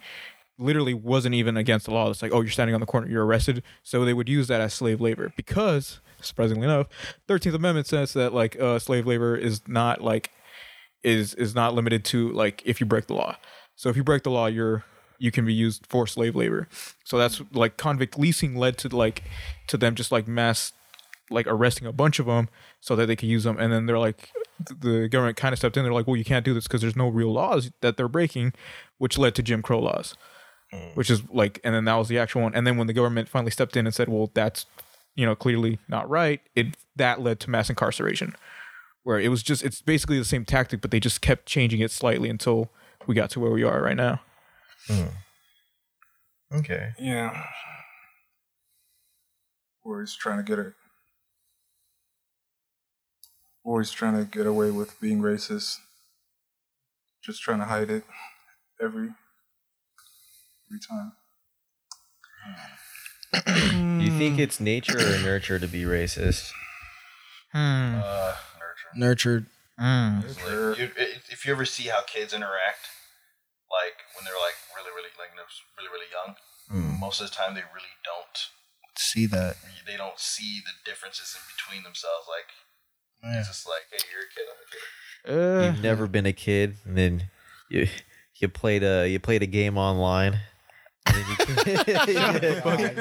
Speaker 1: literally wasn't even against the law. It's like, oh, you're standing on the corner, you're arrested. So they would use that as slave labor because, surprisingly enough, Thirteenth Amendment says that like uh, slave labor is not like is is not limited to like if you break the law. So if you break the law, you're you can be used for slave labor. So that's like convict leasing led to like to them just like mass like arresting a bunch of them so that they could use them. And then they're like th- the government kind of stepped in. They're like, well, you can't do this because there's no real laws that they're breaking, which led to Jim Crow laws, which is like, and then that was the actual one. And then when the government finally stepped in and said, well, that's you know clearly not right, it that led to mass incarceration where it was just it's basically the same tactic, but they just kept changing it slightly until we got to where we are right now.
Speaker 9: okay.
Speaker 6: Yeah. We're always trying to get her. We're always trying to get away with being racist. Just trying to hide it every every time.
Speaker 9: Do you think it's nature or nurture to be racist?
Speaker 3: Uh, nurture.
Speaker 2: Nurtured. Hmm.
Speaker 3: It's like, you, i- if you ever see how kids interact, like when they're like really, really, like they're really, really young, most of the time they really don't.
Speaker 2: Hmm. See that.
Speaker 3: They don't see the differences in between themselves. Like
Speaker 2: Yeah. Uh.
Speaker 3: it's just like, hey, you're a kid, I'm a kid.
Speaker 9: You've never been a kid, and then you you played a you played a game online. and then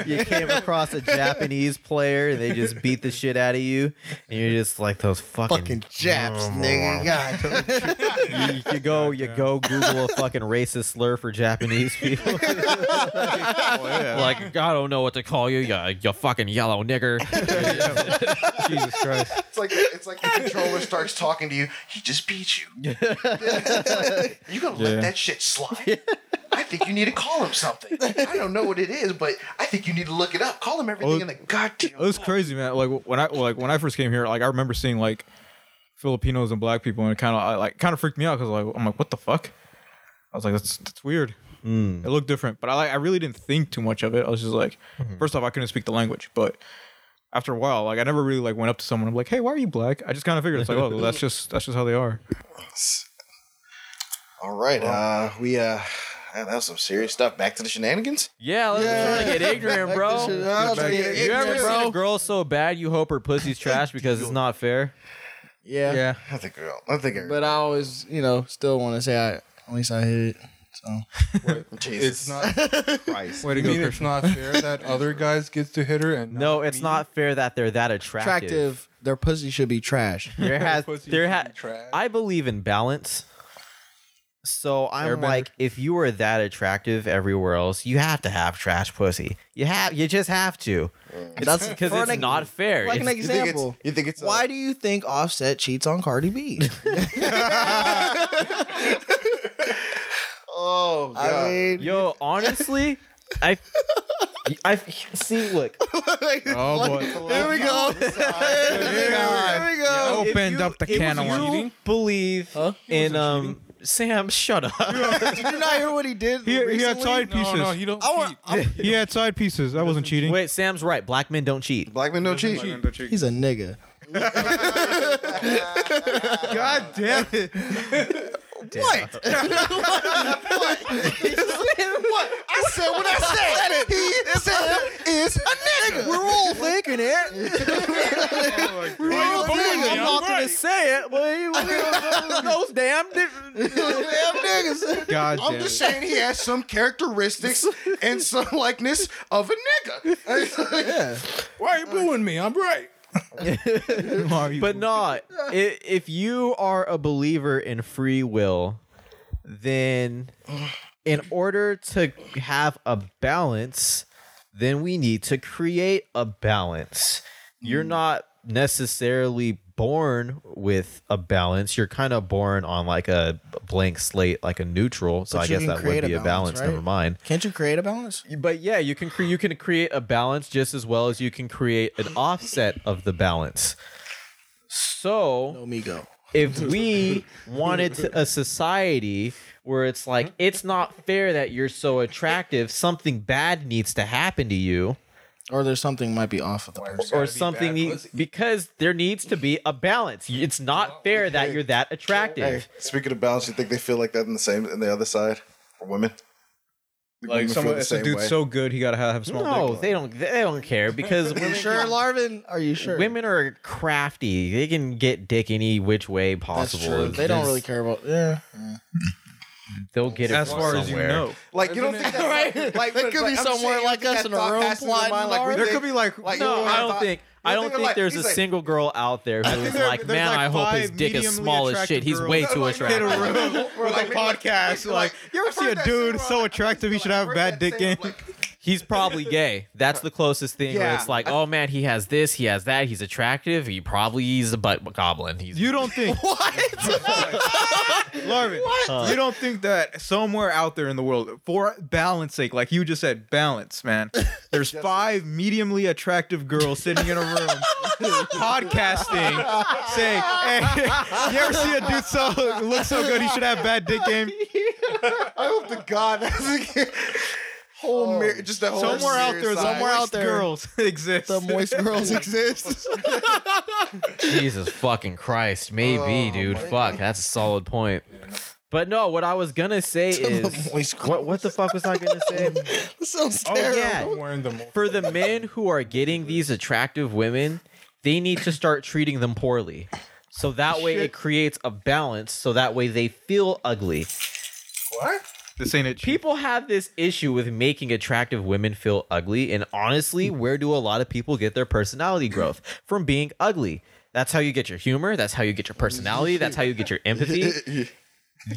Speaker 9: You, you came across a Japanese player, and they just beat the shit out of you, and you're just like those fucking.
Speaker 10: Fucking Japs, nigga. God.
Speaker 9: you, you go, you go Google a fucking racist slur for Japanese people. Like I don't know what to call you, you, you fucking yellow nigger.
Speaker 1: Jesus Christ.
Speaker 3: It's like it's like the controller starts talking to you. He just beat you. you gonna
Speaker 1: Yeah.
Speaker 3: let that shit slide? I think you need to call him something. I don't know what it is, but I think you need to look it up. Call him everything
Speaker 1: Oh,
Speaker 3: in the goddamn.
Speaker 1: It was crazy, man. Like when I like when I first came here, like I remember seeing like Filipinos and black people, and it kind of like kind of freaked me out because like I'm like, what the fuck? I was like, that's that's weird. It looked different, but I like I really didn't think too much of it. I was just like, first off, I couldn't speak the language, but after a while, like I never really like went up to someone. I'm like, hey, why are you black? I just kind of figured it's like, oh, that's just that's just how they are.
Speaker 3: All right, uh, we uh, man, that was some serious stuff. Back to the shenanigans.
Speaker 9: Yeah, let's try to get ignorant, bro. You ever seen a girl so bad you hope her pussy's trash because it's not fair?
Speaker 2: Yeah.
Speaker 3: I think we all. I think I-
Speaker 2: But I always, you know, still want to say I at least I hit it. So
Speaker 3: Jesus.
Speaker 6: It's not I
Speaker 3: Christ.
Speaker 1: Way to go,
Speaker 6: mean it's not fair that other guys gets to hit her and
Speaker 9: No, it's not fair that they're that attractive.
Speaker 2: attractive. Their pussy should be trash.
Speaker 9: There has
Speaker 6: Pussy
Speaker 9: there
Speaker 6: should
Speaker 9: ha-
Speaker 6: be trash.
Speaker 9: I believe in balance. So I'm like, if you are that attractive everywhere else, you have to have trash pussy. You have, you just have to. That's because
Speaker 2: For
Speaker 9: it's
Speaker 2: an-
Speaker 9: not fair.
Speaker 2: Like an
Speaker 9: It's-
Speaker 2: example.
Speaker 3: You think it's
Speaker 2: Why do you think uh, Offset cheats on Cardi B?
Speaker 3: Oh God.
Speaker 2: I mean,
Speaker 9: yo, honestly, I, I see. Look,
Speaker 1: Oh boy.
Speaker 2: here we go. here we go.
Speaker 9: If
Speaker 1: Opened
Speaker 9: you-
Speaker 1: up the
Speaker 9: if
Speaker 1: can of
Speaker 9: you
Speaker 1: worms.
Speaker 9: Believe in um Sam? Shut up.
Speaker 2: Did you not hear what he did?
Speaker 1: He, he had
Speaker 2: recently?
Speaker 1: side pieces.
Speaker 6: you don't
Speaker 2: I want, I'm-
Speaker 1: He had side pieces. I wasn't cheating.
Speaker 9: Wait, Sam's right. Black men don't cheat.
Speaker 3: Black men don't cheat.
Speaker 2: he's a nigga.
Speaker 1: God damn it.
Speaker 10: What? I said what I said. He said is a nigga.
Speaker 2: We're all thinking it. We're all thinking
Speaker 9: I'm not gonna say it. Well, you- those damn. di-
Speaker 2: niggas.
Speaker 1: God damn
Speaker 3: I'm just saying he has some characteristics and some likeness of a nigga.
Speaker 2: Yeah.
Speaker 6: Why are you booing me? I'm right.
Speaker 1: Why you-
Speaker 9: But nah, if, if you are a believer in free will, then in order to have a balance, then we need to create a balance. You're
Speaker 2: Mm.
Speaker 9: not necessarily born with a balance. You're kind of born on like a blank slate, like a neutral. So
Speaker 2: But
Speaker 9: I
Speaker 2: you
Speaker 9: guess
Speaker 2: can
Speaker 9: that would
Speaker 2: create a
Speaker 9: be a
Speaker 2: balance,
Speaker 9: balance.
Speaker 2: right?
Speaker 9: Never mind
Speaker 2: Can't you create a balance?
Speaker 9: but yeah, you can cre- you can create a balance just as well as you can create an offset of the balance. So,
Speaker 2: No, me go.
Speaker 9: if we wanted to- a society where it's like it's not fair that you're so attractive, something bad needs to happen to you
Speaker 2: Or there's something might be off of the person.
Speaker 9: or something needs because there needs to be a balance. You- It's not fair that you're that attractive.
Speaker 3: Speaking of balance, you think they feel like that in the same in the other side for women? The women
Speaker 1: like
Speaker 3: feel
Speaker 1: some
Speaker 3: the
Speaker 1: it's a
Speaker 3: same
Speaker 1: dude
Speaker 3: way?
Speaker 1: so good he gotta have, have small
Speaker 9: No,
Speaker 1: dick.
Speaker 9: they don't they don't care because women
Speaker 2: Sure, Larvin, are you sure?
Speaker 9: Women are crafty. They can get dick any which way
Speaker 2: That's
Speaker 9: possible.
Speaker 2: true. They don't really care about. Yeah.
Speaker 9: They'll get it
Speaker 1: as far as you know.
Speaker 3: like you don't think that's right? Like
Speaker 2: They could be somewhere like us in a room plotting Lara.
Speaker 1: There could be like, like
Speaker 9: No, I don't think. I don't
Speaker 3: think
Speaker 9: think
Speaker 3: like-
Speaker 9: there's a
Speaker 3: he's like-
Speaker 9: single girl out there who's
Speaker 1: think there-
Speaker 9: like,
Speaker 1: there's
Speaker 9: man,
Speaker 1: like
Speaker 9: I hope his
Speaker 1: five
Speaker 9: dick is
Speaker 1: mediumly
Speaker 9: small as
Speaker 1: attractive
Speaker 9: shit. He's
Speaker 1: girls
Speaker 9: way
Speaker 1: that
Speaker 9: too
Speaker 1: like hit a
Speaker 9: attractive.
Speaker 1: room with a podcast. Like, you ever see a dude so attractive he should have bad dick game?
Speaker 9: He's probably gay. That's the closest thing where it's like, oh man, he has this, he has that, he's attractive. He probably he's a butt goblin. He's
Speaker 1: You don't think what? Larvin, you don't think that somewhere out there in the world, for balance sake, like you just said, balance, man. There's five mediumly attractive girls sitting in a room podcasting, saying, "Hey, you ever see a dude so look so good he should have bad dick game?"
Speaker 3: I hope to God that's like, whole mirror, just the whole
Speaker 1: Oh. Somewhere out there,
Speaker 3: serious
Speaker 1: somewhere
Speaker 3: side.
Speaker 1: out there, girls exist.
Speaker 2: The moist girls exist.
Speaker 9: Jesus fucking Christ,
Speaker 1: Oh,
Speaker 9: maybe, dude. Fuck, that's a solid point. But no, what I was gonna say
Speaker 2: the
Speaker 9: is
Speaker 2: moist
Speaker 9: what, what the fuck was I gonna say?
Speaker 2: Sounds
Speaker 9: Oh,
Speaker 2: terrible.
Speaker 9: yeah. For the men who are getting these attractive women, they need to start treating them poorly. So that way it creates a balance so that way they feel ugly.
Speaker 1: This ain't it.
Speaker 9: People have this issue with making attractive women feel ugly and honestly, where do a lot of people get their personality growth? From being ugly. That's how you get your humor, that's how you get your personality, that's how you get your empathy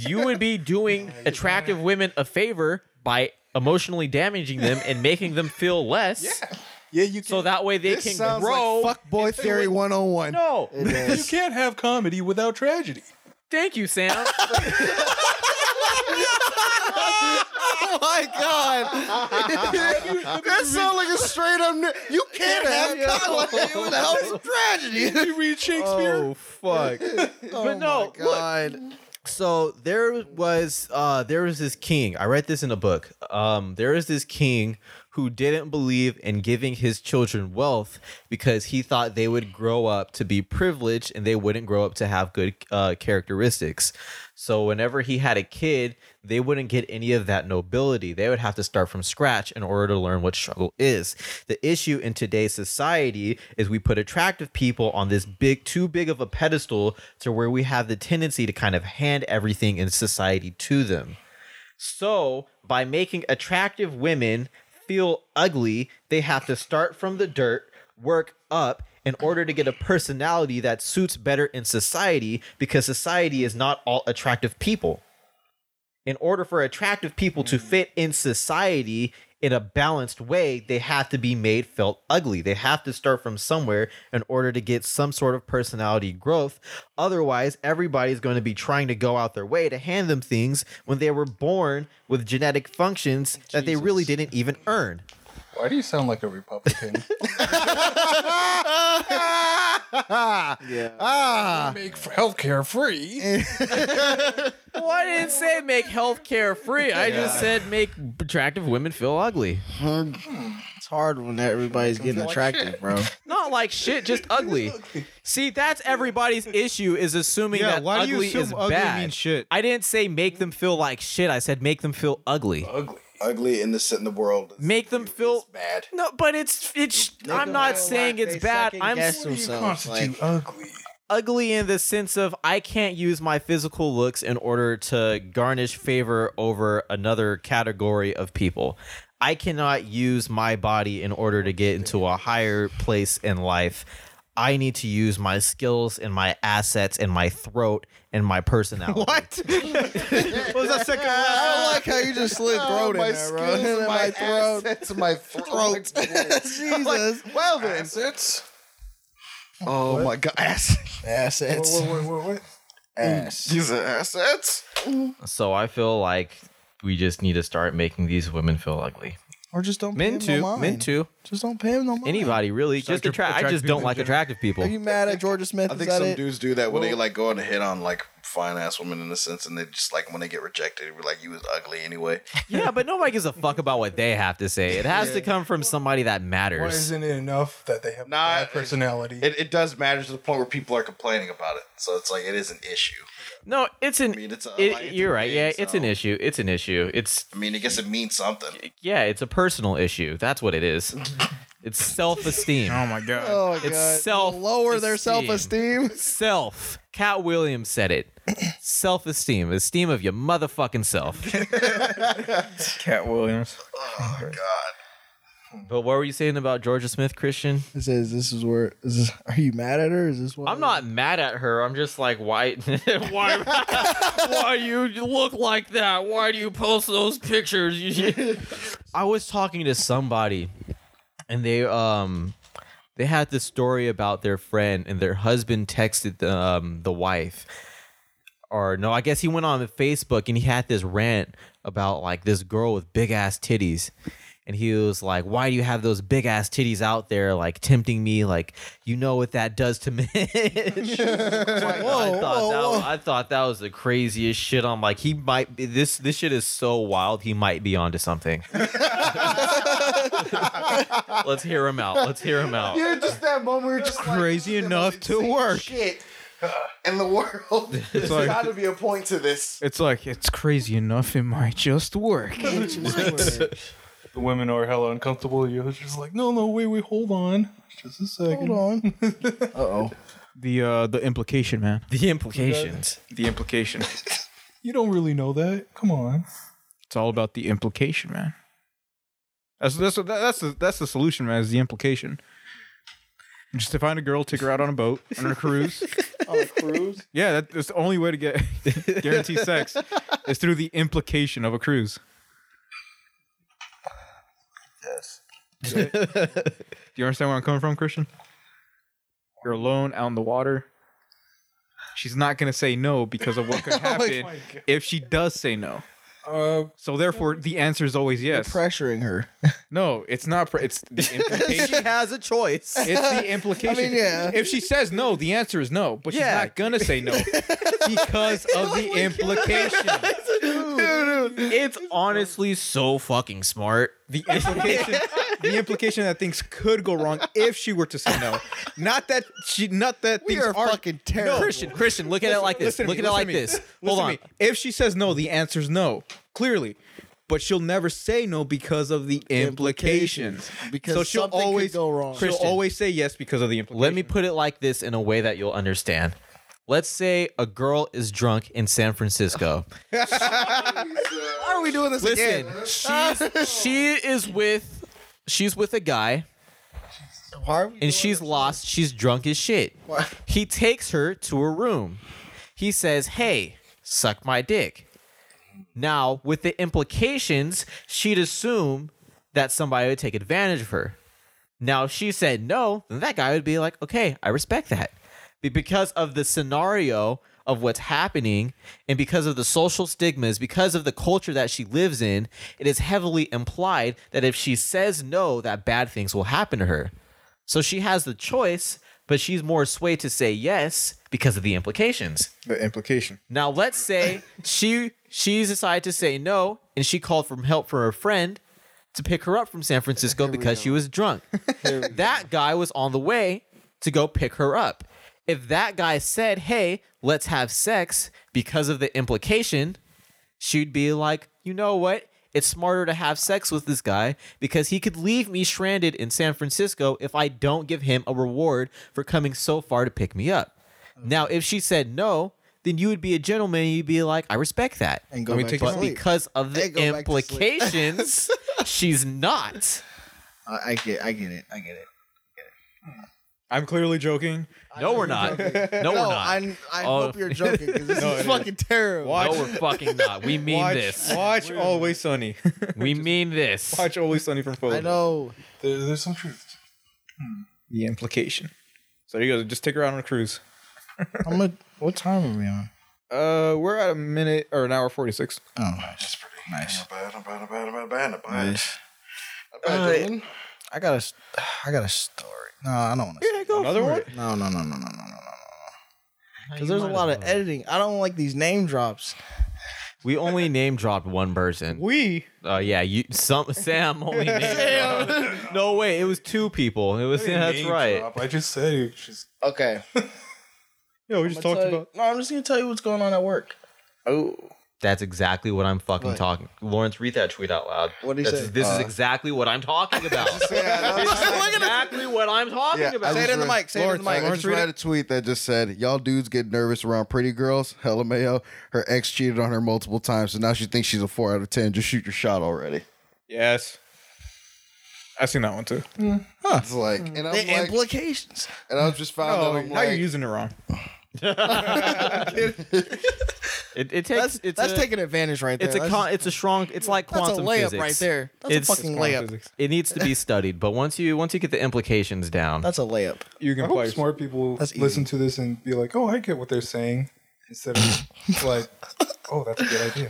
Speaker 9: you would be doing attractive women a favor by emotionally damaging them and making them feel less.
Speaker 2: Yeah, you
Speaker 9: So that way they can
Speaker 3: sounds
Speaker 9: grow.
Speaker 2: fuck boy theory 101.
Speaker 9: no.
Speaker 6: You can't have comedy without tragedy.
Speaker 9: Thank you, Sam.
Speaker 2: Oh my god.
Speaker 3: That sounds like a straight up. n- You can't have comedy without tragedy.
Speaker 6: You read Shakespeare.
Speaker 1: Oh fuck!
Speaker 9: but no, look.
Speaker 2: God.
Speaker 9: So there was uh there was this king. I read this in a book. Um there was this king who didn't believe in giving his children wealth because he thought they would grow up to be privileged and they wouldn't grow up to have good uh, characteristics. So whenever he had a kid, they wouldn't get any of that nobility. They would have to start from scratch in order to learn what struggle is. The issue in today's society is we put attractive people on this big, too big of a pedestal to where we have the tendency to kind of hand everything in society to them. So by making attractive women feel ugly, they have to start from the dirt, work up in order to get a personality that suits better in society because society is not all attractive people in order for attractive people to fit in society in a balanced way, they have to be made felt ugly. They have to start from somewhere in order to get some sort of personality growth. Otherwise, everybody's going to be trying to go out their way to hand them things when they were born with genetic functions that they really didn't even earn.
Speaker 6: Why do you sound like a Republican?
Speaker 2: Ah.
Speaker 6: Make f- healthcare free.
Speaker 9: Well, I didn't say make healthcare free. I just said make attractive women feel ugly.
Speaker 2: Hmm. It's hard when everybody's getting attractive, bro.
Speaker 9: Not like shit, just ugly. See, that's everybody's issue is assuming
Speaker 1: Yeah,
Speaker 9: that
Speaker 1: why do you
Speaker 9: ugly
Speaker 1: assume
Speaker 9: is
Speaker 1: ugly
Speaker 9: bad.
Speaker 1: means shit?
Speaker 9: I didn't say make them feel like shit. I said make them feel ugly.
Speaker 3: Ugly in the in the world.
Speaker 9: Make them feel
Speaker 3: bad.
Speaker 9: No, but it's it's. I'm not saying it's bad. I'm
Speaker 2: guess themselves. Like,
Speaker 6: Constitute ugly.
Speaker 9: ugly in the sense of I can't use my physical looks in order to garnish favor over another category of people. I cannot use my body in order to get into a higher place in life. I need to use my skills and my assets and my throat and my personality.
Speaker 2: What?
Speaker 1: What was that second
Speaker 2: I don't like how you just slid throat in there, bro.
Speaker 3: skills,
Speaker 2: my,
Speaker 3: my
Speaker 2: throat.
Speaker 3: assets, my throat.
Speaker 2: Jesus.
Speaker 3: well then, assets. Oh my god, ass.
Speaker 2: Assets. Ass.
Speaker 3: These are assets.
Speaker 9: So I feel like we just need to start making these women feel ugly.
Speaker 2: Or just don't
Speaker 9: Men
Speaker 2: pay him
Speaker 9: too,
Speaker 2: no mind.
Speaker 9: men too.
Speaker 2: Just don't pay him no mind.
Speaker 9: Anybody really? Just
Speaker 1: attra-
Speaker 9: attract. I
Speaker 1: attract
Speaker 9: just don't
Speaker 1: people
Speaker 9: like
Speaker 1: in
Speaker 9: attractive
Speaker 2: Are
Speaker 9: people.
Speaker 2: you mad at Georgia Smith?
Speaker 3: I think
Speaker 2: Is that
Speaker 3: some
Speaker 2: it?
Speaker 3: dudes do that when they like go and hit on like fine ass women in a sense, and they just like when they get rejected, they be like, "You was ugly anyway."
Speaker 9: Yeah, but nobody gives a fuck about what they have to say. It has to come from somebody that
Speaker 6: Why
Speaker 9: matters.
Speaker 6: isn't it enough that they have
Speaker 3: Nah,
Speaker 6: bad personality?
Speaker 3: It, it does matter to the point where people are complaining about it, so it's like it is an issue.
Speaker 9: No, it's an.
Speaker 3: mean, it's a-
Speaker 9: it-
Speaker 3: like, it's a
Speaker 9: you're right.
Speaker 3: thing,
Speaker 9: Yeah, it's an
Speaker 3: so-
Speaker 9: issue. It's an issue. It's
Speaker 3: I mean, I guess it means something.
Speaker 9: yeah, it's a personal issue. That's what it is. It's self-esteem.
Speaker 1: Oh my god.
Speaker 2: Oh,
Speaker 9: It's
Speaker 2: God.
Speaker 9: self
Speaker 2: Lower their self
Speaker 9: esteem.
Speaker 2: esteem.
Speaker 9: Self. Cat Williams said it. Self-esteem, esteem of your motherfucking self.
Speaker 1: Cat Williams.
Speaker 3: Oh god.
Speaker 9: But what were you saying about Georgia Smith, Christian?
Speaker 2: It says this is where. Is this, are you mad at her? Is this what?
Speaker 9: I'm not mad at her. I'm just like, why, why, why you look like that? Why do you post those pictures? You- I was talking to somebody, and they um, they had this story about their friend, and their husband texted the, um the wife, or no, I guess he went on Facebook and he had this rant about like this girl with big ass titties. And he was like, Why do you have those big ass titties out there, like tempting me? Like, you know what that does to men. I, thought that, was- I thought that was the craziest shit. I'm like, He might be, this, this shit is so wild. He might be onto something. Let's hear him out. Let's hear him out.
Speaker 3: Dude, just that moment where you're just like,
Speaker 1: Crazy
Speaker 3: "This is the
Speaker 1: enough
Speaker 3: most
Speaker 1: to
Speaker 3: insane
Speaker 1: work."
Speaker 3: Shit in the world. There's
Speaker 1: like-
Speaker 3: got to be a point to this.
Speaker 1: It's like it's crazy enough. It might just work.
Speaker 6: the women are hella uncomfortable. You're just like, no, no, wait, wait, hold on, just a second.
Speaker 2: Hold on.
Speaker 1: the uh the implication, man.
Speaker 9: The implications.
Speaker 1: The implication.
Speaker 6: You don't really know that. Come on.
Speaker 1: It's all about the implication, man. That's that's that- that's the, that's the solution, man. Is the implication. Just to find a girl, take her out on a boat, on a cruise.
Speaker 6: On a cruise.
Speaker 1: Yeah, that, that's the only way to get guarantee sex is through the implication of a cruise. Yes. Do you understand where I'm coming from, Christian? You're alone out in the water. She's not gonna say no because of what could happen if she does say no.
Speaker 6: Oh Uh,
Speaker 1: So therefore, the answer is always yes.
Speaker 2: Pressuring her.
Speaker 1: No, it's not. Pre- it's the implication.
Speaker 9: She has a choice.
Speaker 1: It's the implication.
Speaker 2: I mean, yeah.
Speaker 1: If she says no, the answer is no, but
Speaker 9: Yeah.
Speaker 1: she's not gonna say no because of
Speaker 2: Oh
Speaker 1: the implication.
Speaker 9: It's honestly so fucking smart.
Speaker 1: The implication. the implication that things could go wrong if she were to say no. Not that she. Not that
Speaker 2: We
Speaker 1: things
Speaker 2: are
Speaker 1: aren't-
Speaker 2: fucking terrible.
Speaker 9: Christian, Christian, look at it like this.
Speaker 1: Listen to
Speaker 9: Look
Speaker 1: me,
Speaker 9: at
Speaker 1: listen
Speaker 9: it like
Speaker 1: to me,
Speaker 9: this. Hold
Speaker 1: listen to
Speaker 9: on.
Speaker 1: me. If she says no, the answer's no. Clearly. But she'll never say no because of the implications.
Speaker 2: Because
Speaker 1: so she'll
Speaker 2: something could
Speaker 1: always
Speaker 2: go wrong.
Speaker 1: She'll
Speaker 9: Christian.
Speaker 1: always say yes because of the implications.
Speaker 9: Let me put it like this in a way that you'll understand. Let's say a girl is drunk in San Francisco.
Speaker 2: Why are we doing this
Speaker 9: Listen,
Speaker 2: again?
Speaker 9: she's, she is with she's with a guy
Speaker 2: Why are we
Speaker 9: and she's lost. She's drunk as shit. He takes her to her room. He says, "Hey, suck my dick." Now, with the implications, she'd assume that somebody would take advantage of her. Now, if she said no, then that guy would be like, okay, I respect that. Be- Because of the scenario of what's happening and because of the social stigmas, because of the culture that she lives in, it is heavily implied that if she says no, that bad things will happen to her. So she has the choice, but she's more swayed to say yes because of the implications.
Speaker 1: the implication.
Speaker 9: Now let's say she she decided to say no and she called for help for her friend to pick her up from San Francisco because she was drunk. that guy was on the way to go pick her up. If that guy said, "Hey, let's have sex," because of the implication, she'd be like, "You know what? It's smarter to have sex with this guy because he could leave me stranded in San Francisco if I don't give him a reward for coming so far to pick me up." Now, if she said no, then you would be a gentleman. and You'd be like, "I respect that."
Speaker 2: And go
Speaker 1: Let me
Speaker 2: back
Speaker 1: take
Speaker 2: to
Speaker 1: a
Speaker 9: But
Speaker 2: sleep.
Speaker 9: because of the
Speaker 2: And go back to sleep.
Speaker 9: implications, she's not.
Speaker 2: I, I get, I get it, I get it.
Speaker 1: I'm clearly joking.
Speaker 9: No, we're not. No, we're
Speaker 2: no,
Speaker 9: not.
Speaker 2: I, I
Speaker 9: Oh.
Speaker 2: hope you're joking because this
Speaker 1: No,
Speaker 2: is
Speaker 1: it
Speaker 2: fucking terrible.
Speaker 1: Watch,
Speaker 9: No, we're fucking not. We mean
Speaker 1: watch,
Speaker 9: this.
Speaker 1: watch Always Sunny.
Speaker 9: We mean this.
Speaker 1: watch Always Sunny from Foley.
Speaker 2: I know.
Speaker 6: There, there's some truth.
Speaker 1: The implication. So you guys just take her out on a cruise.
Speaker 2: I'm gonna. What time are we on?
Speaker 1: Uh, we're at a minute or an hour forty six.
Speaker 2: Oh,
Speaker 3: That's pretty nice. Nice.
Speaker 2: I got a. s- I got a story. No, I don't want to.
Speaker 1: Yeah, go Another one.
Speaker 2: No, no, no, no, no, no, no, no, no. Because there's a lot of editing. I don't like these name drops.
Speaker 9: We only name dropped one person.
Speaker 1: We
Speaker 9: Uh, yeah, you some Sam only name dropped. No, wait, it was two people. It was yeah, that's
Speaker 6: Name
Speaker 9: right.
Speaker 6: drop. I just said it. Just,
Speaker 2: Okay.
Speaker 1: yeah, we just talked about.
Speaker 2: no, I'm just gonna tell you what's going on at work.
Speaker 1: Oh,
Speaker 9: That's exactly what I'm fucking talking. Lawrence, read that tweet out loud.
Speaker 2: What'd he
Speaker 9: That's-
Speaker 2: say?
Speaker 9: This is
Speaker 10: Uh,
Speaker 9: exactly what I'm talking about.
Speaker 2: Look at it.
Speaker 9: exactly what I'm talking
Speaker 10: Yeah,
Speaker 9: about.
Speaker 10: I
Speaker 2: Say it in the
Speaker 10: Lawrence,
Speaker 2: mic. Say it in the
Speaker 10: I
Speaker 2: mic.
Speaker 10: just read a tweet that just said, "Y'all dudes get nervous around pretty girls." Hella Mayo, her ex cheated on her multiple times, so now she thinks she's a four out of ten. Just shoot your shot already.
Speaker 1: yes. I seen that one too.
Speaker 10: It's like, and I'm
Speaker 2: The
Speaker 10: like,
Speaker 2: implications.
Speaker 10: and I was just found
Speaker 1: Oh,
Speaker 10: out. I'm
Speaker 1: now you're
Speaker 10: like,
Speaker 1: using it wrong.
Speaker 9: It, it takes
Speaker 2: That's
Speaker 9: it's
Speaker 2: that's
Speaker 9: a,
Speaker 2: taking advantage right there.
Speaker 9: it's a
Speaker 2: That's-
Speaker 9: con, it's a strong it's like
Speaker 2: That's a
Speaker 9: quantum
Speaker 2: layup
Speaker 9: physics.
Speaker 2: right there. That's
Speaker 9: It's-
Speaker 2: a fucking layup.
Speaker 1: Physics.
Speaker 9: It needs to be studied, but once you once you get the implications down,
Speaker 2: That's a layup.
Speaker 1: You can
Speaker 6: I
Speaker 1: play
Speaker 6: hope smart people
Speaker 2: That's
Speaker 6: listen to this and be like, "Oh, I get what they're saying," instead of like, "Oh, that's a good idea."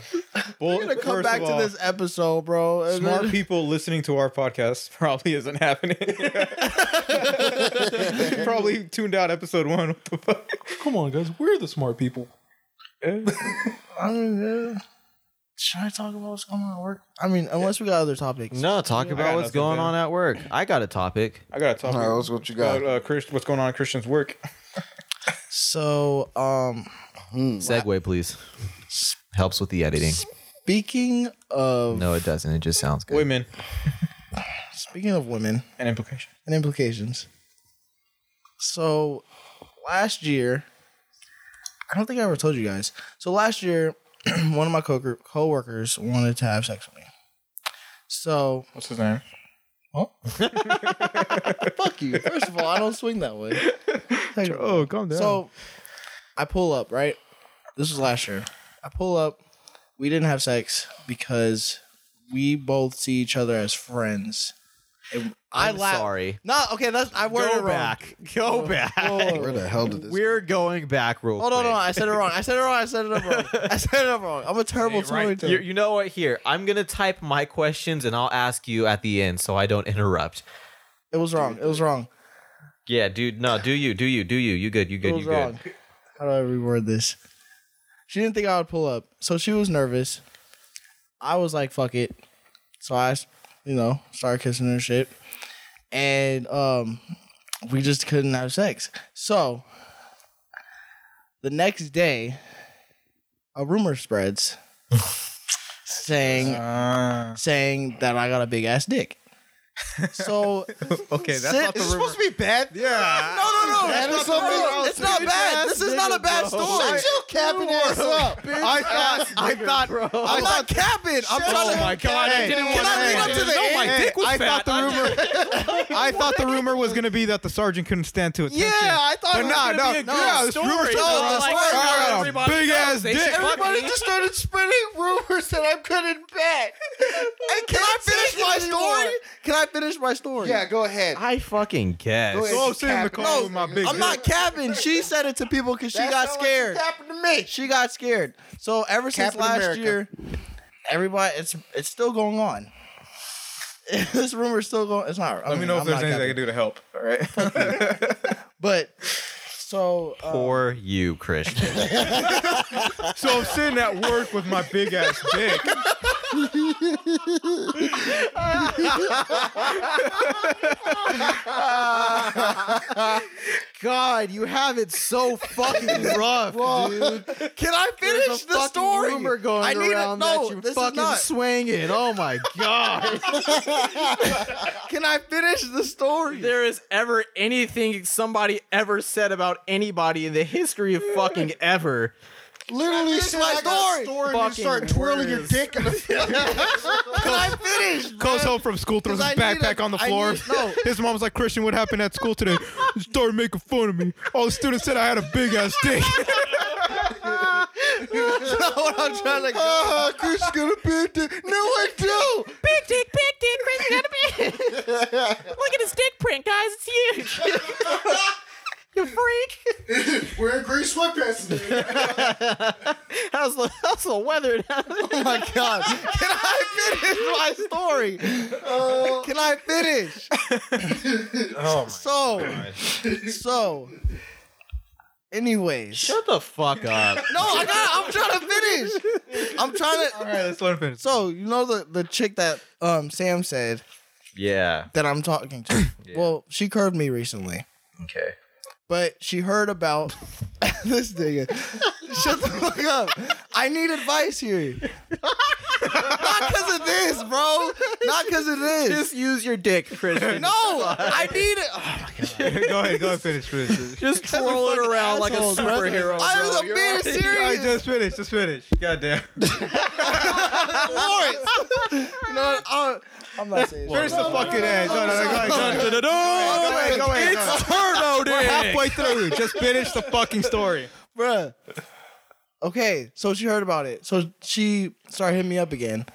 Speaker 1: Well,
Speaker 2: We're gonna come
Speaker 1: first
Speaker 2: back
Speaker 1: of
Speaker 2: to
Speaker 1: all,
Speaker 2: this episode, bro. And
Speaker 1: Smart
Speaker 2: then-
Speaker 1: people listening to our podcast probably isn't happening. probably tuned out episode one. What the fuck?
Speaker 6: Come on, guys, we're the smart people.
Speaker 2: I don't know. Should I talk about what's going on at work? I mean, unless we got other topics.
Speaker 9: no, talk about
Speaker 1: got
Speaker 9: what's
Speaker 1: nothing,
Speaker 9: going
Speaker 1: man.
Speaker 9: on at work. I got a topic.
Speaker 1: I gotta talk
Speaker 10: all right,
Speaker 1: about
Speaker 10: what's what you got?
Speaker 1: uh, Chris, what's going on in Christian's work.
Speaker 2: So, um,
Speaker 9: Segue, please. Helps with the editing.
Speaker 2: speaking of
Speaker 9: No, it doesn't. It just sounds good.
Speaker 1: Women
Speaker 2: speaking of women
Speaker 1: and implication.
Speaker 2: and implications. So, last year, I don't think I ever told you guys. So last year, one of my co coworkers wanted to have sex with me. So
Speaker 1: What's his name?
Speaker 2: fuck you. First of all, I don't swing that way. Second of all,
Speaker 1: calm
Speaker 2: So I pull up, right? This was last year. I pull up. We didn't have sex because we both see each other as friends. And
Speaker 9: I'm
Speaker 2: I laugh.
Speaker 9: sorry.
Speaker 2: No, okay, that's I worded it
Speaker 9: Go
Speaker 2: wrong.
Speaker 9: back. Go back.
Speaker 10: Where the hell did this?
Speaker 9: We're going back real
Speaker 2: Hold on,
Speaker 9: quick.
Speaker 2: hold on. I said it wrong. I said it wrong. I said it up wrong. I said it up wrong. I'm a terrible storyteller.
Speaker 9: You, you know what? Here, I'm gonna type my questions and I'll ask you at the end, so I don't interrupt.
Speaker 2: It was wrong. It was wrong.
Speaker 9: Yeah, dude. No, do you? Do you? Do you? You good? You
Speaker 2: It
Speaker 9: good?
Speaker 2: was
Speaker 9: You
Speaker 2: wrong.
Speaker 9: good?
Speaker 2: How do I reword this? She didn't think I would pull up, so she was nervous. I was like, "Fuck it," so I, you know, started kissing her and shit, and um, we just couldn't have sex. So the next day, a rumor spreads saying saying that I got a big ass dick. So
Speaker 1: Okay, that's
Speaker 2: Sit-
Speaker 1: not the
Speaker 2: it's
Speaker 1: rumor.
Speaker 10: supposed to be bad.
Speaker 1: yeah.
Speaker 2: no, no, no. It's not, bad. It's not bad. This is not a bad story.
Speaker 10: Chill, capping ass up.
Speaker 1: I thought. I thought.
Speaker 2: I'm not capping. I'm trying
Speaker 9: Oh
Speaker 2: to.
Speaker 9: my god! I didn't
Speaker 2: Can
Speaker 9: want
Speaker 2: I lead
Speaker 9: to
Speaker 2: up to the
Speaker 9: No, my
Speaker 2: end?
Speaker 9: dick was
Speaker 1: I thought
Speaker 9: fat.
Speaker 1: the rumor. I thought the rumor was gonna be that the sergeant couldn't stand to attention.
Speaker 2: Yeah, I thought.
Speaker 1: But
Speaker 2: it was
Speaker 1: nah,
Speaker 2: gonna
Speaker 1: no,
Speaker 2: be a
Speaker 1: no,
Speaker 2: good
Speaker 1: this
Speaker 2: story.
Speaker 1: rumor's
Speaker 2: No,
Speaker 1: all
Speaker 2: the
Speaker 1: like-
Speaker 2: story-
Speaker 1: I got a big ass
Speaker 9: They should
Speaker 1: dick.
Speaker 9: fuck
Speaker 10: Everybody
Speaker 9: me.
Speaker 10: just started spreading rumors that I couldn't bet. I
Speaker 2: Can I finish my story? Can I finish my story?
Speaker 10: Yeah, go ahead.
Speaker 9: I fucking guess.
Speaker 10: ahead.
Speaker 1: So I'm sitting in the car
Speaker 10: No,
Speaker 1: with my big.
Speaker 2: I'm not capping. She said it to people because she got scared.
Speaker 10: happened to me.
Speaker 2: She got scared. So ever since
Speaker 10: Captain
Speaker 2: last
Speaker 10: America.
Speaker 2: year, everybody, it's it's still going on. this rumor's still going. It's not. I
Speaker 1: Let me
Speaker 2: mean,
Speaker 1: know
Speaker 2: I'm
Speaker 1: if there's
Speaker 2: not
Speaker 1: anything I
Speaker 2: capping.
Speaker 1: can do to help. All right.
Speaker 2: But so uh,
Speaker 9: For you, Christian.
Speaker 1: So I'm Oh, sitting at work with my big ass dick.
Speaker 9: God, you have it so fucking rough, dude.
Speaker 2: can I finish the story? I need it. No, this is not.
Speaker 9: swinging. Oh my god!
Speaker 2: Can I finish the story?
Speaker 9: there is ever anything somebody ever said about anybody in the history of fucking ever.
Speaker 4: Literally said
Speaker 2: my
Speaker 4: I got
Speaker 2: story.
Speaker 4: story and you start twirling your dick in
Speaker 2: I finished.
Speaker 1: Goes home from school, throws his
Speaker 2: 'Cause I need
Speaker 1: backpack
Speaker 2: a-
Speaker 1: on the
Speaker 2: I
Speaker 1: floor.
Speaker 2: need- no.
Speaker 1: His mom's like, Christian, what happened at school today? They started making fun of me. All the students said I had a big ass dick.
Speaker 2: That's not what I'm trying to go.
Speaker 10: Ah, Chris is gonna be there. No, I don't.
Speaker 11: Big dick, big dick, Chris got a big. Look at his dick print, guys. It's huge. you freak.
Speaker 4: Wearing green sweatpants today.
Speaker 9: How's the how's the weather?
Speaker 2: Oh my god! Can I finish my story? Can I finish?
Speaker 6: Oh my
Speaker 2: So, so. Anyways,
Speaker 9: Shut the fuck up.
Speaker 2: no, I got. I'm trying to finish. I'm trying to.
Speaker 1: right, let's let him finish.
Speaker 2: So you know the the chick that um Sam said
Speaker 9: Yeah.
Speaker 2: that I'm talking to. Well, she curved me recently,
Speaker 9: Okay.
Speaker 2: but she heard about this nigga. Shut the fuck up! I need advice here. Not because of this, bro. Not because of this.
Speaker 9: Just use your dick, Christian.
Speaker 2: No, I need it.
Speaker 1: go ahead, go ahead, finish, finish.
Speaker 9: Just twirl it around like a superhero.
Speaker 2: I was
Speaker 9: bro.
Speaker 2: a being
Speaker 1: I
Speaker 2: serious.
Speaker 1: just finished, just finish. Goddamn.
Speaker 2: Lawrence. you know, I'm, I'm not saying. shit.
Speaker 1: Finish the fucking edge. No, no, no, go ahead, go ahead. Go ahead, go ahead, go ahead.
Speaker 9: turbo
Speaker 1: We're halfway through. Just finish the fucking story.
Speaker 2: bruh. Okay, so she heard about it. So she started hitting me up again.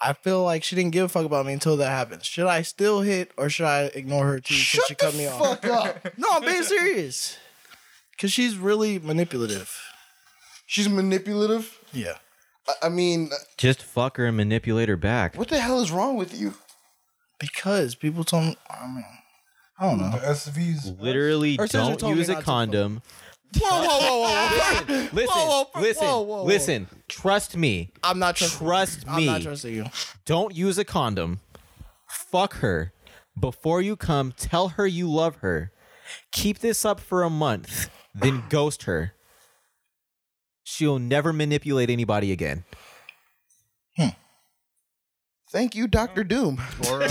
Speaker 2: I feel like she didn't give a fuck about me until that happened. Should I still hit or should I ignore her too? Shut she cut me off.
Speaker 4: Fuck up.
Speaker 2: No, I'm being serious. Cause she's really manipulative.
Speaker 10: She's manipulative.
Speaker 2: Yeah.
Speaker 10: I- I mean,
Speaker 9: Just fuck her and manipulate her back.
Speaker 10: what the hell is wrong with you?
Speaker 2: Because people told me I mean I don't know.
Speaker 6: SVs.
Speaker 9: Literally,
Speaker 2: Her sister
Speaker 9: don't
Speaker 2: told me
Speaker 9: use a
Speaker 2: not to
Speaker 9: condom.
Speaker 2: Whoa, whoa, whoa, whoa.
Speaker 9: Listen, listen,
Speaker 2: whoa, whoa,
Speaker 9: listen,
Speaker 2: whoa, whoa.
Speaker 9: listen. Trust me.
Speaker 2: I'm not trusting
Speaker 9: Trust
Speaker 2: I'm not
Speaker 9: me.
Speaker 2: trusting you.
Speaker 9: Don't use a condom. Fuck her. Before you come, tell her you love her. Keep this up for a month, then ghost her. She'll never manipulate anybody again.
Speaker 10: Thank you, Doctor Doom.
Speaker 2: right?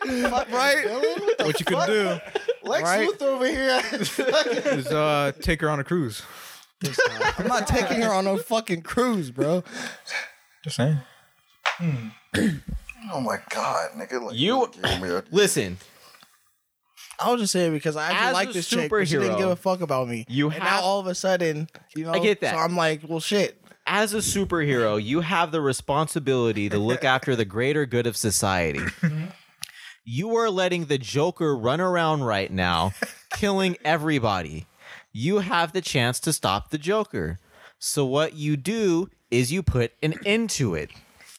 Speaker 2: Right?
Speaker 1: What you can do
Speaker 10: Lex
Speaker 2: Right.
Speaker 10: Luthor over here.
Speaker 1: is uh, take her on a cruise.
Speaker 2: I'm not taking her on no fucking cruise, bro.
Speaker 1: Just saying.
Speaker 10: oh my god, nigga! Like,
Speaker 9: You-
Speaker 10: give me a-
Speaker 9: Listen,
Speaker 2: I was just saying because I actually
Speaker 9: As
Speaker 2: like
Speaker 9: a
Speaker 2: this chick, but she didn't
Speaker 9: superhero,
Speaker 2: give a fuck about me.
Speaker 9: you
Speaker 2: and now
Speaker 9: have-
Speaker 2: all of a sudden, you know,
Speaker 9: I get that.
Speaker 2: So I'm like, well, shit.
Speaker 9: as a superhero, you have the responsibility to look after the greater good of society. You are letting the Joker run around right now, killing everybody. You have the chance to stop the Joker. So, what you do is you put an end to it.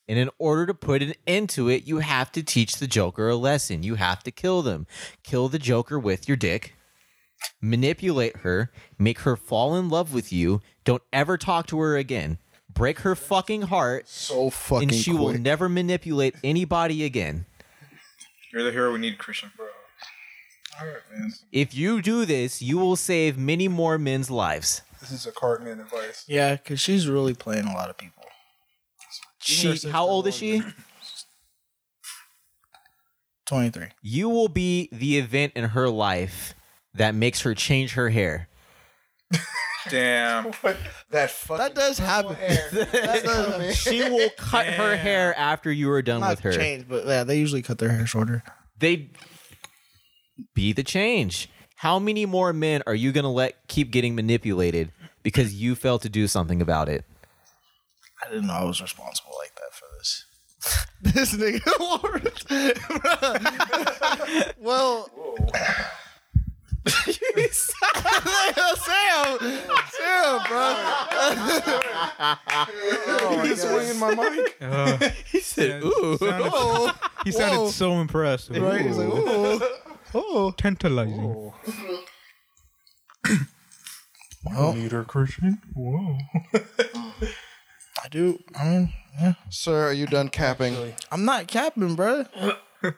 Speaker 9: And in order to put an end to it, you have to teach the Joker a lesson. You have to kill them. Kill the Joker with your dick manipulate her, make her fall in love with you, don't ever talk to her again, break her fucking heart,
Speaker 10: so fucking.
Speaker 9: and she will
Speaker 10: quick.
Speaker 9: never manipulate anybody again.
Speaker 1: You're the hero we need, Christian.
Speaker 9: If you do this, you will save many more men's lives.
Speaker 6: This is a Cartman advice.
Speaker 2: Yeah, because she's really playing a lot of people.
Speaker 9: She, how old is she?
Speaker 2: 23.
Speaker 9: You will be the event in her life that makes her change her hair.
Speaker 1: Damn.
Speaker 10: That fuck.
Speaker 2: That does happen. that does
Speaker 9: She will cut her hair after you are done
Speaker 2: not
Speaker 9: with her.
Speaker 2: change, but yeah, they usually cut their hair shorter.
Speaker 9: They be the change. How many more men are you going to let keep getting manipulated because you fail to do something about it?
Speaker 2: I didn't know I was responsible like that for this. this nigga Lawrence. Bruh. well, Sam, Sam, bro.
Speaker 6: He's swinging my mic.
Speaker 9: He said,
Speaker 1: He sounded, he sounded so impressed.
Speaker 2: Right? He's like, ooh.
Speaker 1: "Oh." Tantalizing. Oh.
Speaker 6: Leader Christian. Whoa.
Speaker 2: I do. I mean, yeah.
Speaker 10: Sir, are you done capping?
Speaker 2: I'm not capping, bro.
Speaker 6: I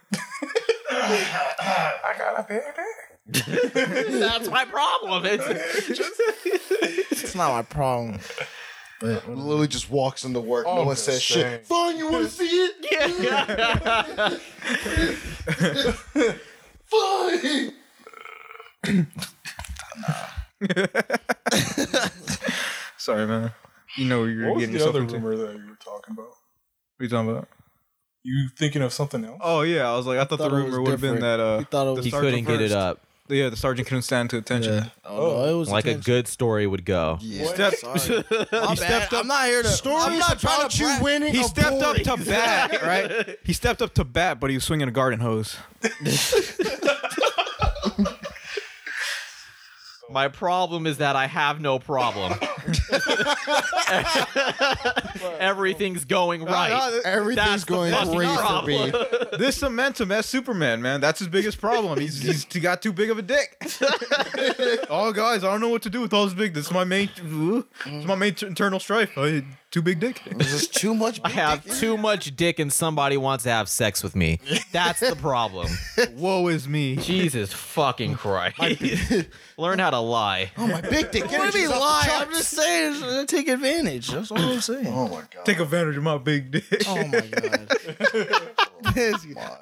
Speaker 6: got a big dick.
Speaker 9: That's my problem. It's-
Speaker 2: It's not my problem. But
Speaker 10: Lily just walks into work. no one says shit. Fine, you want to see it? Fine.
Speaker 1: sorry, man. You know what you're
Speaker 6: What was
Speaker 1: getting
Speaker 6: the
Speaker 1: yourself
Speaker 6: other
Speaker 1: into. What
Speaker 6: rumor that you were talking about?
Speaker 1: are you talking about?
Speaker 6: You thinking of something else?
Speaker 1: Oh yeah, I was like, I thought,
Speaker 2: Thought it
Speaker 1: the
Speaker 2: was
Speaker 1: rumor would have been
Speaker 2: different.
Speaker 1: that uh,
Speaker 2: He thought it was-
Speaker 1: the
Speaker 9: He
Speaker 1: sergeant
Speaker 9: couldn't get it
Speaker 1: first.
Speaker 9: up.
Speaker 1: Yeah, the sergeant couldn't stand to attention.
Speaker 2: Yeah. Oh, no, it was
Speaker 9: Like a
Speaker 2: intense.
Speaker 9: good story would go.
Speaker 1: Step-
Speaker 2: Sorry. My bad. I'm not here to. I'm not trying to. brag.
Speaker 3: winning.
Speaker 1: he stepped up to bat, right? He stepped up to bat, but he was swinging a garden hose.
Speaker 9: My problem is that I have no problem. Everything's going right. That's
Speaker 10: Everything's
Speaker 9: the
Speaker 10: going
Speaker 9: fucking
Speaker 10: great for me.
Speaker 9: problem.
Speaker 1: This momentum, that's Superman, man. That's his biggest problem. He's, he's he got too big of a dick. oh, guys, I don't know what to do with all this big. This is my main, it's my main internal strife. I, too big dick.
Speaker 3: There's just too much.
Speaker 9: I have too much dick and somebody wants to have sex with me. That's the problem.
Speaker 1: Woe is me.
Speaker 9: Jesus fucking Christ. Learn how to lie.
Speaker 3: my big dick.
Speaker 2: What do you
Speaker 3: energy's
Speaker 2: mean
Speaker 3: off the
Speaker 2: lie?
Speaker 3: charts.
Speaker 2: I'm just saying, it's- uh, take advantage. That's all I'm saying.
Speaker 3: Oh my god.
Speaker 1: Take advantage of my big dick.
Speaker 2: Oh my god.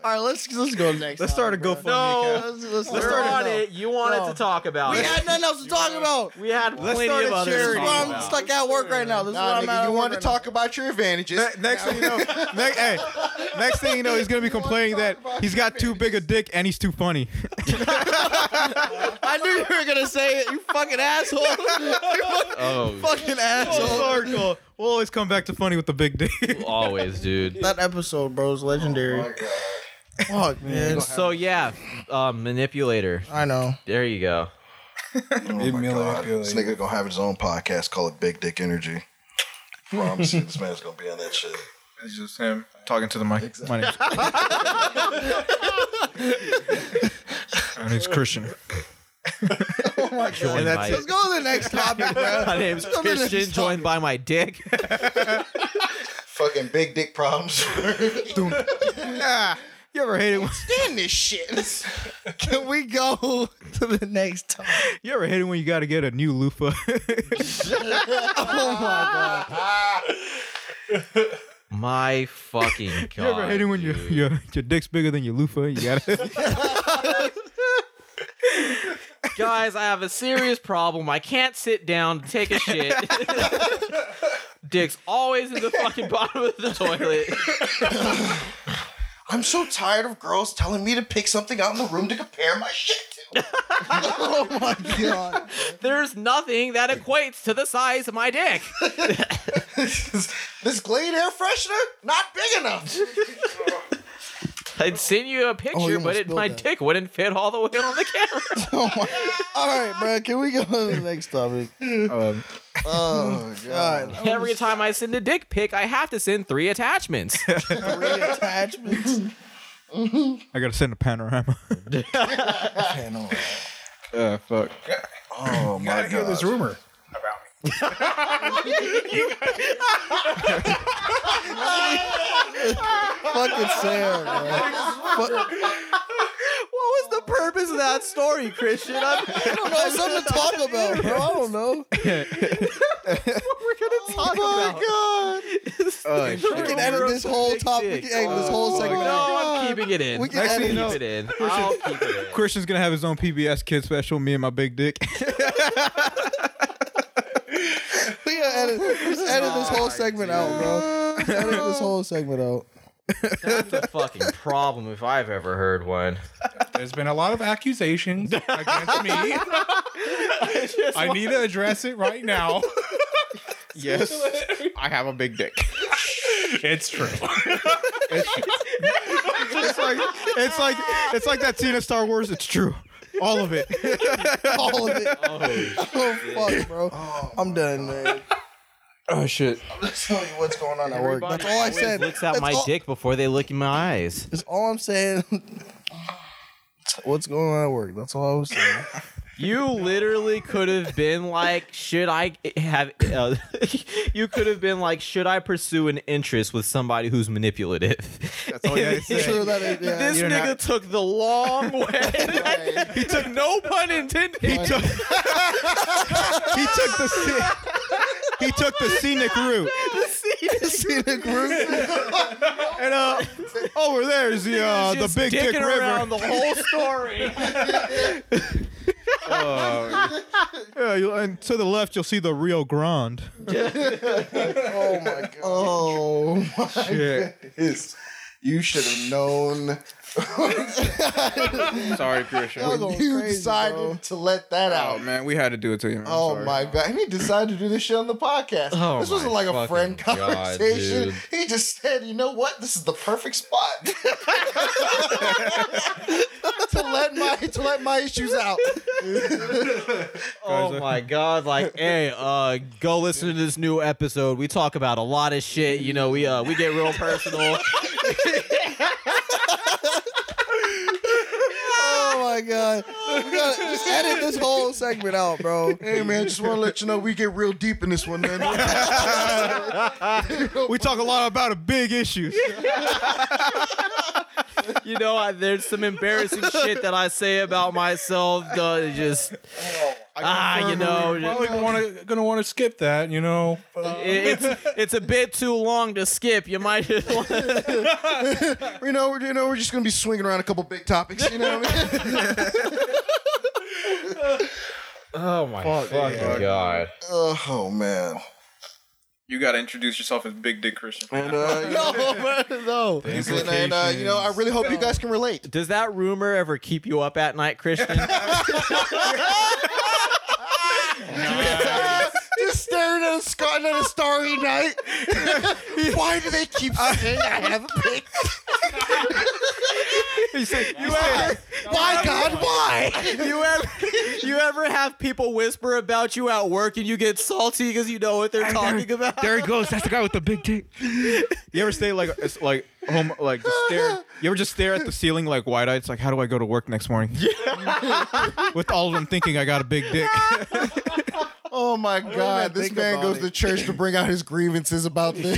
Speaker 2: all right, let's let's go next.
Speaker 1: Let's start a GoFundMe
Speaker 2: topic, bro.
Speaker 1: account.
Speaker 2: Let's, let's,
Speaker 9: We're
Speaker 2: start
Speaker 9: on
Speaker 2: now.
Speaker 9: it. You wanted
Speaker 2: No.
Speaker 9: to talk about
Speaker 2: Oh. We
Speaker 9: it.
Speaker 2: had nothing else to talk about.
Speaker 9: we had plenty
Speaker 1: start
Speaker 9: of
Speaker 1: a
Speaker 9: others.
Speaker 2: This
Speaker 9: to
Speaker 2: is
Speaker 1: charity.
Speaker 9: talk
Speaker 2: why I'm
Speaker 9: about.
Speaker 2: stuck at work right now. This is
Speaker 3: Nah,
Speaker 2: why I'm
Speaker 3: nigga,
Speaker 2: at
Speaker 3: you
Speaker 2: work
Speaker 3: want to
Speaker 2: right now.
Speaker 3: talk about your advantages?
Speaker 1: Ne- next thing you know, ne- hey, next thing you know, he's gonna be complaining that he's got too big a dick and he's too funny.
Speaker 2: I knew you were gonna say it. You fucking asshole. you
Speaker 9: Oh,
Speaker 2: fucking asshole.
Speaker 1: circle. We'll always come back to funny with the big dick.
Speaker 9: always, dude.
Speaker 2: That episode, bro, is
Speaker 3: Oh
Speaker 2: legendary. Fuck, man.
Speaker 9: So yeah, uh, manipulator.
Speaker 2: I know.
Speaker 9: There you go.
Speaker 3: Oh my god.
Speaker 6: Manipulate.
Speaker 3: This nigga gonna have his own podcast. Call it Big Dick Energy. Promise you, this man's gonna be on that shit.
Speaker 1: It's just him talking to the mic. My name's, my name's Christian.
Speaker 9: Joined by,
Speaker 2: Let's go to the next topic, bro.
Speaker 9: my name's Christian, joined by my dick.
Speaker 3: Fucking big dick problems.
Speaker 1: Ah, you ever hated when
Speaker 2: Stand this shit. Can we go to the next topic?
Speaker 1: you ever hated when you got to get a new loofah?
Speaker 2: Oh my god.
Speaker 9: My fucking
Speaker 1: you
Speaker 9: god.
Speaker 1: ever hated when your,
Speaker 9: Oh, dude.
Speaker 1: your your dick's bigger than your loofah? You got to
Speaker 9: guys, I have a serious problem. I can't sit down to take a shit. Dick's always in the fucking bottom of the toilet.
Speaker 3: I'm so tired of girls telling me to pick something out in the room to compare my shit to.
Speaker 2: Oh my god.
Speaker 9: There's nothing that equates to the size of my dick.
Speaker 3: this, this Glade air freshener not big enough.
Speaker 9: I'd send you a
Speaker 2: Oh, you
Speaker 9: picture,
Speaker 2: almost
Speaker 9: but it,
Speaker 2: spilled
Speaker 9: my
Speaker 2: that.
Speaker 9: dick wouldn't fit all the way on the camera.
Speaker 2: Oh my. All right, bro. Can we go to the next topic?
Speaker 1: um,
Speaker 2: Oh god.
Speaker 9: Every time I send a dick pic, I have to send three attachments.
Speaker 2: Attachments.
Speaker 1: I got to send a panorama. Uh, fuck.
Speaker 3: Oh my god.
Speaker 6: Hear this rumor.
Speaker 2: Fucking Sam, bro.
Speaker 9: What was the purpose of that story, Christian? I'm,
Speaker 2: I don't know something to talk about, bro. I don't know.
Speaker 9: talking
Speaker 2: Oh my god. We can edit this whole topic. We can edit this whole
Speaker 9: Oh, No,
Speaker 2: segment.
Speaker 9: I'm keeping it in.
Speaker 2: We can
Speaker 9: Actually,
Speaker 2: edit
Speaker 9: keep
Speaker 2: it.
Speaker 9: it in. I'll keep it in.
Speaker 1: Christian's gonna have his own PBS kid special. Me and my big dick.
Speaker 2: We gotta edit, just edit this whole segment out, bro. Just edit this whole segment out.
Speaker 9: That's a fucking problem if I've ever heard one.
Speaker 6: There's been a lot of accusations against me. I, need to address it right now.
Speaker 1: yes, I have a big dick.
Speaker 6: It's true.
Speaker 1: it's like it's like it's like that scene in Star Wars. It's true, all of it.
Speaker 2: All of it.
Speaker 9: Oh,
Speaker 2: Oh fuck, bro. I'm done, man.
Speaker 1: Oh shit.
Speaker 2: I'm just telling you what's going on at work. That's all I said.
Speaker 9: Looks at
Speaker 2: That's
Speaker 9: my
Speaker 2: all-
Speaker 9: dick before they look in my eyes.
Speaker 2: That's all I'm saying. What's going on at work? That's all I was saying.
Speaker 9: You literally could have been like, should I have? Uh, you could have been like, should I pursue an interest with somebody who's manipulative?
Speaker 1: That's all you had to say.
Speaker 2: Sure that it, yeah.
Speaker 9: this
Speaker 1: you're
Speaker 9: nigga
Speaker 1: not-
Speaker 9: took the long way. he took no pun intended.
Speaker 1: He took he took the sce- he took the scenic route.
Speaker 2: See the group?
Speaker 1: And uh, over there's the uh, the
Speaker 9: Just
Speaker 1: big dick
Speaker 9: dicking
Speaker 1: river.
Speaker 9: around the whole story.
Speaker 1: Yeah, you, and to the left, you'll see the Rio Grande.
Speaker 3: Oh my
Speaker 1: Shit.
Speaker 3: goodness. You should have known
Speaker 1: Sorry, Christian.
Speaker 2: going
Speaker 3: you
Speaker 2: crazy,
Speaker 3: decided
Speaker 2: bro.
Speaker 3: to let that
Speaker 1: Oh
Speaker 3: out.
Speaker 1: man, we had to do it to you. Man.
Speaker 3: Oh my god! And he decided to do this shit on the podcast.
Speaker 9: Oh
Speaker 3: this wasn't
Speaker 9: my
Speaker 3: like a friend
Speaker 9: fucking God,
Speaker 3: conversation.
Speaker 9: dude.
Speaker 3: he just said, "You know what? This is the perfect spot to let my to let my issues out."
Speaker 9: Oh
Speaker 2: uh,
Speaker 1: Guys, I-
Speaker 9: my god! Like, hey, uh, go listen to this new episode. We talk about a lot of shit. You know, we uh, we get real personal.
Speaker 2: Oh my god. We gotta just edit this whole segment out, bro.
Speaker 3: Hey man, just want to let you know we get real deep in this one, man.
Speaker 1: We talk a lot about a big issues.
Speaker 9: you know, I, there's some embarrassing shit that I say about myself. Uh, just
Speaker 1: Oh,
Speaker 9: ah, you know, just-
Speaker 6: Probably wanna, gonna want to skip that, you know.
Speaker 9: it- it's it's a bit too long to skip. You might just want to
Speaker 3: you know, we're you know we're just gonna be swinging around a couple big topics. You know what I mean?
Speaker 9: Oh my fucking god!
Speaker 3: oh, oh, man.
Speaker 1: You gotta introduce yourself as Big Dick Christian.
Speaker 3: And, uh, you know,
Speaker 2: No.
Speaker 3: and, uh, you know, I really hope you guys can relate.
Speaker 9: Does that rumor ever keep you up at night, Christian?
Speaker 3: just staring at a, sky, at a starry night. Why do they keep
Speaker 9: Uh,
Speaker 3: saying I have a big?
Speaker 1: He said, you
Speaker 3: Why, God, why?
Speaker 9: you ever you ever have people whisper about you at work and you get salty because you know what they're talking about?
Speaker 1: There he goes. That's the guy with the big dick. You ever stay like it's like home like just stare? You ever just stare at the ceiling like wide eyed? It's like how do I go to work next morning? With all of them thinking I got a big dick.
Speaker 3: Oh my God! This
Speaker 2: think
Speaker 3: man
Speaker 2: about
Speaker 3: goes
Speaker 2: it?
Speaker 3: to church to bring out his grievances about this.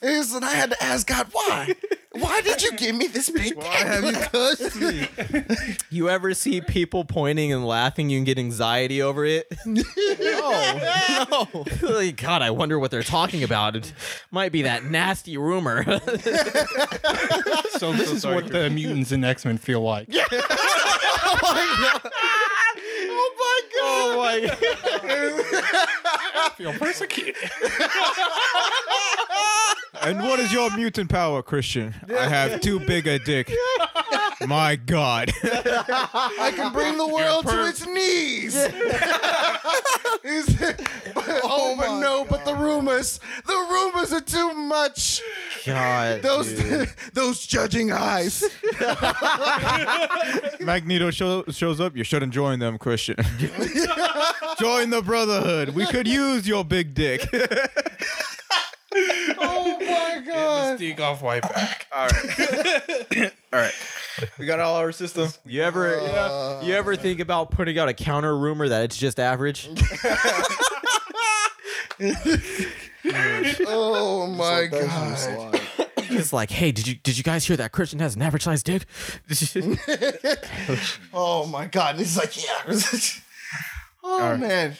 Speaker 3: Yes, and I had to ask God why. Why did you give me this big? Why have you cussed me?
Speaker 9: You ever see people pointing and laughing, you can get anxiety over it? no. No. Like, God, I wonder what they're talking about. It might be that nasty rumor.
Speaker 1: so this is what
Speaker 6: the mutants in X Men feel like. Yeah.
Speaker 9: oh my
Speaker 6: Feel persecuted.
Speaker 1: And what is your mutant power, Christian? I have too big a dick. My God.
Speaker 3: I can bring the world to its knees. He's- oh, but no! But the rumors, the rumors are too much.
Speaker 9: God.
Speaker 3: Those, those judging eyes.
Speaker 1: Magneto show, shows up. You shouldn't join them, Christian. join the Brotherhood. We could use your big dick.
Speaker 6: Take off white back.
Speaker 1: we got all our system.
Speaker 9: You ever you ever think about putting out a counter rumor that it's just average?
Speaker 3: Oh my god!
Speaker 9: It's like, hey, did you did you guys hear that Christian has an average sized dick? Mm-hmm.
Speaker 3: Oh my god! This is like yeah. oh man.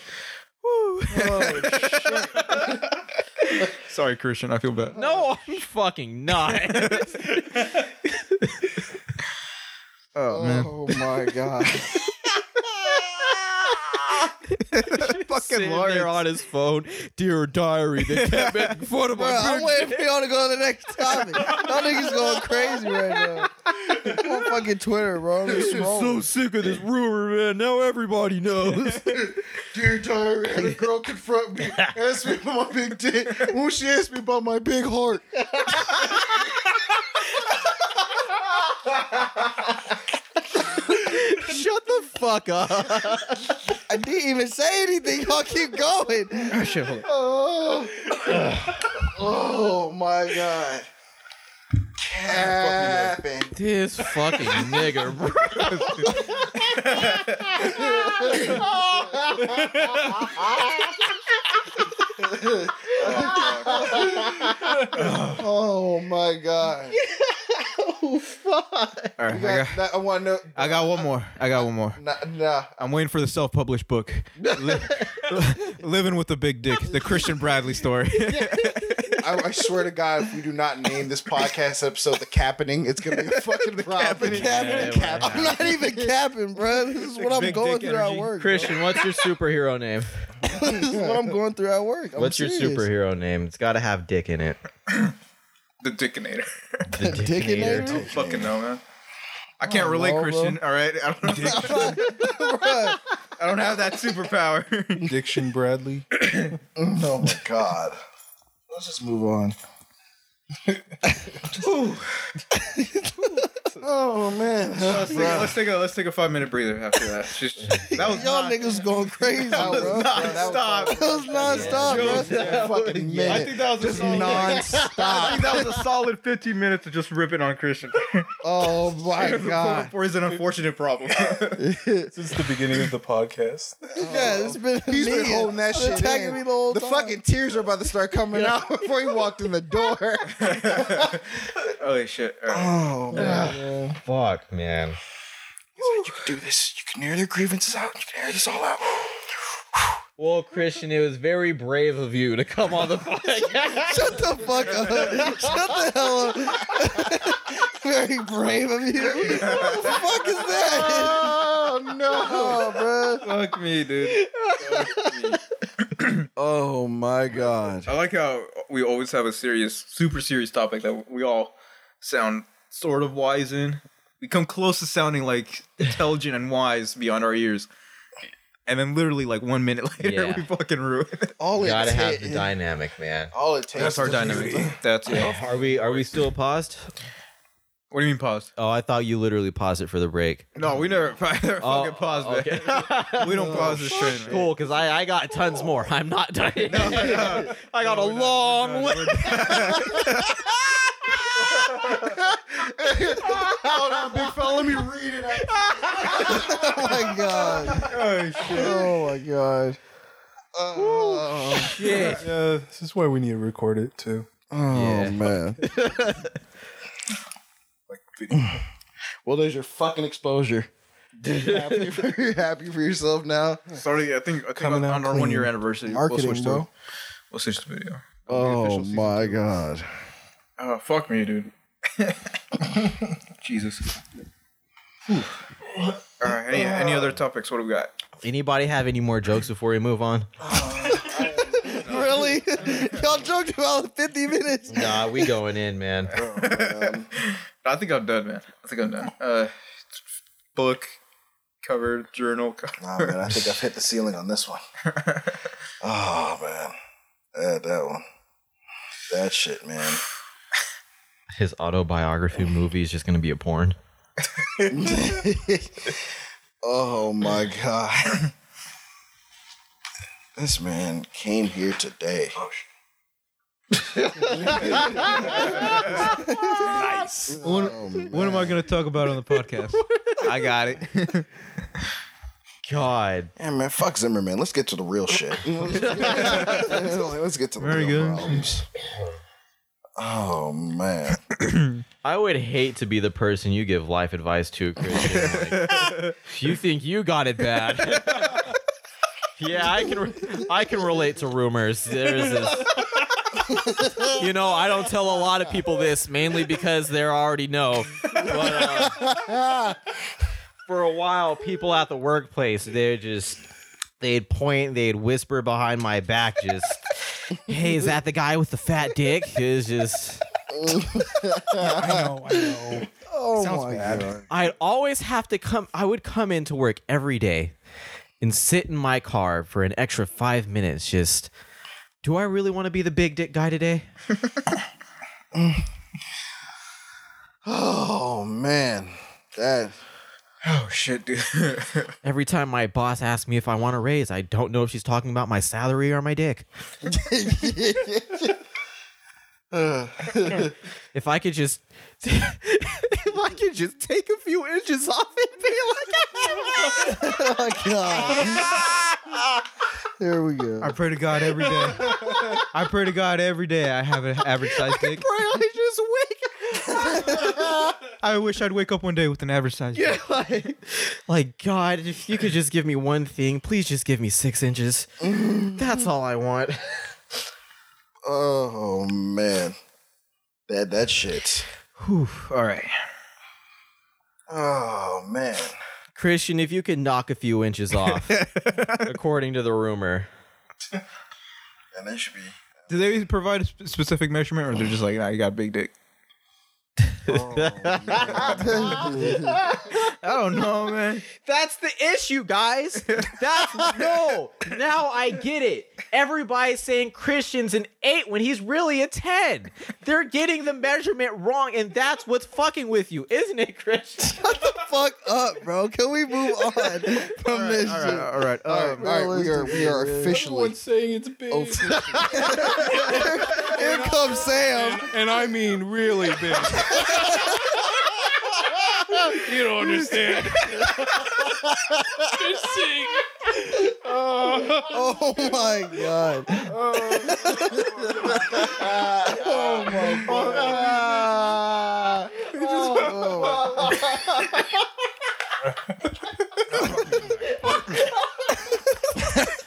Speaker 1: Sorry, Christian. I feel bad.
Speaker 9: no, I'm fucking not.
Speaker 3: Oh my god.
Speaker 9: Sitting there on his phone, dear diary. They kept making fun of my
Speaker 2: Bro, I'm
Speaker 9: big
Speaker 2: waiting for y'all to go to the next topic. Y'all niggas going crazy right now. I'm on fucking Twitter, bro. I'm just
Speaker 9: so
Speaker 2: scrolling.
Speaker 9: sick of this rumor, man. Now everybody knows.
Speaker 3: Dear diary, had a girl confront me, asked me about my big dick. When she asked me about my big heart.
Speaker 9: Shut the fuck up.
Speaker 2: I didn't even say anything. Y'all keep going.
Speaker 3: Oh, oh my god. Capping.
Speaker 9: This fucking nigga, bro.
Speaker 3: Oh my god.
Speaker 1: Oh, All right. I
Speaker 3: You got-
Speaker 1: got,
Speaker 3: that- I want to know.
Speaker 1: I got one more. I got one more.
Speaker 3: Nah, nah.
Speaker 1: I'm waiting for the self-published book, Li- Living with the Big Dick: The Christian Bradley Story.
Speaker 3: I, I swear to God, if we do not name this podcast episode "The Cappening," it's gonna be a fucking problem.
Speaker 9: Yeah,
Speaker 3: Cappening.
Speaker 9: why
Speaker 10: I'm not even capping, bro. This is what I'm
Speaker 1: big
Speaker 10: going
Speaker 1: dick
Speaker 10: through
Speaker 1: energy.
Speaker 10: at work. bro.
Speaker 9: Christian, what's your superhero name?
Speaker 10: this is what I'm going through at work. I'm
Speaker 9: What's your
Speaker 10: serious.
Speaker 9: superhero name? It's got to have Dick in it.
Speaker 6: The Dickinator.
Speaker 9: The
Speaker 10: Dickinator?
Speaker 6: I don't fucking know, man. I can't relate,
Speaker 10: no, bro.
Speaker 6: Christian. All right, I don't.
Speaker 10: Bruh.
Speaker 6: I don't have that superpower.
Speaker 1: Diction Bradley.
Speaker 3: Oh my God.
Speaker 2: Let's just move on.
Speaker 10: Oh man,
Speaker 6: let's, take, let's take a let's take a five minute breather after that. It's just- that was
Speaker 10: y'all
Speaker 6: not,
Speaker 10: niggas going crazy, bro. That
Speaker 6: stop.
Speaker 10: was nonstop, bro.
Speaker 3: Fucking man.
Speaker 1: I think that was a solid, I think that was a solid 15 minutes of just ripping on Christian.
Speaker 10: Oh my god.
Speaker 1: Or is an unfortunate problem.
Speaker 6: since the beginning of the podcast.
Speaker 10: Yeah, it's been
Speaker 3: He's
Speaker 10: me
Speaker 3: been holding that shit
Speaker 10: attacking
Speaker 3: in.
Speaker 10: me the whole
Speaker 3: The
Speaker 10: time.
Speaker 3: fucking tears are about to start coming out before he walked in the door.
Speaker 6: Holy shit! All right.
Speaker 10: Oh man.
Speaker 9: Fuck, man.
Speaker 3: do this. You can air their grievances out. You can air this all out.
Speaker 9: Well, Christian, it was very brave of you to come on the podcast.
Speaker 10: Shut the fuck up. Shut the hell up. Very brave of you. What the fuck is that?
Speaker 3: Oh no, bro.
Speaker 6: Fuck me, dude.
Speaker 10: Oh my god.
Speaker 6: I like how we always have a serious, super serious topic that we all sound sort of wise in. We come close to sounding like intelligent and wise beyond our years. And then literally like one minute later,
Speaker 9: Yeah.
Speaker 6: we fucking ruin it.
Speaker 3: All it,
Speaker 9: Gotta have the
Speaker 3: ta-
Speaker 9: dynamic, man.
Speaker 3: all it takes.
Speaker 6: That's our
Speaker 3: is-
Speaker 6: dynamic. That's it.
Speaker 9: Oh, Are we are we still paused?
Speaker 6: What do you mean pause?
Speaker 9: Oh, I thought you literally paused it for the break.
Speaker 6: No, we never, we never
Speaker 9: Oh,
Speaker 6: fucking pause, man.
Speaker 9: okay. Oh,
Speaker 6: we don't pause this shit. man.
Speaker 9: cool, because I, I got tons more. I'm not done. I got a
Speaker 6: We're done,
Speaker 9: long
Speaker 6: we're
Speaker 9: way.
Speaker 6: done, we're done.
Speaker 10: Oh my god.
Speaker 6: Oh, shit.
Speaker 10: Oh my god.
Speaker 9: Shit.
Speaker 6: Yeah, this is why we need to record it too.
Speaker 10: Oh
Speaker 9: Yeah.
Speaker 10: man.
Speaker 6: Like video.
Speaker 3: Well, there's your fucking exposure. you happy for, you happy for yourself now?
Speaker 6: Sorry, I think, I think
Speaker 2: Coming
Speaker 6: on,
Speaker 2: out
Speaker 6: on our
Speaker 2: clean.
Speaker 6: one year anniversary.
Speaker 2: Marketing,
Speaker 6: we'll switch
Speaker 2: bro.
Speaker 6: To, we'll switch to video.
Speaker 10: Oh my god.
Speaker 6: Oh, fuck me, dude. Jesus. Whew. All right, any, any other topics? What do we got?
Speaker 9: Anybody have any more jokes before we move on?
Speaker 10: Really? Y'all joked about 50 minutes.
Speaker 9: Nah, we going in, man.
Speaker 6: I think I'm done, man. I think I'm done. Uh, book cover, journal cover.
Speaker 3: Nah, man, I think I've hit the ceiling on this one. Oh man, that that one, that shit, man.
Speaker 9: His autobiography movie is just gonna be a porn.
Speaker 3: Oh my god. This man came here today. Oh,
Speaker 1: What,
Speaker 3: Oh,
Speaker 1: what am I going to talk about on the podcast? I got it.
Speaker 9: God.
Speaker 3: yeah, man, fuck Zimmerman. Let's get to the real shit. Let's get to the
Speaker 1: Very
Speaker 3: real
Speaker 1: good.
Speaker 3: problems. Oh man.
Speaker 9: I would hate to be the person you give life advice to, Christian. Like, you think you got it bad. yeah, I can re- I can relate to rumors. There's this. You know, I don't tell a lot of people this mainly because they already know. But, uh, for a while, people at the workplace, they're just they'd point, they'd whisper behind my back just, "Hey, is that the guy with the fat dick?" It's just
Speaker 6: I know, I know.
Speaker 10: Oh my god.
Speaker 9: I'd always have to come. I would come into work every day and sit in my car for an extra five minutes. Just, do I really want to be the big dick guy today?
Speaker 3: Oh man. That
Speaker 6: Oh, shit, dude.
Speaker 9: Every time my boss asks me if I want a raise, I don't know if she's talking about my salary or my dick. if I could just, if I could just take a few inches off and be like, "Ah!"
Speaker 10: Oh my Oh god. There we go.
Speaker 1: I pray to God every day. I pray to God every day I have an average size dick.
Speaker 9: I just wake
Speaker 1: I wish I'd wake up one day with an average size dick.
Speaker 9: like, like God, if you could just give me one thing, please just give me six inches. That's all I want.
Speaker 3: Oh man, that that shit.
Speaker 9: All right.
Speaker 3: Oh man,
Speaker 9: Christian, if you could knock a few inches off, according to the rumor.
Speaker 3: and that should be.
Speaker 1: Do they provide a sp- specific measurement, or they're just like, nah, you got a big dick? I don't know, man.
Speaker 9: That's the issue, guys. That's no. Now I get it. Everybody's saying Christian's an eight when he's really a ten. They're getting the measurement wrong, and that's what's fucking with you, isn't it, Christian?
Speaker 10: Fuck up, bro. Can we move on from this?
Speaker 1: All
Speaker 10: shit?
Speaker 1: right, all right.
Speaker 10: All right,
Speaker 1: Um,
Speaker 10: all right, we are we are officially.
Speaker 6: saying it's big.
Speaker 10: Here comes Sam.
Speaker 6: and I mean really big. you don't understand.
Speaker 10: Oh my god. Oh my
Speaker 9: Uh,
Speaker 10: god.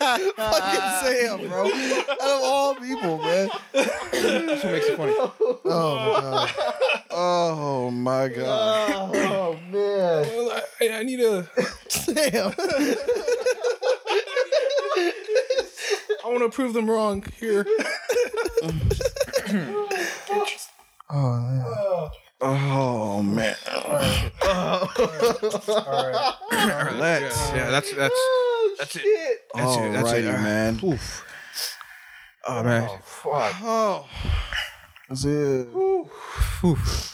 Speaker 10: Fucking Sam, bro. Out of all people, man.
Speaker 1: That's what makes it funny.
Speaker 10: Oh my god. Oh my god.
Speaker 6: I, I need a.
Speaker 10: Sam.
Speaker 6: I want to prove them wrong here.
Speaker 3: Oh man,
Speaker 1: Relax. Yeah, that's that's that's it. That's it. That's it.
Speaker 10: Alrighty,
Speaker 1: All right.
Speaker 10: man.
Speaker 1: Oof. Oh man.
Speaker 10: That's it.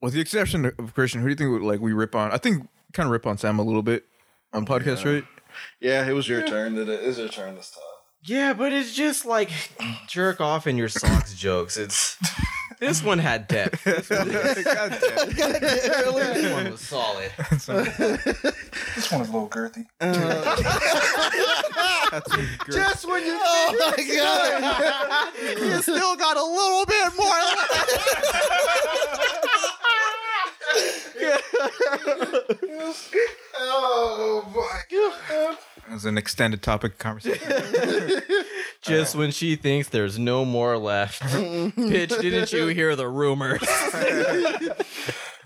Speaker 1: With the exception of Christian, who do you think would, like we rip on? I think kind of rip on Sam a little bit on podcast, right?
Speaker 3: yeah, it was your turn. Did it is your turn this time?
Speaker 9: Yeah, but it's just like jerk off in your socks jokes. It's this one had depth. This
Speaker 1: God damn.
Speaker 9: one was solid.
Speaker 6: This one's a little girthy.
Speaker 9: Uh,
Speaker 1: That's a great-
Speaker 10: Oh my god.
Speaker 9: You still got a little bit more.
Speaker 1: That was an extended topic conversation.
Speaker 9: Just when she thinks there's no more left. Bitch, didn't you hear the rumor?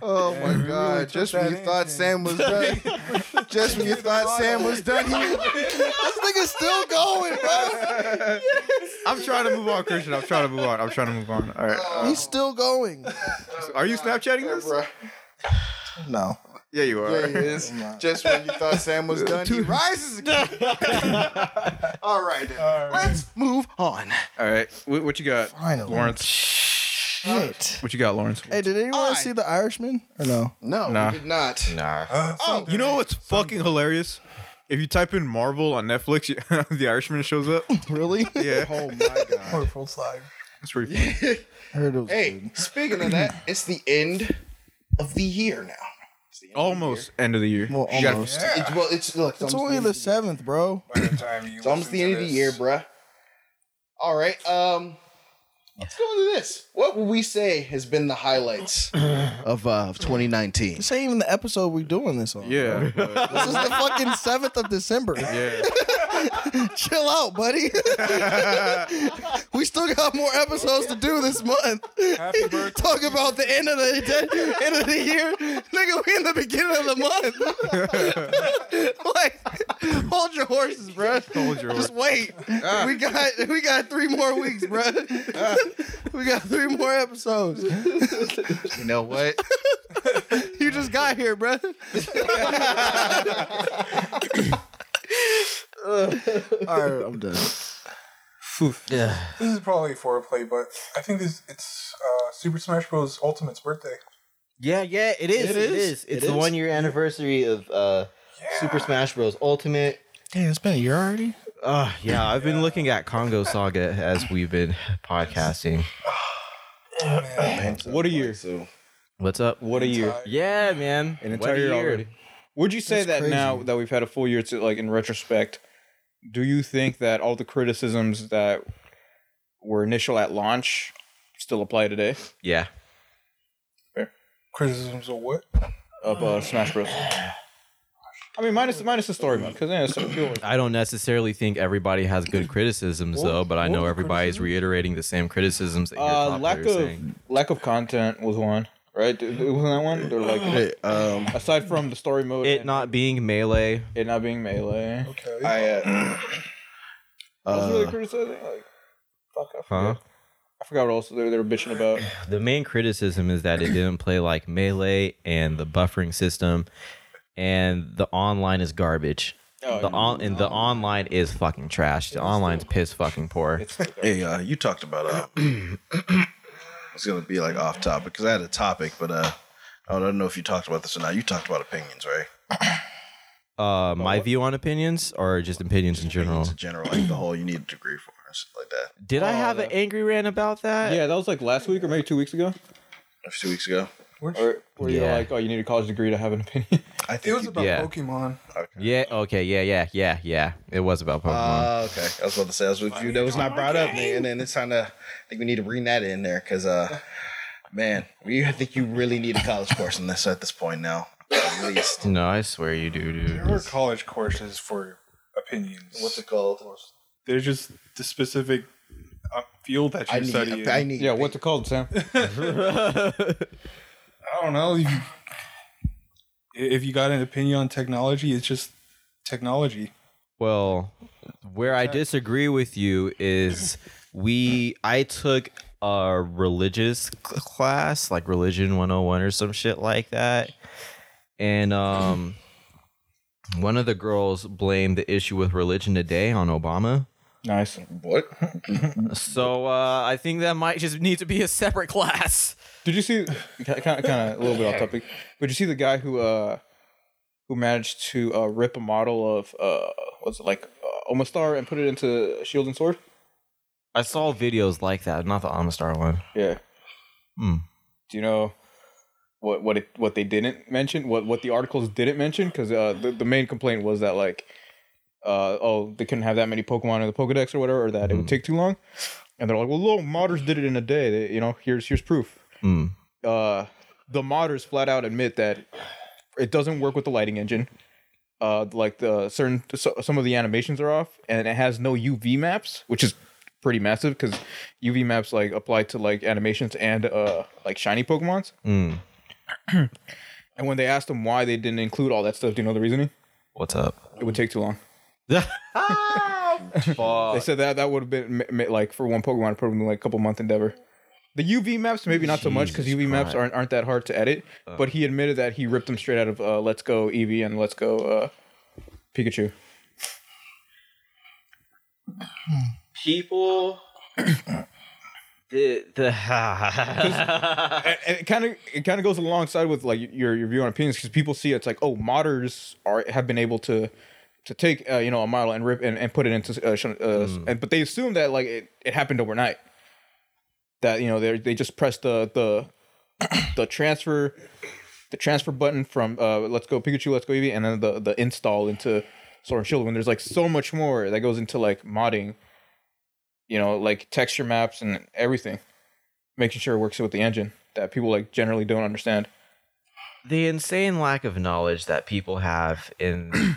Speaker 10: Oh my god. Just when you thought Sam was done. Just when you thought Sam was done, he This nigga's still going, bro.
Speaker 1: I'm trying to move on, Christian. I'm trying to move on. I'm trying to move on. All right.
Speaker 10: He's still going.
Speaker 1: Are you Snapchatting this?
Speaker 10: No.
Speaker 1: Yeah, you are.
Speaker 10: Yeah, he is. Just when you thought Sam was done, he rises again. All right, then. let's move on.
Speaker 1: All right. What, what you got,
Speaker 2: Finally.
Speaker 1: Lawrence?
Speaker 2: Shit.
Speaker 1: What you got, Lawrence?
Speaker 2: Hey, did anyone see The Irishman or no?
Speaker 10: No,
Speaker 1: Nah.
Speaker 10: we did not.
Speaker 1: You know what's fucking hilarious? If you type in Marvel on Netflix, you- The Irishman shows up.
Speaker 10: Really?
Speaker 1: Yeah,
Speaker 10: Oh my god.
Speaker 6: Purple slide.
Speaker 1: that's pretty funny.
Speaker 10: I heard it was
Speaker 3: Hey, speaking of that, it's the end of the year now. It's the end of the
Speaker 1: Almost end of the year.
Speaker 10: Well,
Speaker 3: You gotta-
Speaker 10: almost.
Speaker 3: It's, well, it's look. It's,
Speaker 2: It's
Speaker 3: almost,
Speaker 2: only
Speaker 3: the,
Speaker 2: the seventh, bro.
Speaker 6: By the time you
Speaker 3: it's almost the end of the year, bruh. All right. Um, let's go into this. What would we say has been the highlights of uh, of 2019?
Speaker 2: This ain't even the episode we're doing this on.
Speaker 1: Yeah, but-
Speaker 2: This is the fucking seventh of December.
Speaker 1: yeah.
Speaker 2: Chill out, buddy. we still got more episodes to do this month. Talk about the end of the de- end of the year, nigga. We in the beginning of the month. like, hold your horses, bruh.
Speaker 1: Hold your
Speaker 2: Just wait. We got we got three more weeks, bruh. we got three more episodes.
Speaker 3: You know what?
Speaker 2: You just got here, bruh.
Speaker 10: All right, I'm done.
Speaker 6: This is probably foreplay, but I think this it's uh, Super Smash Bros. Ultimate's birthday.
Speaker 9: Yeah, yeah, it is.
Speaker 2: It
Speaker 9: It, it
Speaker 2: is.
Speaker 9: is. It's
Speaker 2: It is.
Speaker 9: the one year anniversary of uh, Super Smash Bros. Ultimate.
Speaker 2: Damn, it's been a year already.
Speaker 9: Uh, yeah, I've been looking at Congo Saga as we've been podcasting.
Speaker 6: Oh,
Speaker 1: What a year!
Speaker 9: What's up?
Speaker 1: What a year!
Speaker 9: Yeah, man.
Speaker 1: An entire year already. Would you say that now that we've had a full year to like in retrospect, do you think that all the criticisms that were initial at launch still apply today
Speaker 9: Yeah.
Speaker 6: Criticisms of what?
Speaker 1: of uh, Smash Bros? I mean, minus minus the story mode, because then it's sort of cool.
Speaker 9: I don't necessarily think everybody has good criticisms though, but I know everybody's reiterating the same criticisms that your
Speaker 1: Uh,
Speaker 9: top
Speaker 1: lack
Speaker 9: lack
Speaker 1: of
Speaker 9: saying.
Speaker 1: lack of content was one, right? Th- th- Wasn't that one? They're like,
Speaker 10: Hey, um,
Speaker 1: aside from the story mode,
Speaker 9: It
Speaker 1: and
Speaker 9: not being melee.
Speaker 1: it not being melee.
Speaker 6: Okay.
Speaker 1: I uh, I was really
Speaker 10: uh,
Speaker 1: criticizing. Like, fuck, I
Speaker 9: Huh?
Speaker 1: forgot. I forgot what else they were, they were bitching about.
Speaker 9: The main criticism is that it didn't play like melee and the buffering system and the online is garbage.
Speaker 1: Oh,
Speaker 9: the
Speaker 1: yeah.
Speaker 9: on and the online is fucking trash. The online's piss fucking poor.
Speaker 1: It's still
Speaker 3: Hey, uh, you talked about uh, it's gonna be like off topic because I had a topic, but uh, I don't know if you talked about this or not. You talked about opinions, right?
Speaker 9: Uh, my
Speaker 1: Oh.
Speaker 9: view on opinions or just opinions in general.
Speaker 3: Opinions in general, like the whole you need a degree for, or something like that.
Speaker 9: Did I have an angry rant about that?
Speaker 1: Oh, yeah, that was like last week or maybe two weeks ago.
Speaker 3: A few weeks ago,
Speaker 1: Or where you're
Speaker 9: Yeah.
Speaker 1: like, oh, you need a college degree to have an opinion.
Speaker 3: I
Speaker 6: It
Speaker 3: think.
Speaker 6: was
Speaker 3: you-
Speaker 6: about
Speaker 9: Yeah.
Speaker 6: Pokemon.
Speaker 9: Yeah. Okay. Yeah. Yeah. Yeah. Yeah. It was about Pokemon.
Speaker 3: Ah, okay. I was about to say I was with you. That was not brought up, man. And it's kind of. I think we need to bring that in there because, uh, man, we, I think you really need a college course in this at this point now, at least.
Speaker 9: no, I swear you do, dude.
Speaker 6: There were college courses for opinions.
Speaker 3: What's it called?
Speaker 6: They're just the specific uh, field that
Speaker 3: I
Speaker 6: you're
Speaker 3: need.
Speaker 6: studying.
Speaker 3: I
Speaker 6: I,
Speaker 3: need.
Speaker 1: yeah, what's it called, Sam?
Speaker 6: don't know. You, I- if you got an opinion on technology, it's just technology.
Speaker 9: Well, where I disagree with you is we I took a religious cl- class, like religion 101 or some shit like that. And um one of the girls blamed the issue with religion today on Obama.
Speaker 1: Nice.
Speaker 3: What?
Speaker 9: So uh, I think that might just need to be a separate class.
Speaker 1: Did you see? Kind of, kind of a little bit off topic. But did you see the guy who uh who managed to uh, rip a model of uh what's it like uh, Omastar and put it into Shield and Sword?
Speaker 9: I saw videos like that, not the Amistar one.
Speaker 1: Yeah.
Speaker 9: Hmm.
Speaker 1: Do you know what what it, what they didn't mention? What what the articles didn't mention? Because uh, the the main complaint was that like, uh, oh, they couldn't have that many Pokemon in the Pokedex or whatever, or that it would take too long. And they're like, well, look, modders did it in a day. They, you know, here's here's proof.
Speaker 9: Hmm.
Speaker 1: Uh, the modders flat out admit that it doesn't work with the lighting engine. Uh, like the certain so, some of the animations are off, and it has no UV maps, which is pretty massive because UV maps like apply to like animations and uh like shiny Pokemons.
Speaker 9: Hmm.
Speaker 1: And when they asked them why they didn't include all that stuff, do you know the reasoning?
Speaker 9: What's up?
Speaker 1: It would take too long.
Speaker 9: Fuck.
Speaker 1: They said that that would have been ma- ma- like for one Pokemon, it probably been like a couple month endeavor. The UV maps maybe not so much because
Speaker 9: Jesus
Speaker 1: UV maps
Speaker 9: Christ.
Speaker 1: aren't aren't that hard to edit. but he admitted that he ripped them straight out of uh, Let's Go Eevee and Let's Go uh, Pikachu.
Speaker 9: people the the
Speaker 1: And, and it kind of it kind of goes alongside with like your your view on opinions because people see it's like oh modders are have been able to to take uh, you know a model and rip and, and put it into uh, shun- uh, and, but they assume that like it, it happened overnight that you know they they just pressed the the the transfer the transfer button from uh let's go Pikachu let's go Eevee and then the the install into Sword and Shield when there's like so much more that goes into like modding you know like texture maps and everything making sure it works with the engine that people like generally don't understand.
Speaker 9: the insane lack of knowledge that people have in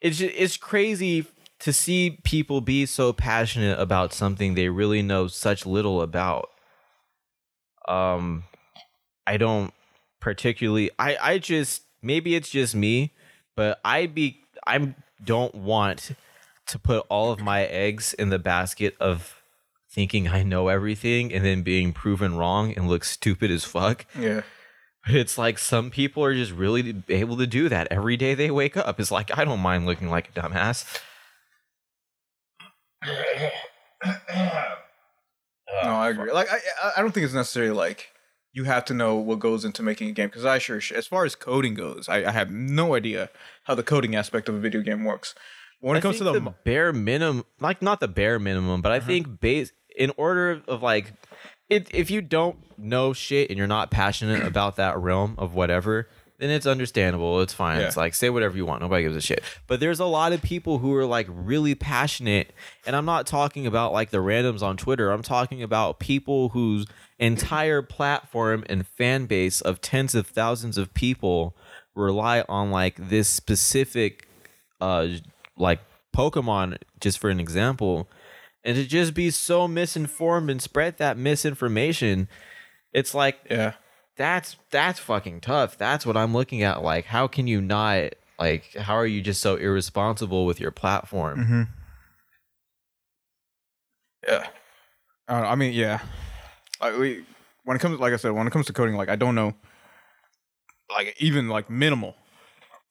Speaker 9: it's ju- it's crazy to see people be so passionate about something they really know such little about um i don't particularly i i just maybe it's just me but i be i don't want to put all of my eggs in the basket of thinking i know everything and then being proven wrong and look stupid as fuck
Speaker 1: Yeah.
Speaker 9: it's like some people are just really able to do that every day they wake up. It's like I don't mind looking like a dumbass.
Speaker 1: no, I agree. Like I I- I don't think it's necessarily like you have to know what goes into making a game because I sure sh- as far as coding goes, I, I have no idea how the coding aspect of a video game works. When it
Speaker 9: I
Speaker 1: comes to
Speaker 9: think
Speaker 1: the, Uh-huh.
Speaker 9: the bare minimum, like not the bare minimum, but I think base in order of like, it, if you don't know shit and you're not passionate about that realm of whatever, then it's understandable. It's fine.
Speaker 1: Yeah.
Speaker 9: It's like say whatever you want. Nobody gives a shit. But there's a lot of people who are like really passionate, and I'm not talking about like the randoms on Twitter. I'm talking about people whose entire platform and fan base of tens of thousands of people rely on like this specific uh like Pokemon just for an example and to just be so misinformed and spread that misinformation it's like
Speaker 1: Yeah.
Speaker 9: that's that's fucking tough. That's what I'm looking at. Like, how can you not like how are you just so irresponsible with your platform?
Speaker 1: Mm-hmm. Yeah. Mm-hmm. I, don't know, I mean, yeah. Like we, when it comes, like I said, when it comes to coding, like I don't know, like even like minimal,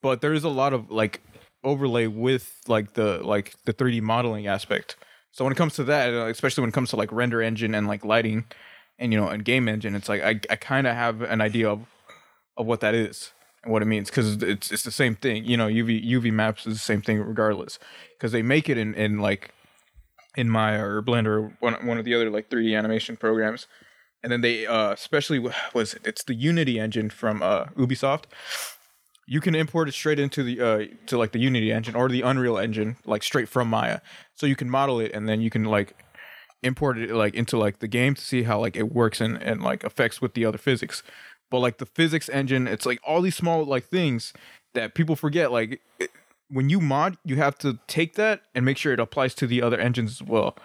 Speaker 1: but there is a lot of like overlay with like the like the 3D modeling aspect. So when it comes to that, uh, especially when it comes to like render engine and like lighting, and you know, and game engine, it's like I I kind of have an idea of of what that is and what it means because it's it's the same thing. You know, UV UV maps is the same thing regardless because they make it in in like in Maya or Blender or one one of the other like 3D animation programs. And then they uh especially wh- was it it's the Unity engine from uh Ubisoft. You can import it straight into the uh to like the Unity engine or the Unreal engine like straight from Maya. So you can model it and then you can like import it like into like the game to see how like it works and and like affects with the other physics. But like the physics engine, it's like all these small like things that people forget like it- when you mod, you have to take that and make sure it applies to the other engines as well.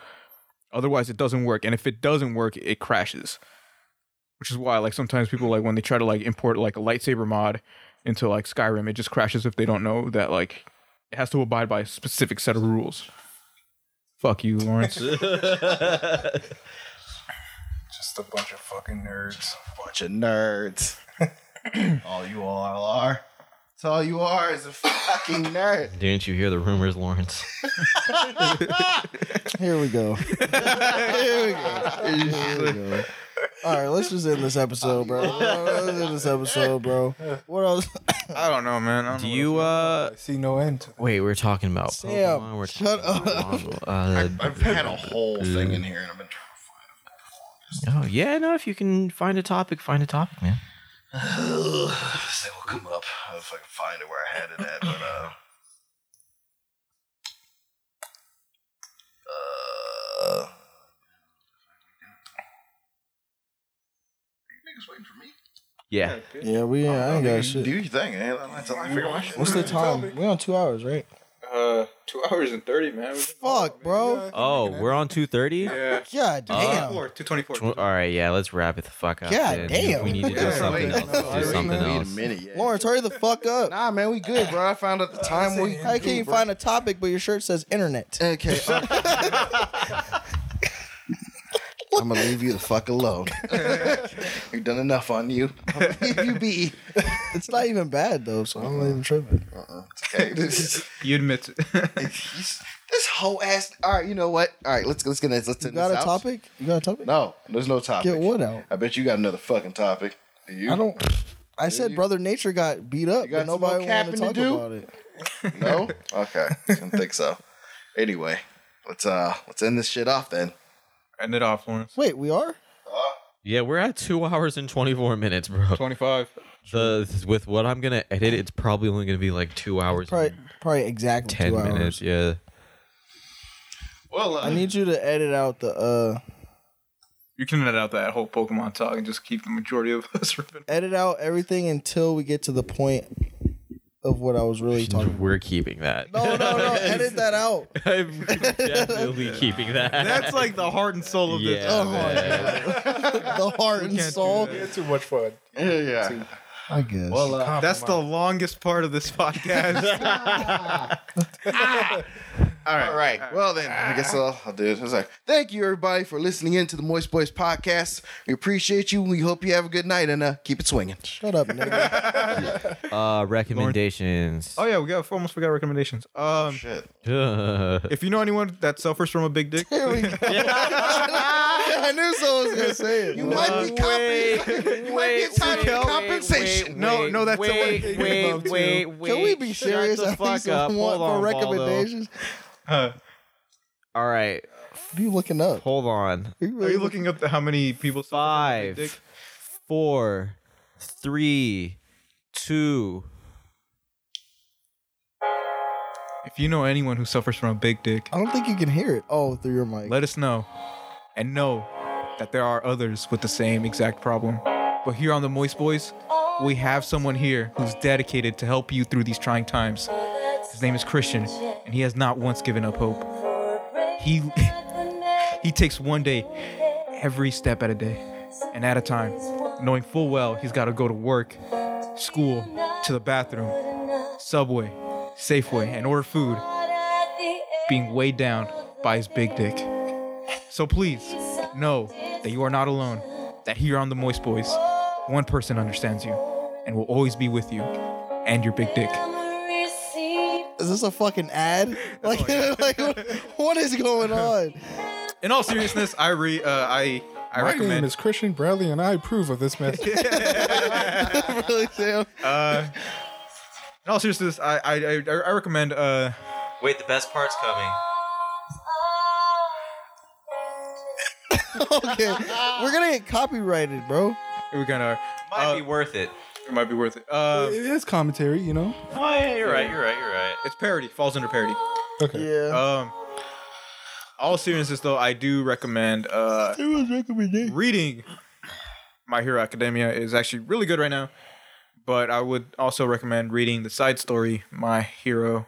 Speaker 1: Otherwise, it doesn't work. And if it doesn't work, it crashes. Which is why, like, sometimes people like when they try to like import like a lightsaber mod into like Skyrim, it just crashes if they don't know that like it has to abide by a specific set of rules. Fuck you, Lawrence.
Speaker 6: Just a bunch of fucking nerds.
Speaker 3: bunch of nerds. all you all are. That's all you are is a fucking nerd.
Speaker 9: Didn't you hear the rumors, Lawrence?
Speaker 2: Here we go. All right, let's just end this episode, bro. Let's end this episode, bro. What else?
Speaker 1: I don't know, man. I don't
Speaker 9: Do
Speaker 1: know
Speaker 9: you uh
Speaker 6: I see no end to
Speaker 9: wait, we're talking about
Speaker 2: Sam,
Speaker 9: Pokemon, we're
Speaker 2: shut
Speaker 9: talking about Marvel,
Speaker 3: I've had a whole thing in here and I've been
Speaker 9: uh, oh yeah, no, if you can find a topic, find a topic, man.
Speaker 3: trying They will come up if I can find it where I had it at, but uh Uh, you niggas waiting for me?
Speaker 9: Yeah.
Speaker 2: Yeah, we. I ain't got
Speaker 3: Do
Speaker 2: shit.
Speaker 3: your thing, eh? Let me- let me figure my shit.
Speaker 2: What's the time? We on two hours, right?
Speaker 1: Uh, two hours and thirty, man.
Speaker 2: Fuck, bro.
Speaker 9: Oh, we're on two thirty?
Speaker 1: Yeah.
Speaker 2: God damn.
Speaker 1: Two twenty-four.
Speaker 9: All right, yeah, let's wrap it the fuck up.
Speaker 2: God
Speaker 9: man.
Speaker 2: damn.
Speaker 9: We need to do something
Speaker 3: Wait,
Speaker 9: else. Let's do
Speaker 3: wait,
Speaker 9: something
Speaker 3: wait a
Speaker 9: else.
Speaker 3: minute, yeah.
Speaker 2: Lawrence, hurry the fuck up.
Speaker 3: Nah, man, we good, bro. I found out the time we.
Speaker 2: I can't even find a topic, but your shirt says internet.
Speaker 3: Okay. I'm gonna leave you the fuck alone. We've done enough on you. I'll leave you be.
Speaker 2: It's not even bad though, so I'm not even tripping.
Speaker 3: Okay. This,
Speaker 1: You admit it.
Speaker 3: this whole ass. All right, you know what? All right, let's let's get this. Let's
Speaker 2: You got a topic? You got a topic?
Speaker 3: No, there's no topic.
Speaker 2: Get what out?
Speaker 3: I bet you got another fucking topic. Do you?
Speaker 2: I don't. I said brother nature got beat up,
Speaker 3: got
Speaker 2: but
Speaker 3: some more
Speaker 2: nobody wanted to
Speaker 3: capping to
Speaker 2: talk
Speaker 3: do?
Speaker 2: about it.
Speaker 3: No. Okay. Didn't think so. Anyway, let's uh let's end this shit off then.
Speaker 1: End it off, Lawrence.
Speaker 2: Wait, we are?
Speaker 9: Yeah, we're at two hours and twenty four minutes, bro.
Speaker 1: Twenty-five.
Speaker 9: The with what I'm gonna edit, it's probably only gonna be like two hours. and
Speaker 2: Probably, probably exactly
Speaker 9: 10
Speaker 2: two hours.
Speaker 9: minutes. Yeah.
Speaker 3: Well, uh,
Speaker 2: I need you to edit out the uh,
Speaker 1: You can edit out that whole Pokemon talk and just keep the majority of us ripping.
Speaker 2: edit out everything until we get to the point of what I was really talking.
Speaker 9: We're keeping that.
Speaker 2: No, no, no! edit that out.
Speaker 9: I'm definitely keeping that.
Speaker 1: That's like the heart and soul of
Speaker 9: yeah.
Speaker 1: this.
Speaker 3: Oh,
Speaker 9: man.
Speaker 2: The heart and soul.
Speaker 6: It's too much fun.
Speaker 3: yeah, yeah.
Speaker 2: I guess.
Speaker 6: Well, uh,
Speaker 1: That's the longest part of this podcast.
Speaker 3: All right. Well, then I guess I'll, I'll do it. It's like, thank you everybody for listening in to the Moist Boys podcast. We appreciate you. We hope you have a good night and uh, keep it swinging.
Speaker 2: Shut up, nigga.
Speaker 9: Uh, recommendations.
Speaker 1: oh yeah, we got almost forgot recommendations. Um,
Speaker 3: Shit. Oh.
Speaker 1: if you know anyone that suffers from a big dick,
Speaker 2: Here we go. I knew someone was gonna say it.
Speaker 3: You might be compensated. You might be entitled to compensation.
Speaker 1: No, no, that's the one
Speaker 9: wait,
Speaker 1: thing
Speaker 9: wait,
Speaker 1: about
Speaker 9: wait, wait.
Speaker 2: Can we be
Speaker 9: Shut
Speaker 2: serious?
Speaker 9: the
Speaker 2: I think
Speaker 9: fuck up.
Speaker 2: someone want
Speaker 9: Hold on,
Speaker 2: for
Speaker 9: Waldo.
Speaker 2: recommendations.
Speaker 9: All right,
Speaker 2: What are you looking up?
Speaker 9: hold on.
Speaker 2: Are you
Speaker 1: are
Speaker 2: really
Speaker 1: you looking up how many people? suffer from a big dick?
Speaker 9: Five, four, three, two.
Speaker 1: If you know anyone who suffers from a big dick,
Speaker 2: I don't think you can hear it. Oh, through your mic.
Speaker 1: let us know, and know that there are others with the same exact problem. But here on the Moist Boys, we have someone here who's dedicated to help you through these trying times. His name is Christian, and he has not once given up hope. He he takes one day, every step at a day, and at a time, knowing full well he's got to go to work, school, to the bathroom, Subway, Safeway, and order food, being weighed down by his big dick. So please know that you are not alone, that here on the Moist Boys, one person understands you and will always be with you and your big dick.
Speaker 2: Is this a fucking ad?
Speaker 6: Oh,
Speaker 2: Like, like what is going on?
Speaker 1: In all seriousness, I re uh, I I
Speaker 12: My name
Speaker 1: recommend
Speaker 12: is Christian Bradley, and I approve of this message.
Speaker 2: really, Sam?
Speaker 1: in all seriousness, I I I, I recommend uh
Speaker 13: Wait, the best part's coming.
Speaker 2: Okay, we're gonna get copyrighted, bro.
Speaker 1: we're gonna
Speaker 13: Might
Speaker 1: Uh,
Speaker 13: be worth it.
Speaker 1: it might be worth it. Uh,
Speaker 12: it is commentary, you know.
Speaker 13: Oh yeah, you're right. You're right. You're right.
Speaker 1: it's parody, falls under parody.
Speaker 12: Okay.
Speaker 2: Yeah.
Speaker 1: Um, all seriousness though, I do recommend uh reading My Hero Academia is actually really good right now. But I would also recommend reading the side story My Hero,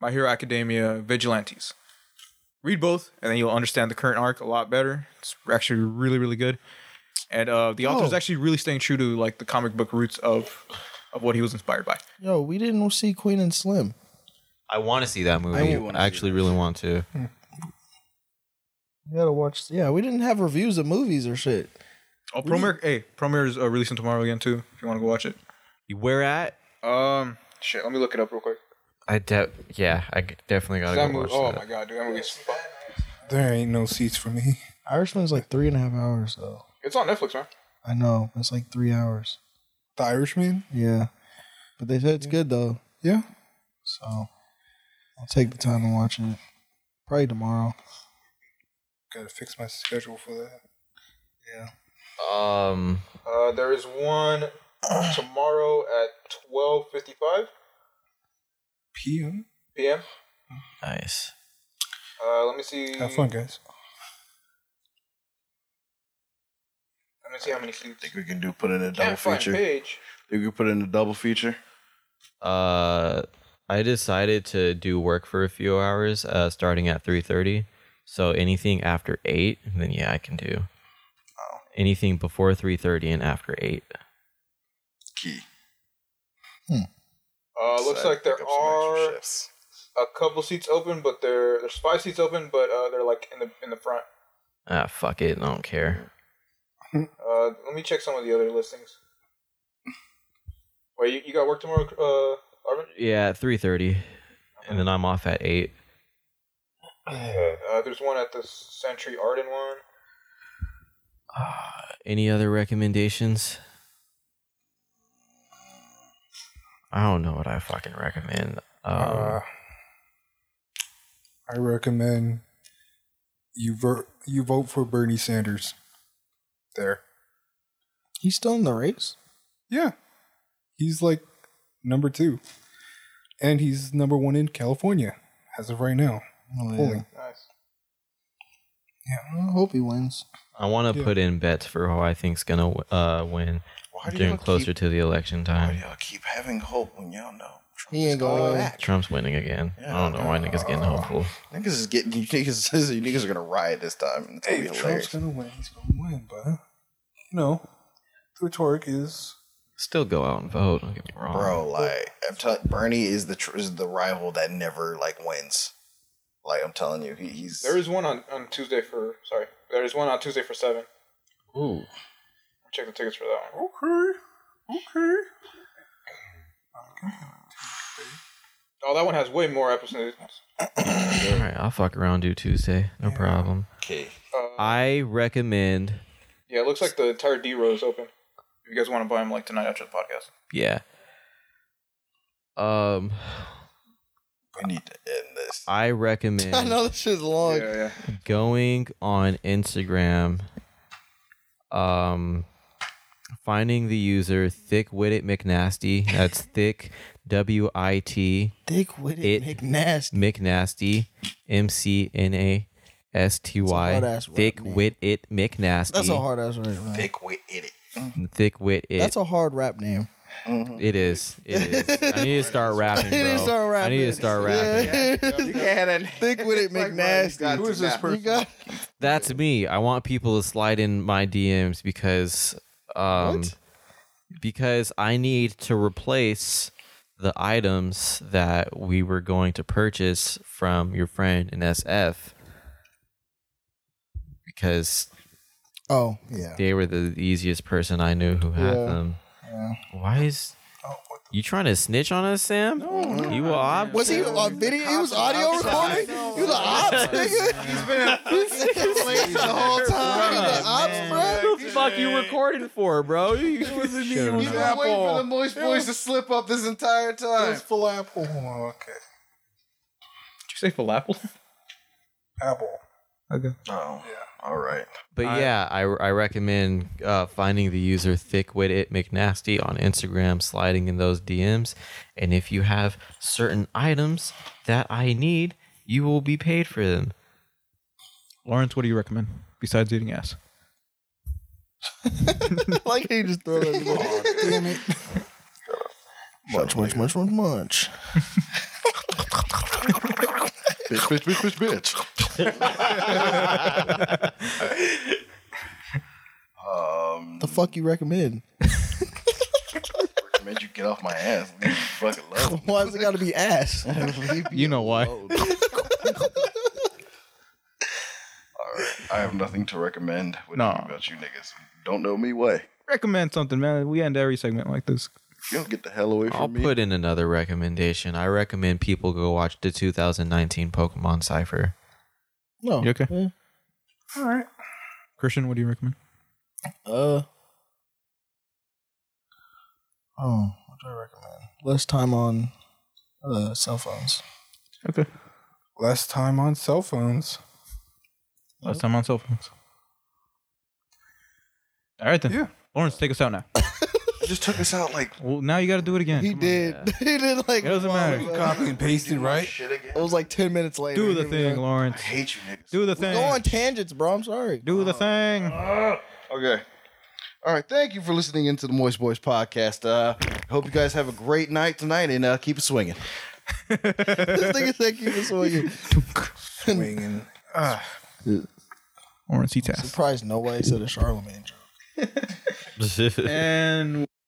Speaker 1: My Hero Academia Vigilantes. Read both, and then you'll understand the current arc a lot better. It's actually really really good, and uh, the author's actually really staying true to like the comic book roots of of what he was inspired by.
Speaker 2: Yo, we didn't see Queen and Slim.
Speaker 9: I want to see that movie.
Speaker 2: wanna
Speaker 9: I, actually really want to.
Speaker 2: You gotta watch. Yeah, we didn't have reviews of movies or shit.
Speaker 1: Oh, Promare! Hey, Promare is uh, releasing tomorrow again too. If you want to go watch it.
Speaker 9: You Where at?
Speaker 1: Um, shit. Let me look it up real quick.
Speaker 9: I de- yeah, I g- definitely gotta
Speaker 1: That
Speaker 9: go
Speaker 1: movie-
Speaker 9: watch
Speaker 1: oh
Speaker 9: that.
Speaker 1: my god, dude, I'm gonna get some fuck.
Speaker 6: There ain't no seats for me.
Speaker 2: Irishman's like three and a half hours though.
Speaker 1: It's on Netflix, man.
Speaker 2: I know it's like three hours.
Speaker 6: The Irishman?
Speaker 2: Yeah, but they said it's good though,
Speaker 6: Yeah.
Speaker 2: so I'll take the time to watch it. Probably tomorrow.
Speaker 6: Gotta fix my schedule for that.
Speaker 9: Um,
Speaker 1: Uh, there is one tomorrow at 12:55
Speaker 6: PM?
Speaker 1: p.m.
Speaker 9: nice.
Speaker 1: Uh, let me see.
Speaker 6: Have fun, guys.
Speaker 1: Let me see how many seats.
Speaker 3: Think we can do put in a double
Speaker 1: Can't find
Speaker 3: feature.
Speaker 1: page.
Speaker 3: Think we can put in a double feature.
Speaker 9: Uh, I decided to do work for a few hours, uh, starting at three thirty. So anything after eight, then yeah, I can do. Anything before three thirty and after eight.
Speaker 3: Key.
Speaker 1: Uh, looks
Speaker 3: Decide to
Speaker 1: like there
Speaker 3: pick up some extra
Speaker 1: are
Speaker 3: shifts.
Speaker 1: a couple seats open, but there there's five seats open, but uh, they're like in the in the front.
Speaker 9: Ah, fuck it, I don't care.
Speaker 1: Uh, let me check some of the other listings. Wait, you, you got work tomorrow, uh, Arvin?
Speaker 9: Yeah, three thirty, and then I'm off at eight.
Speaker 1: Uh, there's one at the Century Arden one.
Speaker 9: Any other recommendations? I don't know what I fucking recommend. Um,
Speaker 6: Uh, I recommend you vote. You vote for Bernie Sanders. There.
Speaker 2: He's still in the race.
Speaker 6: Yeah. He's like number two, and he's number one in California as of right now.
Speaker 2: Oh, yeah.
Speaker 6: Polling.
Speaker 1: Nice.
Speaker 2: I hope he wins.
Speaker 9: I want to
Speaker 6: Yeah.
Speaker 9: put in bets for who I think's gonna uh, win
Speaker 3: Why do
Speaker 9: during
Speaker 3: y'all
Speaker 9: closer
Speaker 3: keep,
Speaker 9: to the election
Speaker 3: Why do
Speaker 9: time.
Speaker 3: y'all keep having hope when y'all know Trump
Speaker 2: He
Speaker 3: is
Speaker 2: ain't gonna
Speaker 3: coming
Speaker 2: win.
Speaker 3: back?
Speaker 9: Trump's winning again. I don't know why niggas getting hopeful.
Speaker 3: Niggas is getting you niggas, you niggas are gonna riot this time. It's gonna
Speaker 6: Hey,
Speaker 3: be
Speaker 6: if
Speaker 3: hilarious.
Speaker 6: Trump's gonna win. He's gonna win, but you know, the rhetoric is
Speaker 9: Still go out and vote. Don't get me wrong.
Speaker 3: Bro, like I'm telling Bernie is the tr- is the rival that never like wins. Like I'm telling you, he, he's
Speaker 1: There is one on, on Tuesday for sorry. There is one on Tuesday for seven.
Speaker 9: Ooh.
Speaker 1: Check the tickets for that one.
Speaker 6: okay. Okay.
Speaker 1: Oh, that one has way more episodes.
Speaker 9: All right, I'll fuck around do Tuesday. No problem.
Speaker 3: okay.
Speaker 1: Uh,
Speaker 9: I recommend.
Speaker 1: yeah, it looks like the entire D row is open. If you guys want to buy them, like tonight after the podcast.
Speaker 9: Yeah. Um,
Speaker 3: We need to end this.
Speaker 9: I recommend.
Speaker 2: I know this shit's long.
Speaker 1: yeah, yeah.
Speaker 9: going on Instagram, um, finding the user Thick Witted McNasty. That's Thick W I T
Speaker 2: Dick witted
Speaker 9: It-
Speaker 2: McNasty.
Speaker 9: McNasty M C N A S T
Speaker 2: That's a
Speaker 9: Y.
Speaker 2: hard-ass rap
Speaker 9: Thick
Speaker 2: name.
Speaker 9: Witted McNasty.
Speaker 2: That's a hard ass right.
Speaker 3: Thick wit in it.
Speaker 9: Thick wit it.
Speaker 14: That's a hard rap name.
Speaker 9: it is. It is. I need to start rapping, bro.
Speaker 14: need to start
Speaker 9: I need to
Speaker 14: rapping.
Speaker 9: start rapping.
Speaker 3: You can't
Speaker 14: Think with it, McNasty.
Speaker 3: Who is this person?
Speaker 14: You got
Speaker 9: That's me. I want people to slide in my DMs because um
Speaker 14: What?
Speaker 9: because I need to replace the items that we were going to purchase from your friend in SF because
Speaker 14: Oh yeah.
Speaker 9: they were the easiest person I knew who had
Speaker 14: Yeah.
Speaker 9: them. Why is you trying to snitch on us, Sam? you were ob-
Speaker 14: Was he on video? He was audio recording. You the ops, nigga.
Speaker 3: He's been complaining the whole time.
Speaker 14: You the ops,
Speaker 9: What the fuck you recording for, bro? You- Shut up.
Speaker 3: He's been waiting for the moist boys to slip up this entire time.
Speaker 15: full apple. Oh, okay.
Speaker 1: you say falafel?
Speaker 15: Apple.
Speaker 1: Okay.
Speaker 3: Oh, all right.
Speaker 9: But yeah, I, I recommend uh, finding the user thickwitted McNasty on Instagram, sliding in those DMs, and if you have certain items that I need, you will be paid for them.
Speaker 1: Lawrence, what do you recommend besides eating ass?
Speaker 14: bro? like he just throw that. Damn it. Much, much, much, much, much.
Speaker 3: Bitch, bitch, bitch, bitch, bitch.
Speaker 14: The fuck you recommend?
Speaker 3: Made you get off my ass. Leave me fucking alone.
Speaker 14: Why does it gotta be ass?
Speaker 3: Leave me
Speaker 1: You know why.
Speaker 3: alone. All right. I have nothing to recommend. What do you
Speaker 1: No.
Speaker 3: think about you niggas? Don't know me. Way.
Speaker 1: Recommend something, man. We end every segment like this.
Speaker 3: You don't get the hell away from
Speaker 9: I'll
Speaker 3: me.
Speaker 9: put in another recommendation. I recommend people go watch the 2019 Pokemon Cipher.
Speaker 14: No.
Speaker 1: You okay?
Speaker 14: Yeah.
Speaker 1: All right. Christian, what do you recommend?
Speaker 14: Uh. Oh, what do I recommend? Less time on uh, cell phones.
Speaker 1: Okay.
Speaker 6: Less time on cell phones.
Speaker 1: Last time on cell phones. All right then.
Speaker 6: Yeah.
Speaker 1: Lawrence, take us out now.
Speaker 3: You just took us out like
Speaker 1: Well, now you got to do it again.
Speaker 14: He
Speaker 1: Come on.
Speaker 14: did. he did like.
Speaker 1: It doesn't matter.
Speaker 6: Copy and pasted, right?
Speaker 3: shit again.
Speaker 14: It was like ten minutes later.
Speaker 1: Do the
Speaker 14: Here we
Speaker 1: thing,
Speaker 14: go.
Speaker 1: Lawrence.
Speaker 3: I hate you niggas.
Speaker 1: Do the
Speaker 14: Go on
Speaker 1: thing.
Speaker 14: tangents, bro. I'm sorry.
Speaker 1: Do the thing.
Speaker 3: Okay. All right. Thank you for listening into the Moist Boys podcast. Uh, hope you guys have a great night tonight and uh, keep it swinging.
Speaker 14: this nigga said keep it swinging.
Speaker 15: Swinging. Ah.
Speaker 1: Lawrence, he tasked.
Speaker 14: Surprised nobody said a Charlemagne joke.
Speaker 1: And